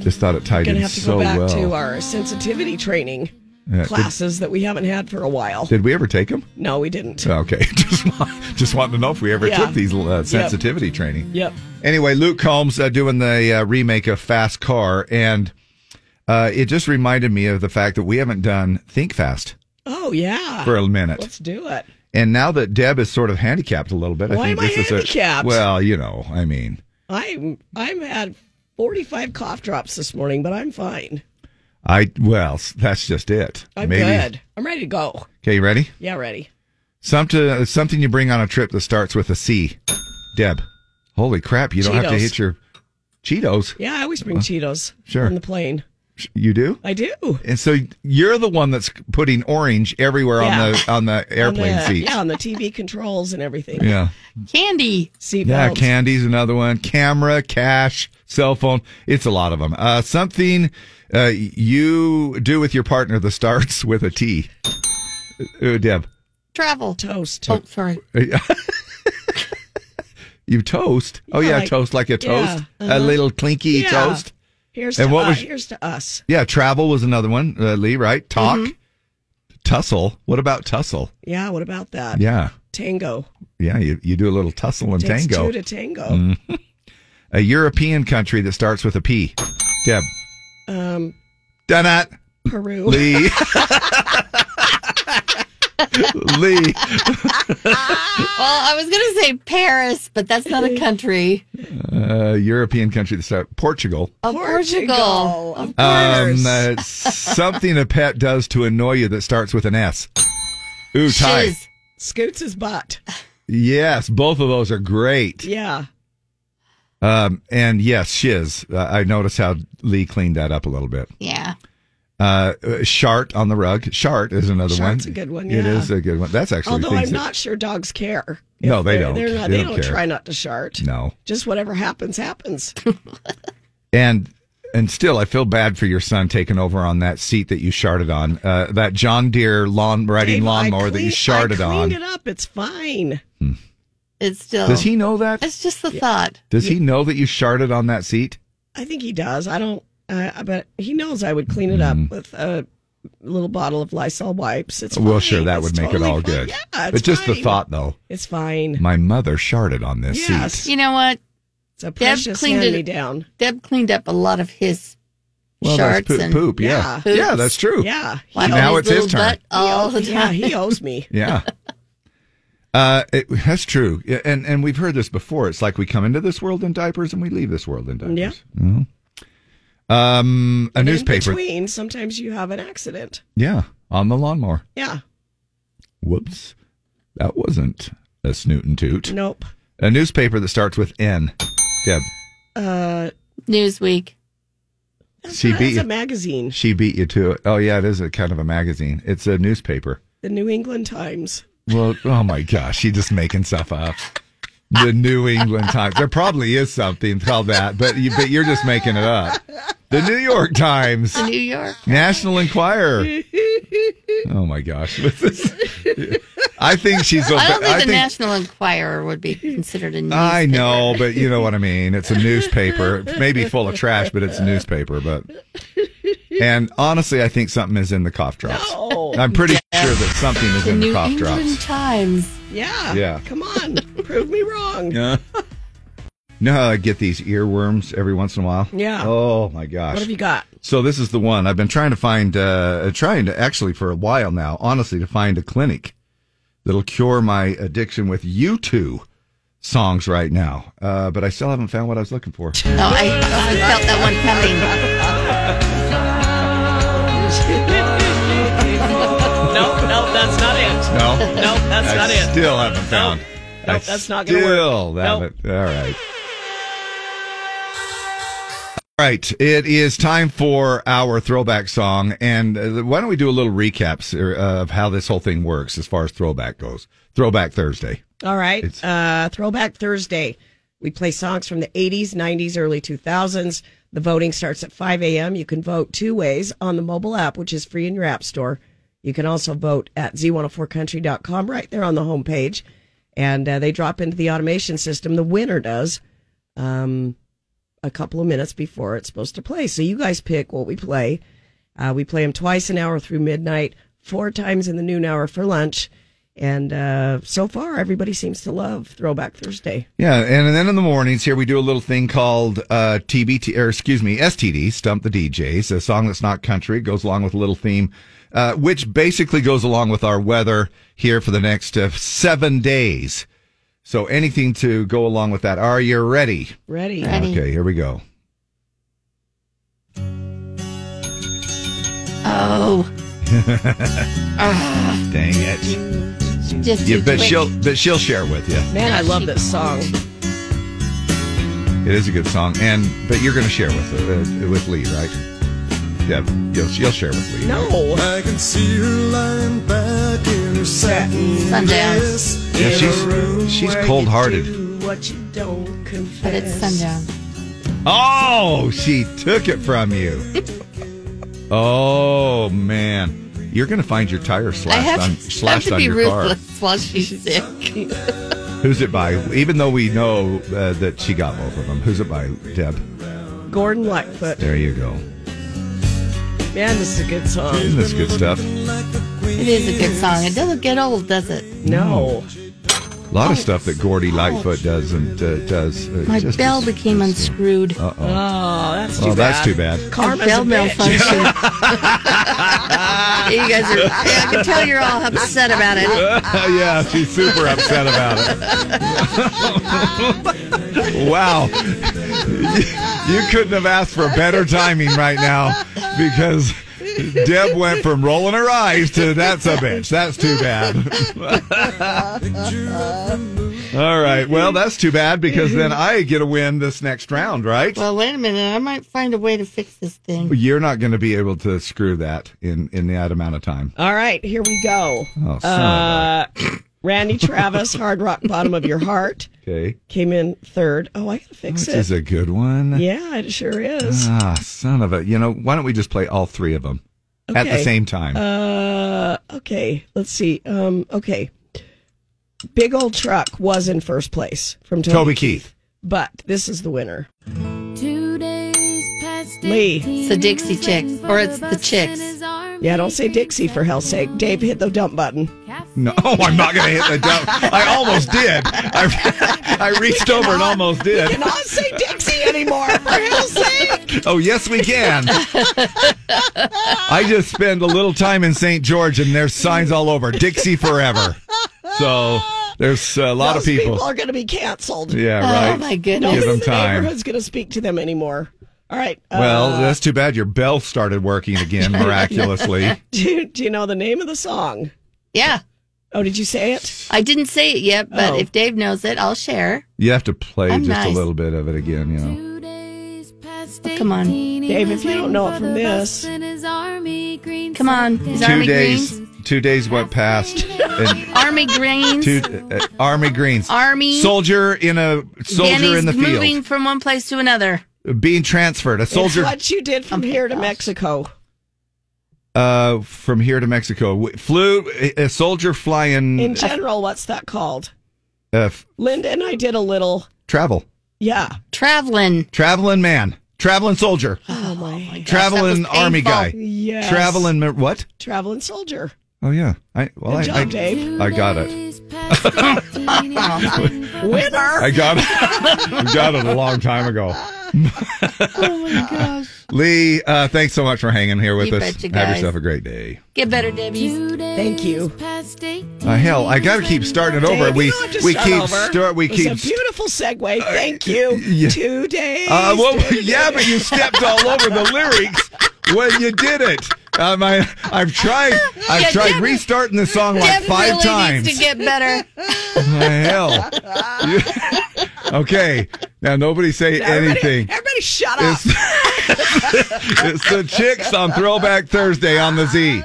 S1: Just thought it tied
S2: gonna
S1: in
S2: have to
S1: so
S2: go back
S1: well.
S2: to uh, our sensitivity training
S1: Yeah, did-
S2: classes that we haven't had for a while.
S1: Did we ever take them?
S2: no, we didn't.
S1: Okay, just want, just wanting to know if we ever
S2: Yeah.
S1: took these uh,
S2: Yep.
S1: sensitivity training.
S2: Yep.
S1: Anyway, Luke Combs uh, doing the uh, remake of Fast Car, and uh, it just reminded me of the fact that we haven't done Think Fast
S2: Oh yeah.
S1: for a minute.
S2: Let's do it.
S1: And now that Deb is sort of handicapped a little bit,
S2: Why
S1: I think
S2: am I
S1: this is
S2: handicapped?
S1: a well, you know, I mean,
S2: I'm I'm had 45 cough drops this morning, but I'm fine.
S1: I well, s- that's just it.
S2: I'm
S1: Maybe-
S2: good. I'm ready to go.
S1: Okay, you ready?
S2: Yeah, ready.
S1: Something something you bring on a trip that starts with a C. Deb, holy crap! You don't have to
S2: Cheetos.
S1: hit your Cheetos.
S2: Yeah, I always bring
S1: Uh,
S2: Cheetos
S1: sure.
S2: on the plane.
S1: You do?
S2: I do.
S1: And so you're the one that's putting orange everywhere
S2: Yeah.
S1: on the on the airplane
S2: on the,
S1: seat.
S2: Yeah, on the TV controls and everything.
S1: Yeah.
S2: Candy. Seatbelts.
S1: Yeah, candy's another one. Camera, cash, cell phone. It's a lot of them. Uh, something uh, you do with your partner that starts with a T. Uh, Deb,
S3: Travel.
S2: Toast.
S3: Oh, sorry.
S1: you toast. Oh yeah,
S2: like-
S1: toast like a toast,
S2: yeah,
S1: a
S2: uh-huh.
S1: little clinky
S2: Yeah.
S1: toast.
S2: Here's
S1: And
S2: to
S1: what
S2: us.
S1: was-
S2: Here's to us.
S1: Yeah, travel was another one. Uh, Lee, right? Talk,
S2: Mhm.
S1: tussle. What about tussle?
S2: Yeah, what about that?
S1: Yeah.
S2: Tango.
S1: Yeah, you, you do a little tussle and
S2: Takes
S1: tango.
S2: two to tango.
S1: Mhm. A European country that starts with a P. Deb.
S2: Um,
S1: Donut.
S2: Peru.
S1: Lee. Lee.
S3: well, I was going to say Paris, but that's not a country.
S1: Uh, European country that starts Portugal.
S3: Of Portugal. Of
S1: Um, uh, something a pet does to annoy you that starts with an S. Ooh, Ty.
S2: Scoots his butt.
S1: Yes, both of those are great.
S2: Yeah.
S1: Um, and yes, shiz. Uh, I noticed how Lee cleaned that up a little bit.
S3: Yeah.
S1: Uh, shart on the rug. Shart is another
S2: Shart's
S1: one.
S2: a good one,
S1: It
S2: yeah.
S1: is a good one. That's actually
S2: Although
S1: things
S2: I'm
S1: that-
S2: not sure dogs care.
S1: No,
S2: If
S1: they
S2: they're-
S1: don't.
S2: They're not,
S1: They
S2: they,
S1: don't
S2: don't,
S1: care.
S2: try not to shart.
S1: No.
S2: Just whatever happens, happens.
S1: And and still, I feel bad for your son taking over on that seat that you sharted on, uh, that John Deere lawn riding
S2: Dave, I
S1: lawnmower that you
S2: clean- I
S1: sharted on. Hmm.
S2: Cleaned it up. It's fine.
S3: It's still.
S1: Does he know that?
S3: It's just the thought.
S1: Does he know that you sharted on that seat?
S2: I think he does. I don't. Uh, but he knows I would clean it
S1: Hmm.
S2: up with a little bottle of Lysol wipes. It's
S1: well,
S2: fine.
S1: sure, that
S2: It's
S1: would make
S2: totally
S1: it all
S2: fine.
S1: good.
S2: Yeah, it's
S1: but just the
S2: fine.
S1: thought, though,
S2: It's fine.
S1: my mother sharted on this seat.
S3: You know what?
S2: It's a
S3: Deb
S2: precious
S3: cleaned it
S2: hand-me-down.
S3: Deb cleaned up a lot of his
S1: Well, that's
S3: sharts
S1: poop-
S3: and
S1: poop, yeah. Yeah. Yeah, that's true.
S2: Yeah.
S3: Like
S1: Now
S3: all
S1: it's his
S3: little
S1: turn.
S3: butt All
S2: He
S3: the
S2: owes- yeah,
S3: time.
S2: he owes me.
S1: Yeah. Uh, it, that's true, Yeah, and and we've heard this before. It's like we come into this world in diapers and we leave this world in diapers.
S2: Yeah.
S1: Mhm. Um, a newspaper.
S2: In between, sometimes you have an accident.
S1: Yeah, on the lawnmower.
S2: Yeah.
S1: Whoops, that wasn't a snoot and toot.
S2: Nope.
S1: A newspaper that starts with N. Deb.
S2: Uh,
S3: Newsweek.
S1: She beat
S2: That's a
S1: you.
S2: magazine,
S1: She beat you to it. Oh yeah, it is a kind of a magazine. It's a newspaper.
S2: the New England Times.
S1: Well, oh my gosh, she's just making stuff up. The New England Times. There probably is something called that, but you, but you're just making it up. The New York Times,
S3: New York.
S1: National Enquirer. Oh my gosh, What's this? I think Ah, she's.
S3: I don't think
S1: I
S3: the National Enquirer would be considered a news.
S1: I know, but you know what I mean. It's a newspaper, maybe full of trash, but it's a newspaper. But and honestly, I think something is in the cough drops. I'm pretty sure that something is
S3: the
S1: in
S3: New
S1: the cough
S3: England
S1: drops.
S3: Times.
S2: Yeah.
S1: Yeah.
S2: Come on, prove me wrong.
S1: Yeah. No, I get these earworms every once in a while.
S2: Yeah.
S1: Oh my gosh.
S2: What have you got?
S1: So this is the one I've been trying to find, uh, trying to actually for a while now, honestly, to find a clinic that'll cure my addiction with U2 songs right now. Uh, but I still haven't found what I was looking for.
S3: Oh, I, I felt that one coming.
S21: No, no, that's not it.
S1: No,
S21: no, that's
S1: I
S21: not it.
S1: Still haven't found.
S21: No,
S1: I
S21: that's
S1: still
S21: not gonna work.
S1: haven't. All right. All right. It is time for our throwback song, and uh, why don't we do a little recaps er, uh, of how this whole thing works as far as throwback goes? Throwback Thursday.
S2: All right. Uh, Throwback Thursday. We play songs from the 80s, 90s, early 2000s. The voting starts at 5 a.m. You can vote two ways on the mobile app, which is free in your app store. You can also vote at z104country.com right there on the homepage. And uh, they drop into the automation system. The winner does um, a couple of minutes before it's supposed to play. So you guys pick what we play. Uh, we play them twice an hour through midnight, four times in the noon hour for lunch. And uh, so far, everybody seems to love Throwback Thursday.
S1: Yeah, and then in the mornings here we do a little thing called uh, TBT, or excuse me, STD, Stump the DJs, a song that's not country, goes along with a little theme, uh, which basically goes along with our weather here for the next uh, seven days. So anything to go along with that. Are you ready?
S2: Ready.
S1: Okay, here we go.
S3: Oh. Ah.
S1: Dang it!
S3: Just
S1: Yeah,
S3: too
S1: but
S3: quick.
S1: she'll but she'll share with you.
S2: Man, I love this song.
S1: It is a good song, and but you're going to share with uh, with Lee, right? Yeah, you'll, you'll share with Lee.
S2: No.
S22: I can see her lying back in her satin
S3: Sundown.
S22: dress.
S1: Yeah, she's she's cold hearted.
S2: What you don't confess.
S3: But it's sundown.
S1: Oh, she took it from you. oh man, you're gonna find your tire
S3: I
S1: slashed
S3: have,
S1: on
S3: I have
S1: slashed
S3: to
S1: on
S3: be
S1: your
S3: ruthless while she's sick.
S1: car. Who's it by? Even though we know uh, that she got both of them, who's it by? Deb.
S2: Gordon Lightfoot.
S1: There you go.
S2: Man, this is a good song.
S1: Isn't this good stuff? A
S3: It is a good song. It doesn't get old, does it?
S2: No.
S1: lot of stuff that Gordy Lightfoot does and uh, does. Uh,
S3: Oh. My
S1: just-
S3: bell became unscrewed.
S1: Uh-oh.
S2: Oh, that's
S1: Oh, that's too bad.
S3: Karma's bell malfunction. you guys are. I can tell you're all upset about it.
S1: yeah, she's super upset about it. wow. You couldn't have asked for better timing right now because Deb went from rolling her eyes to that's a bitch. That's too bad. All right. Well, that's too bad because then I get a win this next round, right?
S3: Well, wait a minute. I might find a way to fix this thing.
S1: You're not going to be able to screw that in in that amount of time.
S2: All right, here we go.
S1: Oh, son
S2: uh, Randy Travis, Hard Rock Bottom of Your Heart,
S1: Okay.
S2: came in third. Oh, I gotta fix
S1: This is
S2: it.
S1: a good one.
S2: yeah, it sure is.
S1: Ah, son of a. You know, why don't we just play all three of them at the
S2: Okay.
S1: same time?
S2: Uh, okay, let's see. Um, okay. Big Old Truck was in first place from Toby,
S1: Toby Keith.
S2: but this is the winner.
S23: Two days past
S2: Lee.
S23: It's
S3: the Dixie Chicks, or it's the Chicks.
S2: Yeah, don't say Dixie for hell's sake. Dave, hit the dump button.
S1: No, oh, I'm not going to hit the dump. I almost did. I, I reached over and almost did.
S2: Cannot say Dixie anymore for hell's sake.
S1: Oh, yes, we can. I just spend a little time in St. George, and there's signs all over Dixie forever. So there's a lot
S2: Those
S1: of people.
S2: are going to be canceled.
S1: Yeah, right. Oh, my goodness. Give
S2: Nobody
S1: them
S2: in the
S1: time.
S2: neighborhood's going to speak to them anymore. All right. uh,
S1: well, that's too bad. Your bell started working again miraculously.
S2: do, do you know the name of the song?
S3: Yeah.
S2: Oh, did you say it?
S3: I didn't say it yet, but
S2: Oh.
S3: if Dave knows it, I'll share.
S1: You have to play
S3: I'm
S1: just
S3: nice.
S1: a little bit of it again, you know.
S3: Come on.
S2: Dave, if you don't know it from this.
S3: Come on. Is
S1: two
S3: Army
S1: days. Two days went past. and
S3: Greens? Army Greens.
S1: two uh, Army Greens.
S3: Army.
S1: soldier in a soldier
S3: Danny's
S1: in the field
S3: moving from one place to another.
S1: being transferred. A soldier
S2: It's what you did from here to Mexico.
S1: uh, from here to Mexico W- flew a a soldier flying
S2: In general, what's that called?
S1: uh, f-
S2: Linda and I did a little,
S1: travel
S2: yeah.
S3: Traveling.
S1: traveling man traveling soldier
S2: Oh, my. gosh,
S1: traveling
S2: that was
S1: army
S2: painful.
S1: guy
S2: Yes.
S1: traveling ma- what
S2: Traveling soldier.
S1: oh yeah I well
S2: Good
S1: I,
S2: job,
S1: I,
S2: Dave.
S1: I got it
S2: Winner.
S1: I got it I got it a long time ago
S3: Oh my gosh.
S1: Lee uh, thanks so much for hanging here with
S3: You
S1: us
S3: betcha,
S1: have
S3: guys.
S1: yourself a great day
S3: Get better, Debbie.
S2: Thank you.
S1: uh, hell I got to keep starting it over
S2: Dave,
S1: we
S2: you don't have to
S1: we
S2: start
S1: keep
S2: over.
S1: start we
S2: It was
S1: keep
S2: a beautiful segue. Thank you.
S1: yeah.
S2: Two days.
S1: Uh, well, yeah, but you stepped all over the lyrics when you did it. Um, I, I've tried. I've
S3: Yeah,
S1: tried
S3: Deb-
S1: restarting the song like
S3: Deb
S1: five
S3: really
S1: times.
S3: needs to get better.
S1: Oh, hell. You- okay. Now nobody say anything.
S2: Everybody shut up.
S1: It's the chicks on Throwback Thursday on the Z.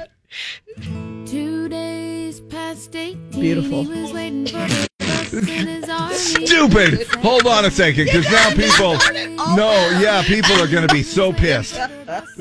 S23: Two days past 18.
S1: Beautiful.
S23: He was waiting for the bus in his army.
S1: Stupid. Hold on a second, because now people. No, yeah, people are going to be so pissed.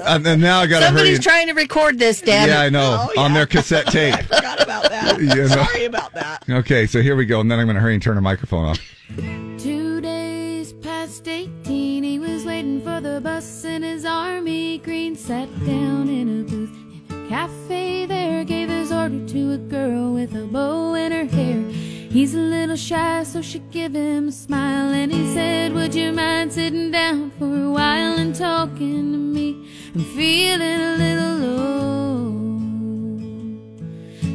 S1: And then now I got to hurry.
S3: Somebody's
S1: and-
S3: trying to record this, Deb.
S1: Yeah, I know. On their cassette tape.
S2: Oh, forgot about that.
S1: You know.
S2: Sorry about that.
S1: Okay, so here we go, and then I'm going to hurry and turn the microphone off.
S23: Two days past 18, he was waiting for the bus in his army green. Sat down in a booth in a cafe there, gave his order to a girl with a bow in her hair. He's a little shy, so she give him a smile, and he said, Would you mind sitting down for a while and talking to me? I'm feeling a little low.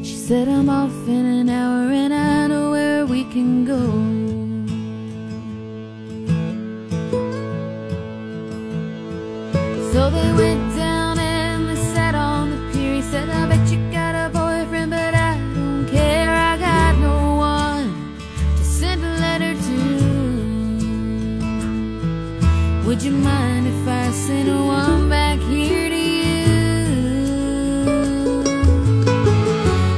S23: She said, I'm off in an hour, and I know where we can go. So they went down and they sat on the pier. He said, I bet you got a boyfriend, but I don't care. I got no one to send a letter to. Would you mind if I sent one back here to you?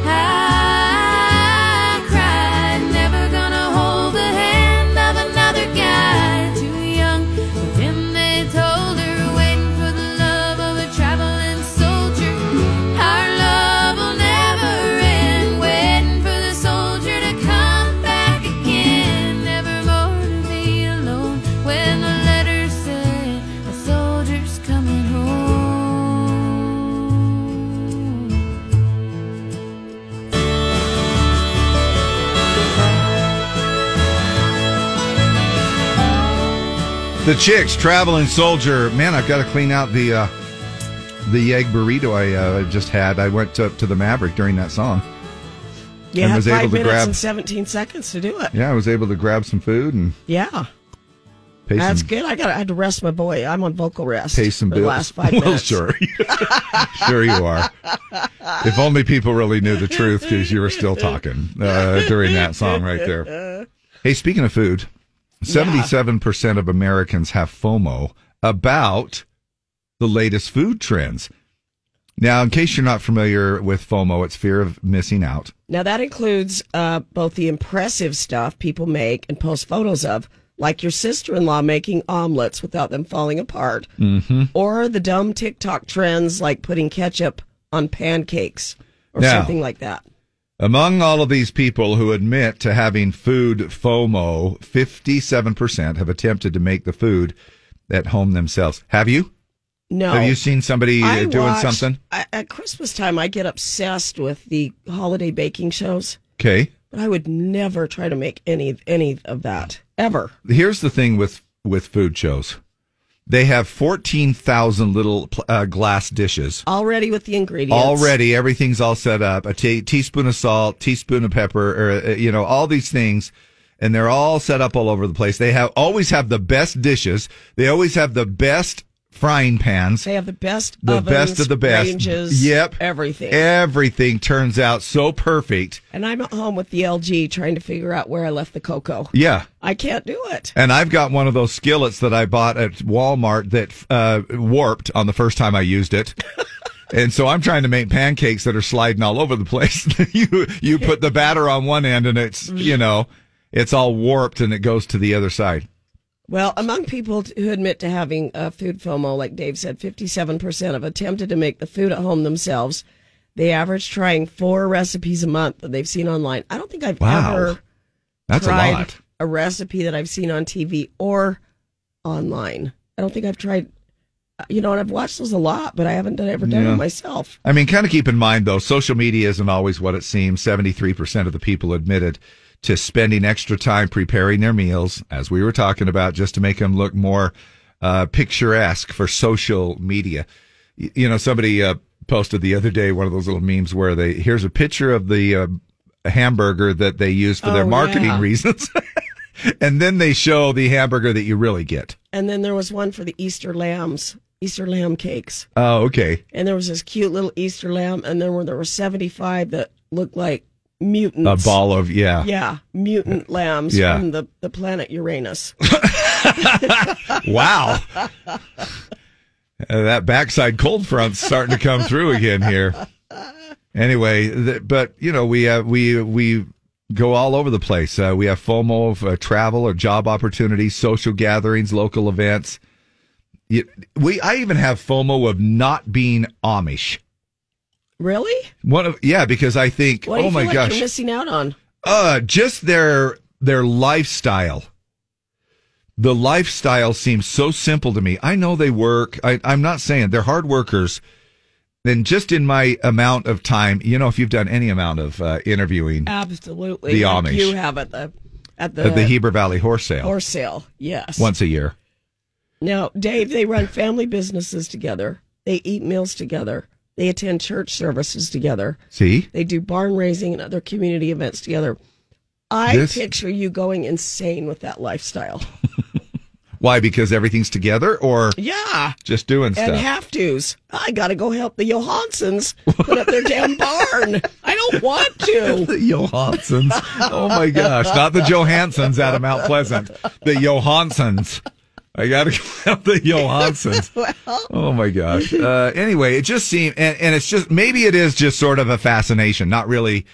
S23: I cried, never gonna hold the hand of another guy. Too young for him, they told her, waiting for the love of a traveling soldier. Our love will never end, waiting for the soldier to come back again. Never more to be alone when the letter said a soldier's coming home.
S1: The Chicks, Traveling Soldier. Man, I've got to clean out the uh, the egg burrito I uh, just had. I went up to the Maverick during that song.
S2: You
S1: And
S2: had
S1: was
S2: five
S1: able to
S2: minutes
S1: grab-
S2: and 17 seconds to do it.
S1: Yeah, I was able to grab some food and
S2: Yeah.
S1: pay
S2: That's
S1: some,
S2: good. I got. I had to rest my boy. I'm on vocal rest.
S1: pay some
S2: for the
S1: bills.
S2: last five
S1: well,
S2: minutes.
S1: sure, sure you are. If only people really knew the truth because you were still talking uh, during that song right there. Hey, speaking of food, seventy-seven percent of Americans have FOMO about the latest food trends. Now, in case you're not familiar with FOMO, it's fear of missing out.
S2: Now that includes uh, both the impressive stuff people make and post photos of, like your sister-in-law making omelets without them falling apart,
S1: Mm-hmm.
S2: or the dumb TikTok trends like putting ketchup on pancakes or
S1: Now-
S2: something like that.
S1: Among all of these people who admit to having food FOMO, 57% have attempted to make the food at home themselves. Have you?
S2: No.
S1: Have you seen somebody uh,
S2: I
S1: doing
S2: watched-
S1: something?
S2: I, at Christmas time, I get obsessed with the holiday baking shows,
S1: Okay.
S2: but I would never try to make any any of that ever.
S1: Here's the thing with with food shows. They have 14,000 little pl- uh, glass dishes.
S2: Already with the ingredients.
S1: Already everything's all set up. A tea- teaspoon of salt, teaspoon of pepper, or uh, you know, all these things and they're all set up all over the place. They have always have the best dishes. They always have the best frying pans.
S2: They have the best
S1: the
S2: ovens,
S1: best of the best.
S2: ranges,
S1: yep,
S2: everything.
S1: Everything turns out so perfect.
S2: and I'm at home with the LG trying to figure out where I left the cocoa.
S1: Yeah.
S2: I can't do it.
S1: And I've got one of those skillets that I bought at Walmart that uh, warped on the first time I used it. And so I'm trying to make pancakes that are sliding all over the place. you you put the batter on one end and it's you know it's all warped and it goes to the other side.
S2: Well, among people t- who admit to having uh, food FOMO, like Dave said, 57% have attempted to make the food at home themselves. They average trying four recipes a month that they've seen online. I don't think I've
S1: Wow.
S2: ever
S1: That's a
S2: tried
S1: lot.
S2: a recipe that I've seen on TV or online. I don't think I've tried, uh, you know, and I've watched those a lot, but I haven't done, ever done
S1: Yeah.
S2: it myself.
S1: I mean, kind of keep in mind though, social media isn't always what it seems. Seventy-three percent of the people admitted to spending extra time preparing their meals, as we were talking about, just to make them look more uh, picturesque for social media. Y- You know, somebody uh, posted the other day one of those little memes where they here's a picture of the uh, hamburger that they use for their
S2: Oh,
S1: marketing
S2: yeah.
S1: reasons, and then they show the hamburger that you really get.
S2: And then there was one for the Easter lambs, Easter lamb cakes.
S1: Oh, okay.
S2: And there was this cute little Easter lamb, and then were, there were 75 that looked like mutants.
S1: A ball of- yeah.
S2: Yeah, mutant lambs
S1: Yeah.
S2: from the, the planet Uranus.
S1: Wow. Uh, that backside cold front's starting to come through again here. Anyway, th- but you know we uh, we we go all over the place. Uh, we have FOMO of uh, travel or job opportunities, social gatherings, local events. You- we I even have FOMO of not being Amish.
S2: Really?
S1: One of yeah, because I think
S2: What do
S1: oh
S2: you
S1: my
S2: feel like
S1: gosh,
S2: you're missing out on?
S1: uh, just their their lifestyle. The lifestyle seems so simple to me. I know they work. I, I'm not saying they're hard workers. Then just in my amount of time, you know, if you've done any amount of uh, interviewing
S2: Absolutely.
S1: The
S2: Like
S1: Amish.
S2: You have at the, at the,
S1: at the Heber Valley Horse Sale
S2: horse sale, yes.
S1: once a year.
S2: Now, Dave, they run family businesses together. They eat meals together. They attend church services together.
S1: See,
S2: They do barn raising and other community events together. I
S1: This-
S2: picture you going insane with that lifestyle.
S1: why? Because everything's together, or
S2: Yeah.
S1: just doing
S2: and
S1: stuff.
S2: have tos. I got to go help the Johansons put up their damn barn. I don't want to.
S1: the Johansons. Oh my gosh. Not the Johansons out of Mount Pleasant. The Johansons. I gotta count the Johansons. oh my gosh. Uh, anyway, it just seemed, and, and it's just, maybe it is just sort of a fascination, not really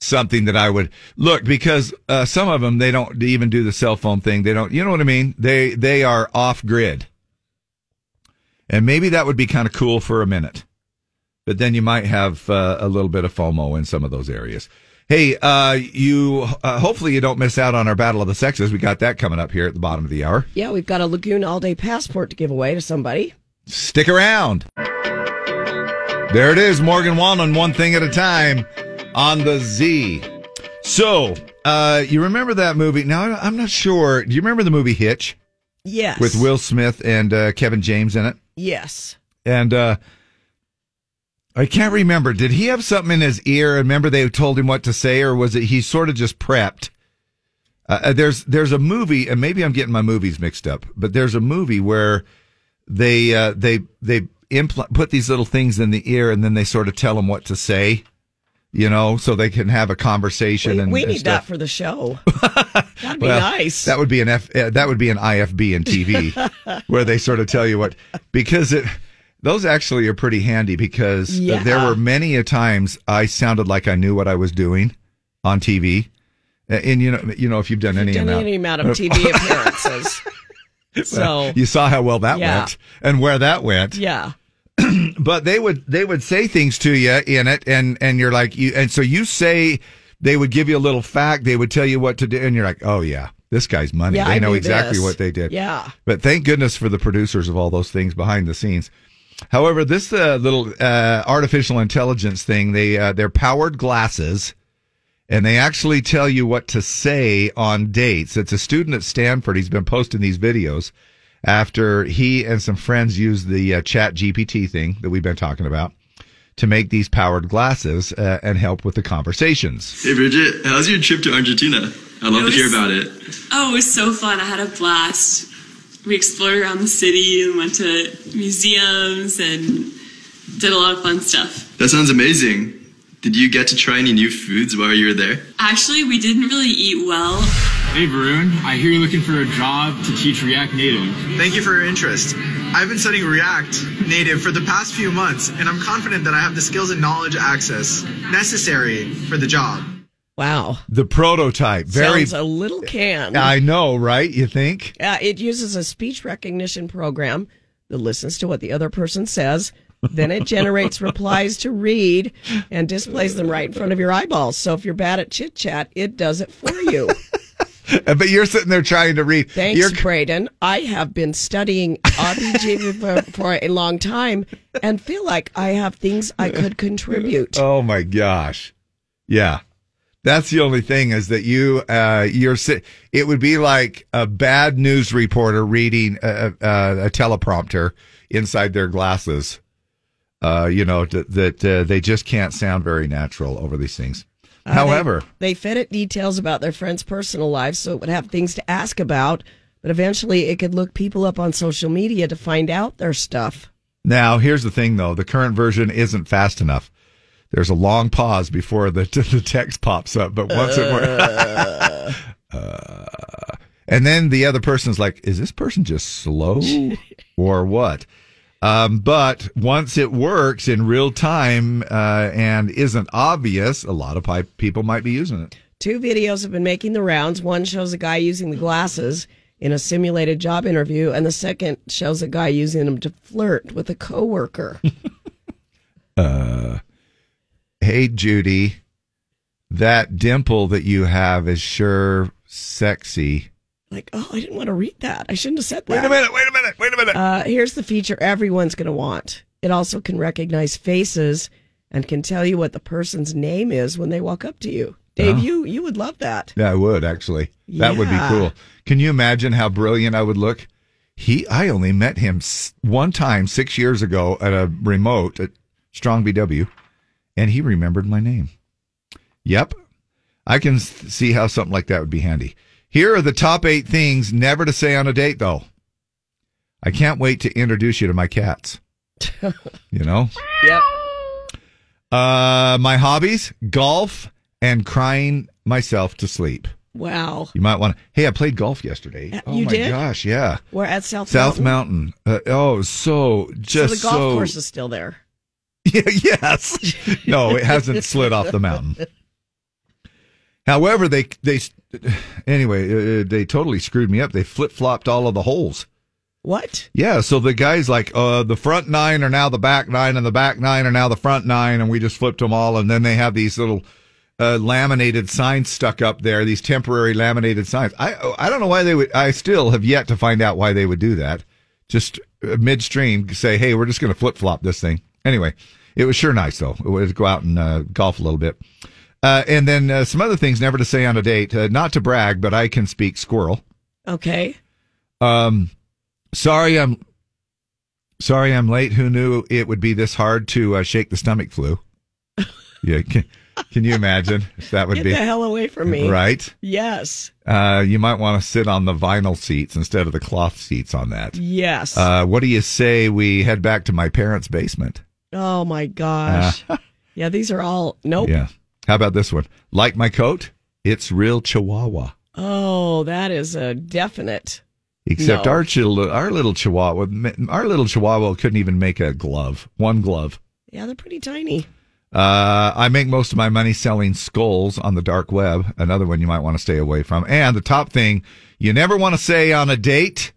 S1: something that I would look because, uh, some of them, they don't even do the cell phone thing. They don't, you know what I mean? They, they are off grid. And maybe that would be kind of cool for a minute but then you might have uh, a little bit of FOMO in some of those areas. Hey, uh, you uh, hopefully you don't miss out on our battle of the sexes. We got that coming up here at the bottom of the hour.
S2: Yeah, we've got a Lagoon All Day Passport to give away to somebody.
S1: Stick around. There it is, Morgan Wallen, one thing at a time on the Z. So, uh, you remember that movie? Now, I- I'm not sure. Do you remember the movie Hitch
S2: Yes.
S1: with Will Smith and uh, Kevin James in it?
S2: Yes.
S1: and uh I can't remember. Did he have something in his ear? Remember they told him what to say, or was it he sort of just prepped? Uh, uh, there's there's a movie, and maybe I'm getting my movies mixed up, but there's a movie where they uh, they they impl- put these little things in the ear, and then they sort of tell him what to say, you know, so they can have a conversation. and
S2: we
S1: and
S2: need
S1: stuff.
S2: that for the show. That'd be
S1: Well,
S2: nice.
S1: That would be an F, uh, that would be an IFB in TV where they sort of tell you what because it those actually are pretty handy because
S6: Yeah.
S1: there were many a times I sounded like I knew what I was doing on TV. Uh, And you know, you know, if you've done any
S2: Done
S1: amount,
S2: any amount of TV appearances. so,
S1: you saw how well that
S2: Yeah.
S1: went and where that went.
S2: yeah.
S1: but they would they would say things to you in it and and you're like you and so you say they would give you a little fact they would tell you what to do and you're like oh yeah this guy's money
S2: yeah
S1: they
S2: I
S1: know
S2: do
S1: exactly
S2: this.
S1: what they did
S2: Yeah.
S1: but thank goodness for the producers of all those things behind the scenes however this uh, little uh, artificial intelligence thing they uh, they're powered glasses and they actually tell you what to say on dates. It's a student at Stanford. He's been posting these videos after he and some friends used the uh, Chat GPT thing that we've been talking about to make these powered glasses uh, and help with the conversations.
S7: Hey Bridget, how's your trip to Argentina? I'd love
S11: It
S7: to hear
S11: was-
S7: about it.
S11: Oh, it was so fun. I had a blast.
S6: we explored around the city and went to museums and did a lot of fun stuff.
S7: That sounds amazing. Did you get to try any new foods while you were there?
S6: Actually, we didn't really eat well.
S7: Hey, Varun. I hear you're looking for a job to teach React Native.
S11: Thank you for your interest. I've been studying React Native for the past few months, and I'm confident that I have the skills and knowledge access necessary for the job.
S2: Wow.
S1: The prototype. Very.
S2: Sounds a little canned.
S1: I know, right? You think?
S2: Uh, it uses a speech recognition program that listens to what the other person says. Then it generates replies to read and displays them right in front of your eyeballs. So if you're bad at chit chat, it does it for you.
S1: But you're sitting there trying to read.
S2: Thanks,
S1: You're-
S2: Braden. I have been studying RBG for, for a long time and feel like I have things I could contribute.
S1: Oh my gosh. Yeah. That's the only thing is that you, uh, you're, si- it would be like a bad news reporter reading a, a, a teleprompter inside their glasses. Uh, you know, th- that uh, they just can't sound very natural over these things.
S2: Uh,
S1: However,
S2: they, they fed it details about their friends' personal lives so it would have things to ask about, but eventually it could look people up on social media to find out their stuff.
S1: now here's the thing though the current version isn't fast enough. There's a long pause before the, the text pops up, but once it works. uh, And then the other person's like, is this person just slow or what? Um, but once it works in real time uh, and isn't obvious, a lot of pi- people might be using it.
S2: Two videos have been making the rounds. One shows a guy using the glasses in a simulated job interview, and the second shows a guy using them to flirt with a coworker.
S1: Uh, hey, Judy, that dimple that you have is sure sexy.
S2: like, oh, I didn't want to read that. I shouldn't have said that.
S1: Wait a minute, wait a minute, wait a minute.
S2: Uh, here's the feature everyone's going to want it also can recognize faces and can tell you what the person's name is when they walk up to you. Dave,
S1: Oh.
S2: you you would love that.
S1: Yeah, I would actually. That would be
S2: Yeah.
S1: cool. Can you imagine how brilliant I would look? He, I only met him s- one time six years ago at a remote at Strong BW, and he remembered my name. Yep, I can s- see how something like that would be handy. Here are the top eight things never to say on a date, though. I can't wait to introduce you to my cats. You know.
S2: Yep.
S1: Uh, my hobbies: golf and crying myself to sleep.
S2: Wow. Uh,
S1: You might want to. Hey, I played golf yesterday. oh
S2: you
S1: my
S2: did?
S1: gosh, yeah.
S2: We're at South
S1: South Mountain. Uh, oh, it was so just
S2: so the golf
S1: so-
S2: course is still there.
S1: yes. No, it hasn't slid off the mountain. However, they they anyway uh, they totally screwed me up. They flip flopped all of the holes.
S2: What?
S1: Yeah, so the guys like uh, the front nine are now the back nine, and the back nine are now the front nine, and we just flipped them all, and then they have these little uh, laminated signs stuck up there, these temporary laminated signs. I I don't know why they would. I still have yet to find out why they would do that. Just uh, midstream, say, hey, we're just going to flip flop this thing. Anyway, it was sure nice though. It was go out and uh, golf a little bit. Uh, and then uh, some other things never to say on a date. Uh, not to brag, but I can speak squirrel.
S2: Okay.
S1: Um, sorry, I'm sorry I'm late. Who knew it would be this hard to uh, shake the stomach flu? Yeah, can, can you imagine if that would
S2: Get
S1: be
S2: the hell away from me.
S1: Right?
S2: Yes.
S1: Uh, you might want to sit on the vinyl seats instead of the cloth seats on that.
S2: Yes.
S1: Uh, what do you say we head back to my parents' basement?
S2: oh my gosh. yeah, these are all nope.
S1: Uh-huh. Yeah. How about this one? Like my coat? It's real Chihuahua.
S2: Oh, that is a definite.
S1: Except
S2: No.
S1: our chil- our little Chihuahua, our little Chihuahua couldn't even make a glove, one glove.
S2: Yeah, they're pretty tiny.
S1: Uh, I make most of my money selling skulls on the dark web. Another one you might want to stay away from. And the top thing you never want to say on a date.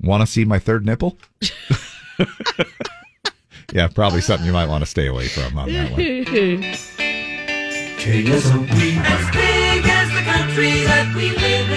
S1: Want to see my third nipple? yeah, probably something you might want to stay away from on that one.
S13: As big as the country that we live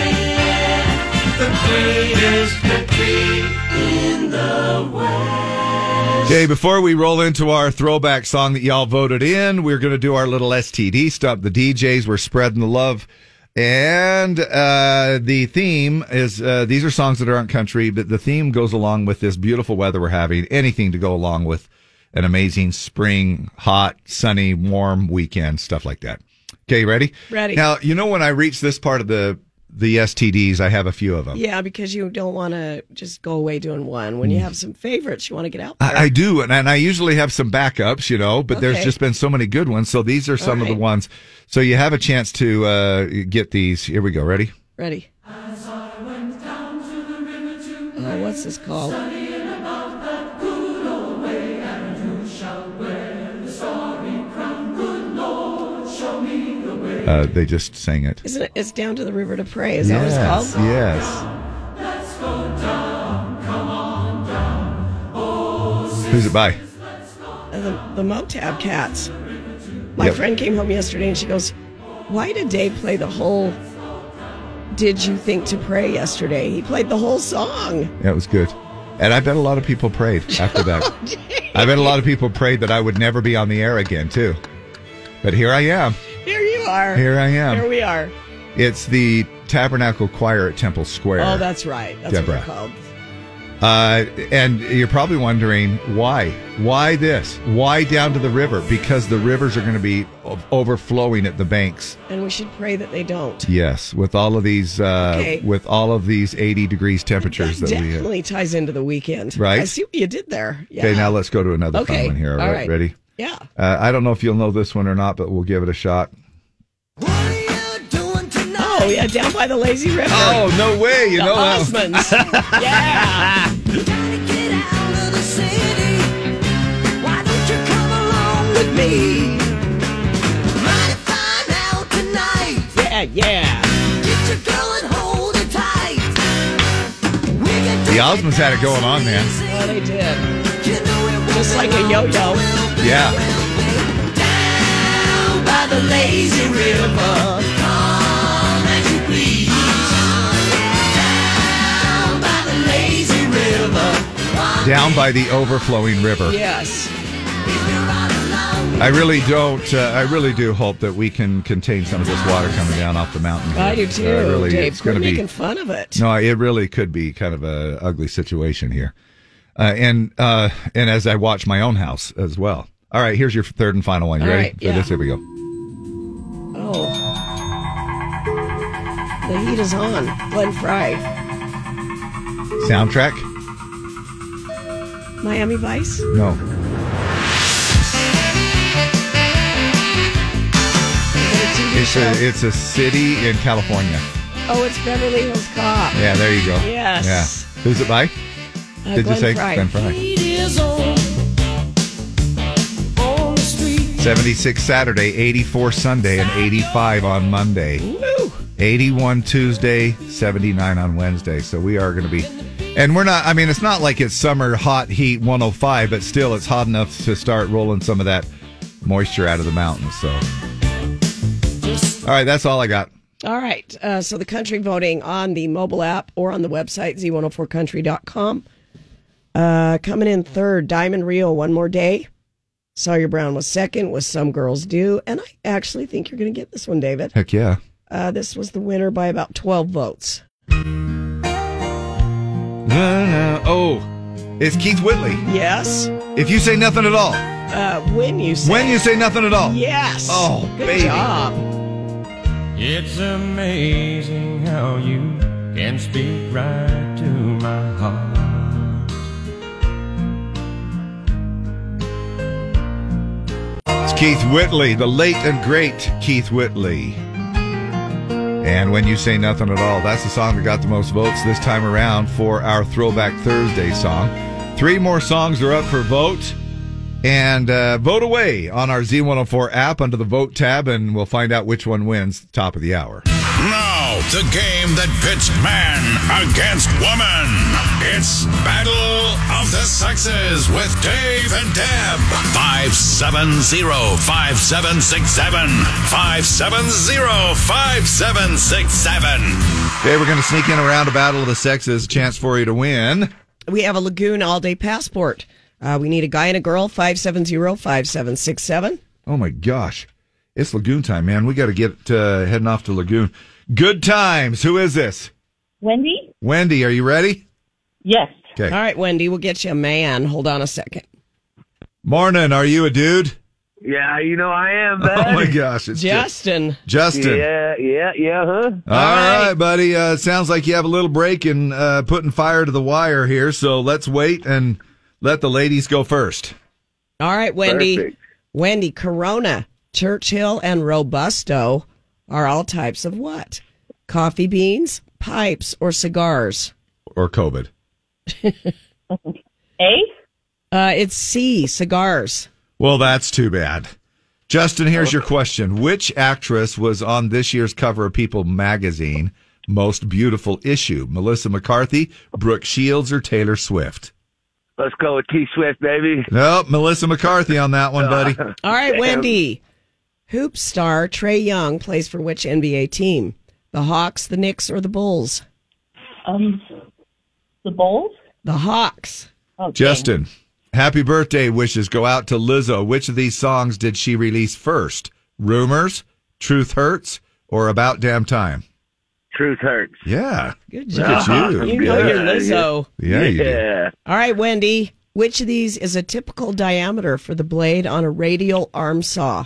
S13: in, the greatest country in the world.
S1: Okay, before we roll into our throwback song that y'all voted in, we're going to do our little STD stuff. The DJs, we're spreading the love. And uh, the theme is uh, these are songs that aren't country, but the theme goes along with this beautiful weather we're having. Anything to go along with an amazing spring, hot, sunny, warm weekend, stuff like that. Okay, ready?
S2: Ready.
S1: Now, you know, when I reach this part of the the STDs. I have a few of them.
S2: Yeah, because you don't want to just go away doing one.
S1: Mm.
S2: When you have some favorites, you want to get out.
S1: I, I do, and, and I usually have some backups, you know, but there's
S2: Okay.
S1: just been so many good ones. So these are some of the
S2: right.
S1: ones. So you have a chance to uh, get these. Here we go. Ready?
S2: Ready? Oh, what's this called?
S1: Uh, they just sang it.
S2: Isn't it? It's down to the river to pray. Is that what it's
S1: Yes,
S2: called?
S1: Yes. Who's it by?
S2: Uh, The, the Motab Cats. My
S1: Yep.
S2: friend came home yesterday and she goes, "Why did Dave play the whole? Did you think to pray yesterday? He played the whole song.
S1: That was good. And I bet a lot of people prayed after that.
S2: Oh,
S1: I bet a lot of people prayed that I would never be on the air again, too. But here I am.
S2: Here you are.
S1: Here I am.
S2: Here we are.
S1: It's the Tabernacle Choir at Temple Square.
S2: Oh, that's right. That's
S1: Deborah.
S2: what it's called.
S1: Uh, and you're probably wondering why? Why this? Why down to the river? Because the rivers are going to be o- overflowing at the banks.
S2: And we should pray that they don't.
S1: Yes, with all of these, uh,
S2: Okay.
S1: with all of these 80 degrees temperatures that, we have.
S2: Definitely ties into the weekend.
S1: Right?
S2: I see what you did there. Yeah.
S1: Okay, now let's go to another fun
S2: Okay,
S1: one here.
S2: all
S1: right,
S2: right.
S1: ready?
S2: Yeah.
S1: Uh, I don't know if you'll know this one or not, but we'll give it a shot.
S2: Oh, yeah, down by the lazy river. Oh,
S1: Oh, no way. You
S2: the
S1: know that-
S2: Osmonds. yeah. Yeah, yeah.
S1: The Osmonds had it going on, man.
S2: Well, they did. Just like a yo-yo.
S1: Yeah.
S13: By the lazy river, come as you please. Down by the lazy river.
S1: Down by the overflowing river.
S2: Yes.
S1: I really don't. Uh, I really do hope that we can contain some of this water coming down off the mountain. here.
S2: I do too,
S1: I really,
S2: Dave.
S1: It's
S2: Quit
S1: going to
S2: making
S1: be.
S2: fun of it.
S1: No, it really could be kind of a ugly situation here, uh, and uh, and as I watch my own house as well. All right, here's your third and final one. You
S2: All
S1: ready
S2: right,
S1: for this?
S2: yeah.
S1: Here we go.
S2: Oh. The heat is on. Glenn Fry.
S1: Soundtrack?
S2: Miami Vice?
S1: No. It's a it's a city in California.
S2: Oh, it's Beverly Hills Cop.
S1: Yeah, there you go.
S2: Yes.
S1: Yeah. Who's it by?
S2: Uh,
S1: Did
S2: Glenn
S1: you say
S2: Fry.
S1: Glenn Fry? Seventy-six Saturday, eighty-four Sunday, and eighty-five on Monday. 81 Tuesday, 79 on Wednesday. So we are going to be, and we're not, I mean, it's not like it's summer hot heat 105, but still it's hot enough to start rolling some of that moisture out of the mountains. So, all right, that's all I got.
S2: All right. Uh, so the country voting on the mobile app or on the website, z104country.com. Uh, coming in third, Diamond Rio, One More Day. Sawyer Brown was second, was Some Girls Do. And I actually think you're going to get this one, David.
S1: Heck yeah.
S2: Uh, this was the winner by about 12 votes.
S1: Na, na. Oh, it's Keith Whitley.
S2: Yes.
S1: If you say nothing at all,
S2: Uh, when you say.
S1: when you say nothing at all.
S2: Yes.
S1: Oh,
S2: Good
S1: baby.
S2: job.
S5: It's amazing how you can speak right to my heart.
S1: It's Keith Whitley, the late and great Keith Whitley. And when you say nothing at all, that's the song that got the most votes this time around for our Throwback Thursday song. Three more songs are up for vote. And uh, vote away on our Z104 app under the vote tab, and we'll find out which one wins top of the hour.
S4: Now, the game that pits man against woman. It's Battle of the Sexes with Dave and Deb. 570-5767. 570-5767.
S1: Okay, we're going to sneak in around a battle of the sexes, chance for you to win.
S2: We have a Lagoon All Day Passport. Uh, we need a guy and a girl, 570 5767.
S1: Oh my gosh. It's Lagoon time, man. We got to get uh, heading off to Lagoon. Good times. Who is this?
S2: Wendy?
S1: Wendy, are you ready?
S2: Yes.
S1: Okay.
S2: All right, Wendy, we'll get you a man. Hold on a second.
S1: Morning. Are you a dude?
S18: Yeah, you know I am. Bud.
S1: Oh my gosh, it's
S2: Justin.
S1: Justin.
S18: Yeah, yeah, yeah, huh? Uh-huh.
S1: All right, buddy. Uh, sounds like you have a little break in uh, putting fire to the wire here. So let's wait and let the ladies go first.
S2: All right, Wendy.
S1: Perfect.
S2: Wendy, Corona, Churchill, and Robusto are all types of what? Coffee beans, pipes, or cigars?
S1: Or COVID.
S2: A? Uh, it's C, cigars.
S1: Well, that's too bad. Justin, here's your question. Which actress was on this year's cover of People magazine most beautiful issue? Melissa McCarthy, Brooke Shields, or Taylor Swift?
S18: Let's go with T Swift, baby.
S1: Nope, Melissa McCarthy on that one, buddy.
S2: All right, Wendy. Hoop star Trey Young plays for which NBA team? The Hawks, the Knicks, or the Bulls? Um, the Bulls. The Hawks.
S1: Justin, happy birthday wishes go out to Lizzo. Which of these songs did she release first? Rumors, Truth Hurts, or About Damn Time?
S18: Truth hurts.
S1: Yeah.
S2: Good
S1: Look at
S2: job.
S1: you.
S2: You know your Lizzo.
S1: Yeah, you do.
S2: All right, Wendy. Which of these is a typical diameter for the blade on a radial arm saw?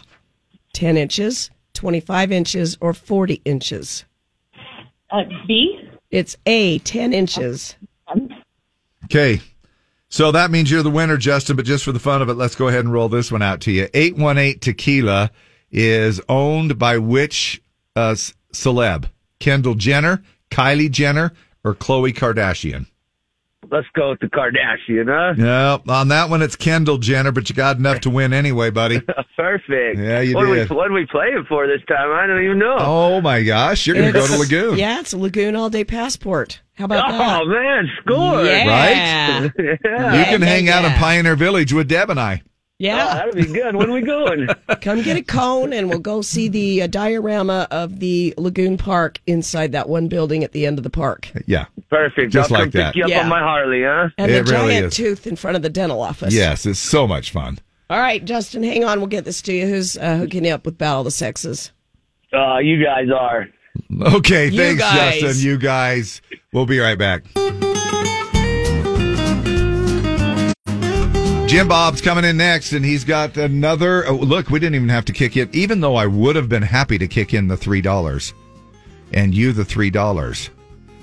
S2: 10 inches, 25 inches, or 40 inches? Uh, B? It's A, 10 inches.
S1: Okay. So that means you're the winner, Justin, but just for the fun of it, let's go ahead and roll this one out to you. 818 Tequila is owned by which uh, s- celeb? Kendall Jenner, Kylie Jenner, or Khloe Kardashian?
S18: Let's go with the Kardashian, huh?
S1: No, on that one, it's Kendall Jenner, but you got enough to win anyway, buddy.
S18: Perfect.
S1: Yeah, you
S18: what Are
S1: did.
S18: we, what are we playing for this time? I don't even know.
S1: Oh my gosh, you're going to go to
S2: It's-
S1: Lagoon.
S2: Yeah, it's a Lagoon all day passport. How about that?
S18: Oh, man, score.
S2: Yeah.
S1: Right?
S18: yeah. Oh,
S1: You can hang out in Pioneer Village with Deb and I.
S2: Yeah.
S18: that'd be good. When are we going?
S2: Come get a cone and we'll go see the uh, diorama of the Lagoon Park inside that one building at the end of the park.
S1: Yeah.
S18: Perfect.
S1: Just
S18: I'll come
S1: like that.
S18: pick you up
S2: Yeah.
S18: on my Harley, huh?
S2: And
S1: It
S2: the
S1: really
S2: giant
S1: is.
S2: tooth in front of the dental office.
S1: Yes, it's so much fun.
S2: All right, Justin, hang on. We'll get this to you. Who's uh, hooking you up with Battle of the Sexes?
S18: Uh, you guys are.
S1: Okay,
S2: You
S1: thanks,
S2: guys.
S1: Justin. You guys. We'll be right back. Jim Bob's coming in next, and he's got another. Oh, look, we didn't even have to kick in, even though I would have been happy to kick in the $3 and you the $3.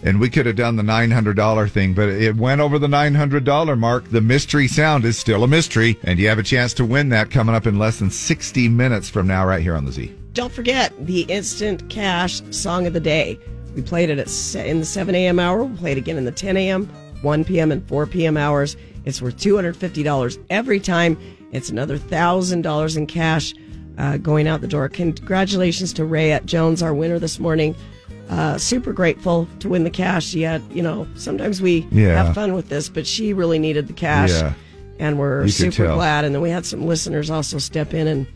S1: And we could have done the $900 thing, but it went over the $900 mark. The mystery sound is still a mystery, and you have a chance to win that coming up in less than 60 minutes from now, right here on the Z.
S2: Don't forget the Instant Cash Song of the Day. We played it at se- in the 7 a.m. hour. We'll play it again in the 10 a.m., 1 p.m., and 4 p.m. hours. It's worth $250 every time. It's another $1,000 in cash uh, going out the door. Congratulations to Rayette Jones, our winner this morning. Uh, super grateful to win the cash. She had, you know, sometimes we
S1: Yeah.
S2: have fun with this, but she really needed the cash.
S1: Yeah.
S2: And we're
S1: You could
S2: super
S1: tell.
S2: glad. And then we had some listeners also step in and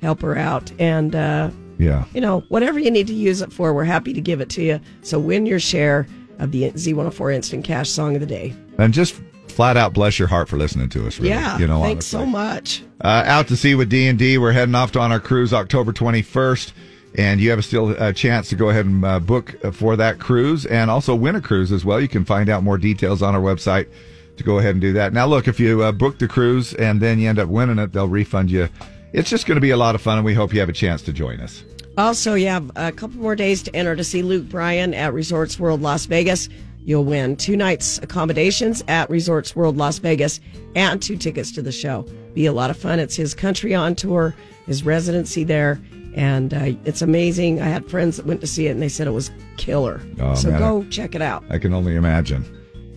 S2: help her out. And, uh,
S1: Yeah.
S2: you know, whatever you need to use it for, we're happy to give it to you. So win your share of the Z104 Instant Cash Song of the Day.
S1: And just flat out bless your heart for listening to us, really.
S2: yeah.
S1: You know,
S2: thanks
S1: honestly.
S2: so much.
S1: Uh, out to sea with D&D. We're heading off on our cruise October 21st. And you have still a chance to go ahead and uh, book for that cruise and also win a cruise as well. You can find out more details on our website to go ahead and do that. Now, look, if you uh, book the cruise and then you end up winning it, they'll refund you. It's just going to be a lot of fun, and we hope you have a chance to join us.
S2: Also, you have a couple more days to enter to see Luke Bryan at Resorts World Las Vegas. You'll win two nights accommodations at Resorts World Las Vegas and two tickets to the show. Be a lot of fun. It's his country on tour, his residency there, and uh, it's amazing. I had friends that went to see it and they said it was killer.
S1: Oh,
S2: so
S1: man.
S2: go check it out.
S1: I can only imagine.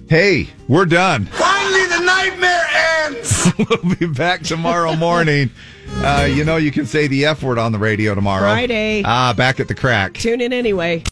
S1: Hey, we're done.
S22: Finally, the nightmare ends.
S1: we'll be back tomorrow morning. Uh, you know, you can say the F word on the radio tomorrow.
S2: Friday.
S1: Ah, back at the crack.
S2: Tune in anyway.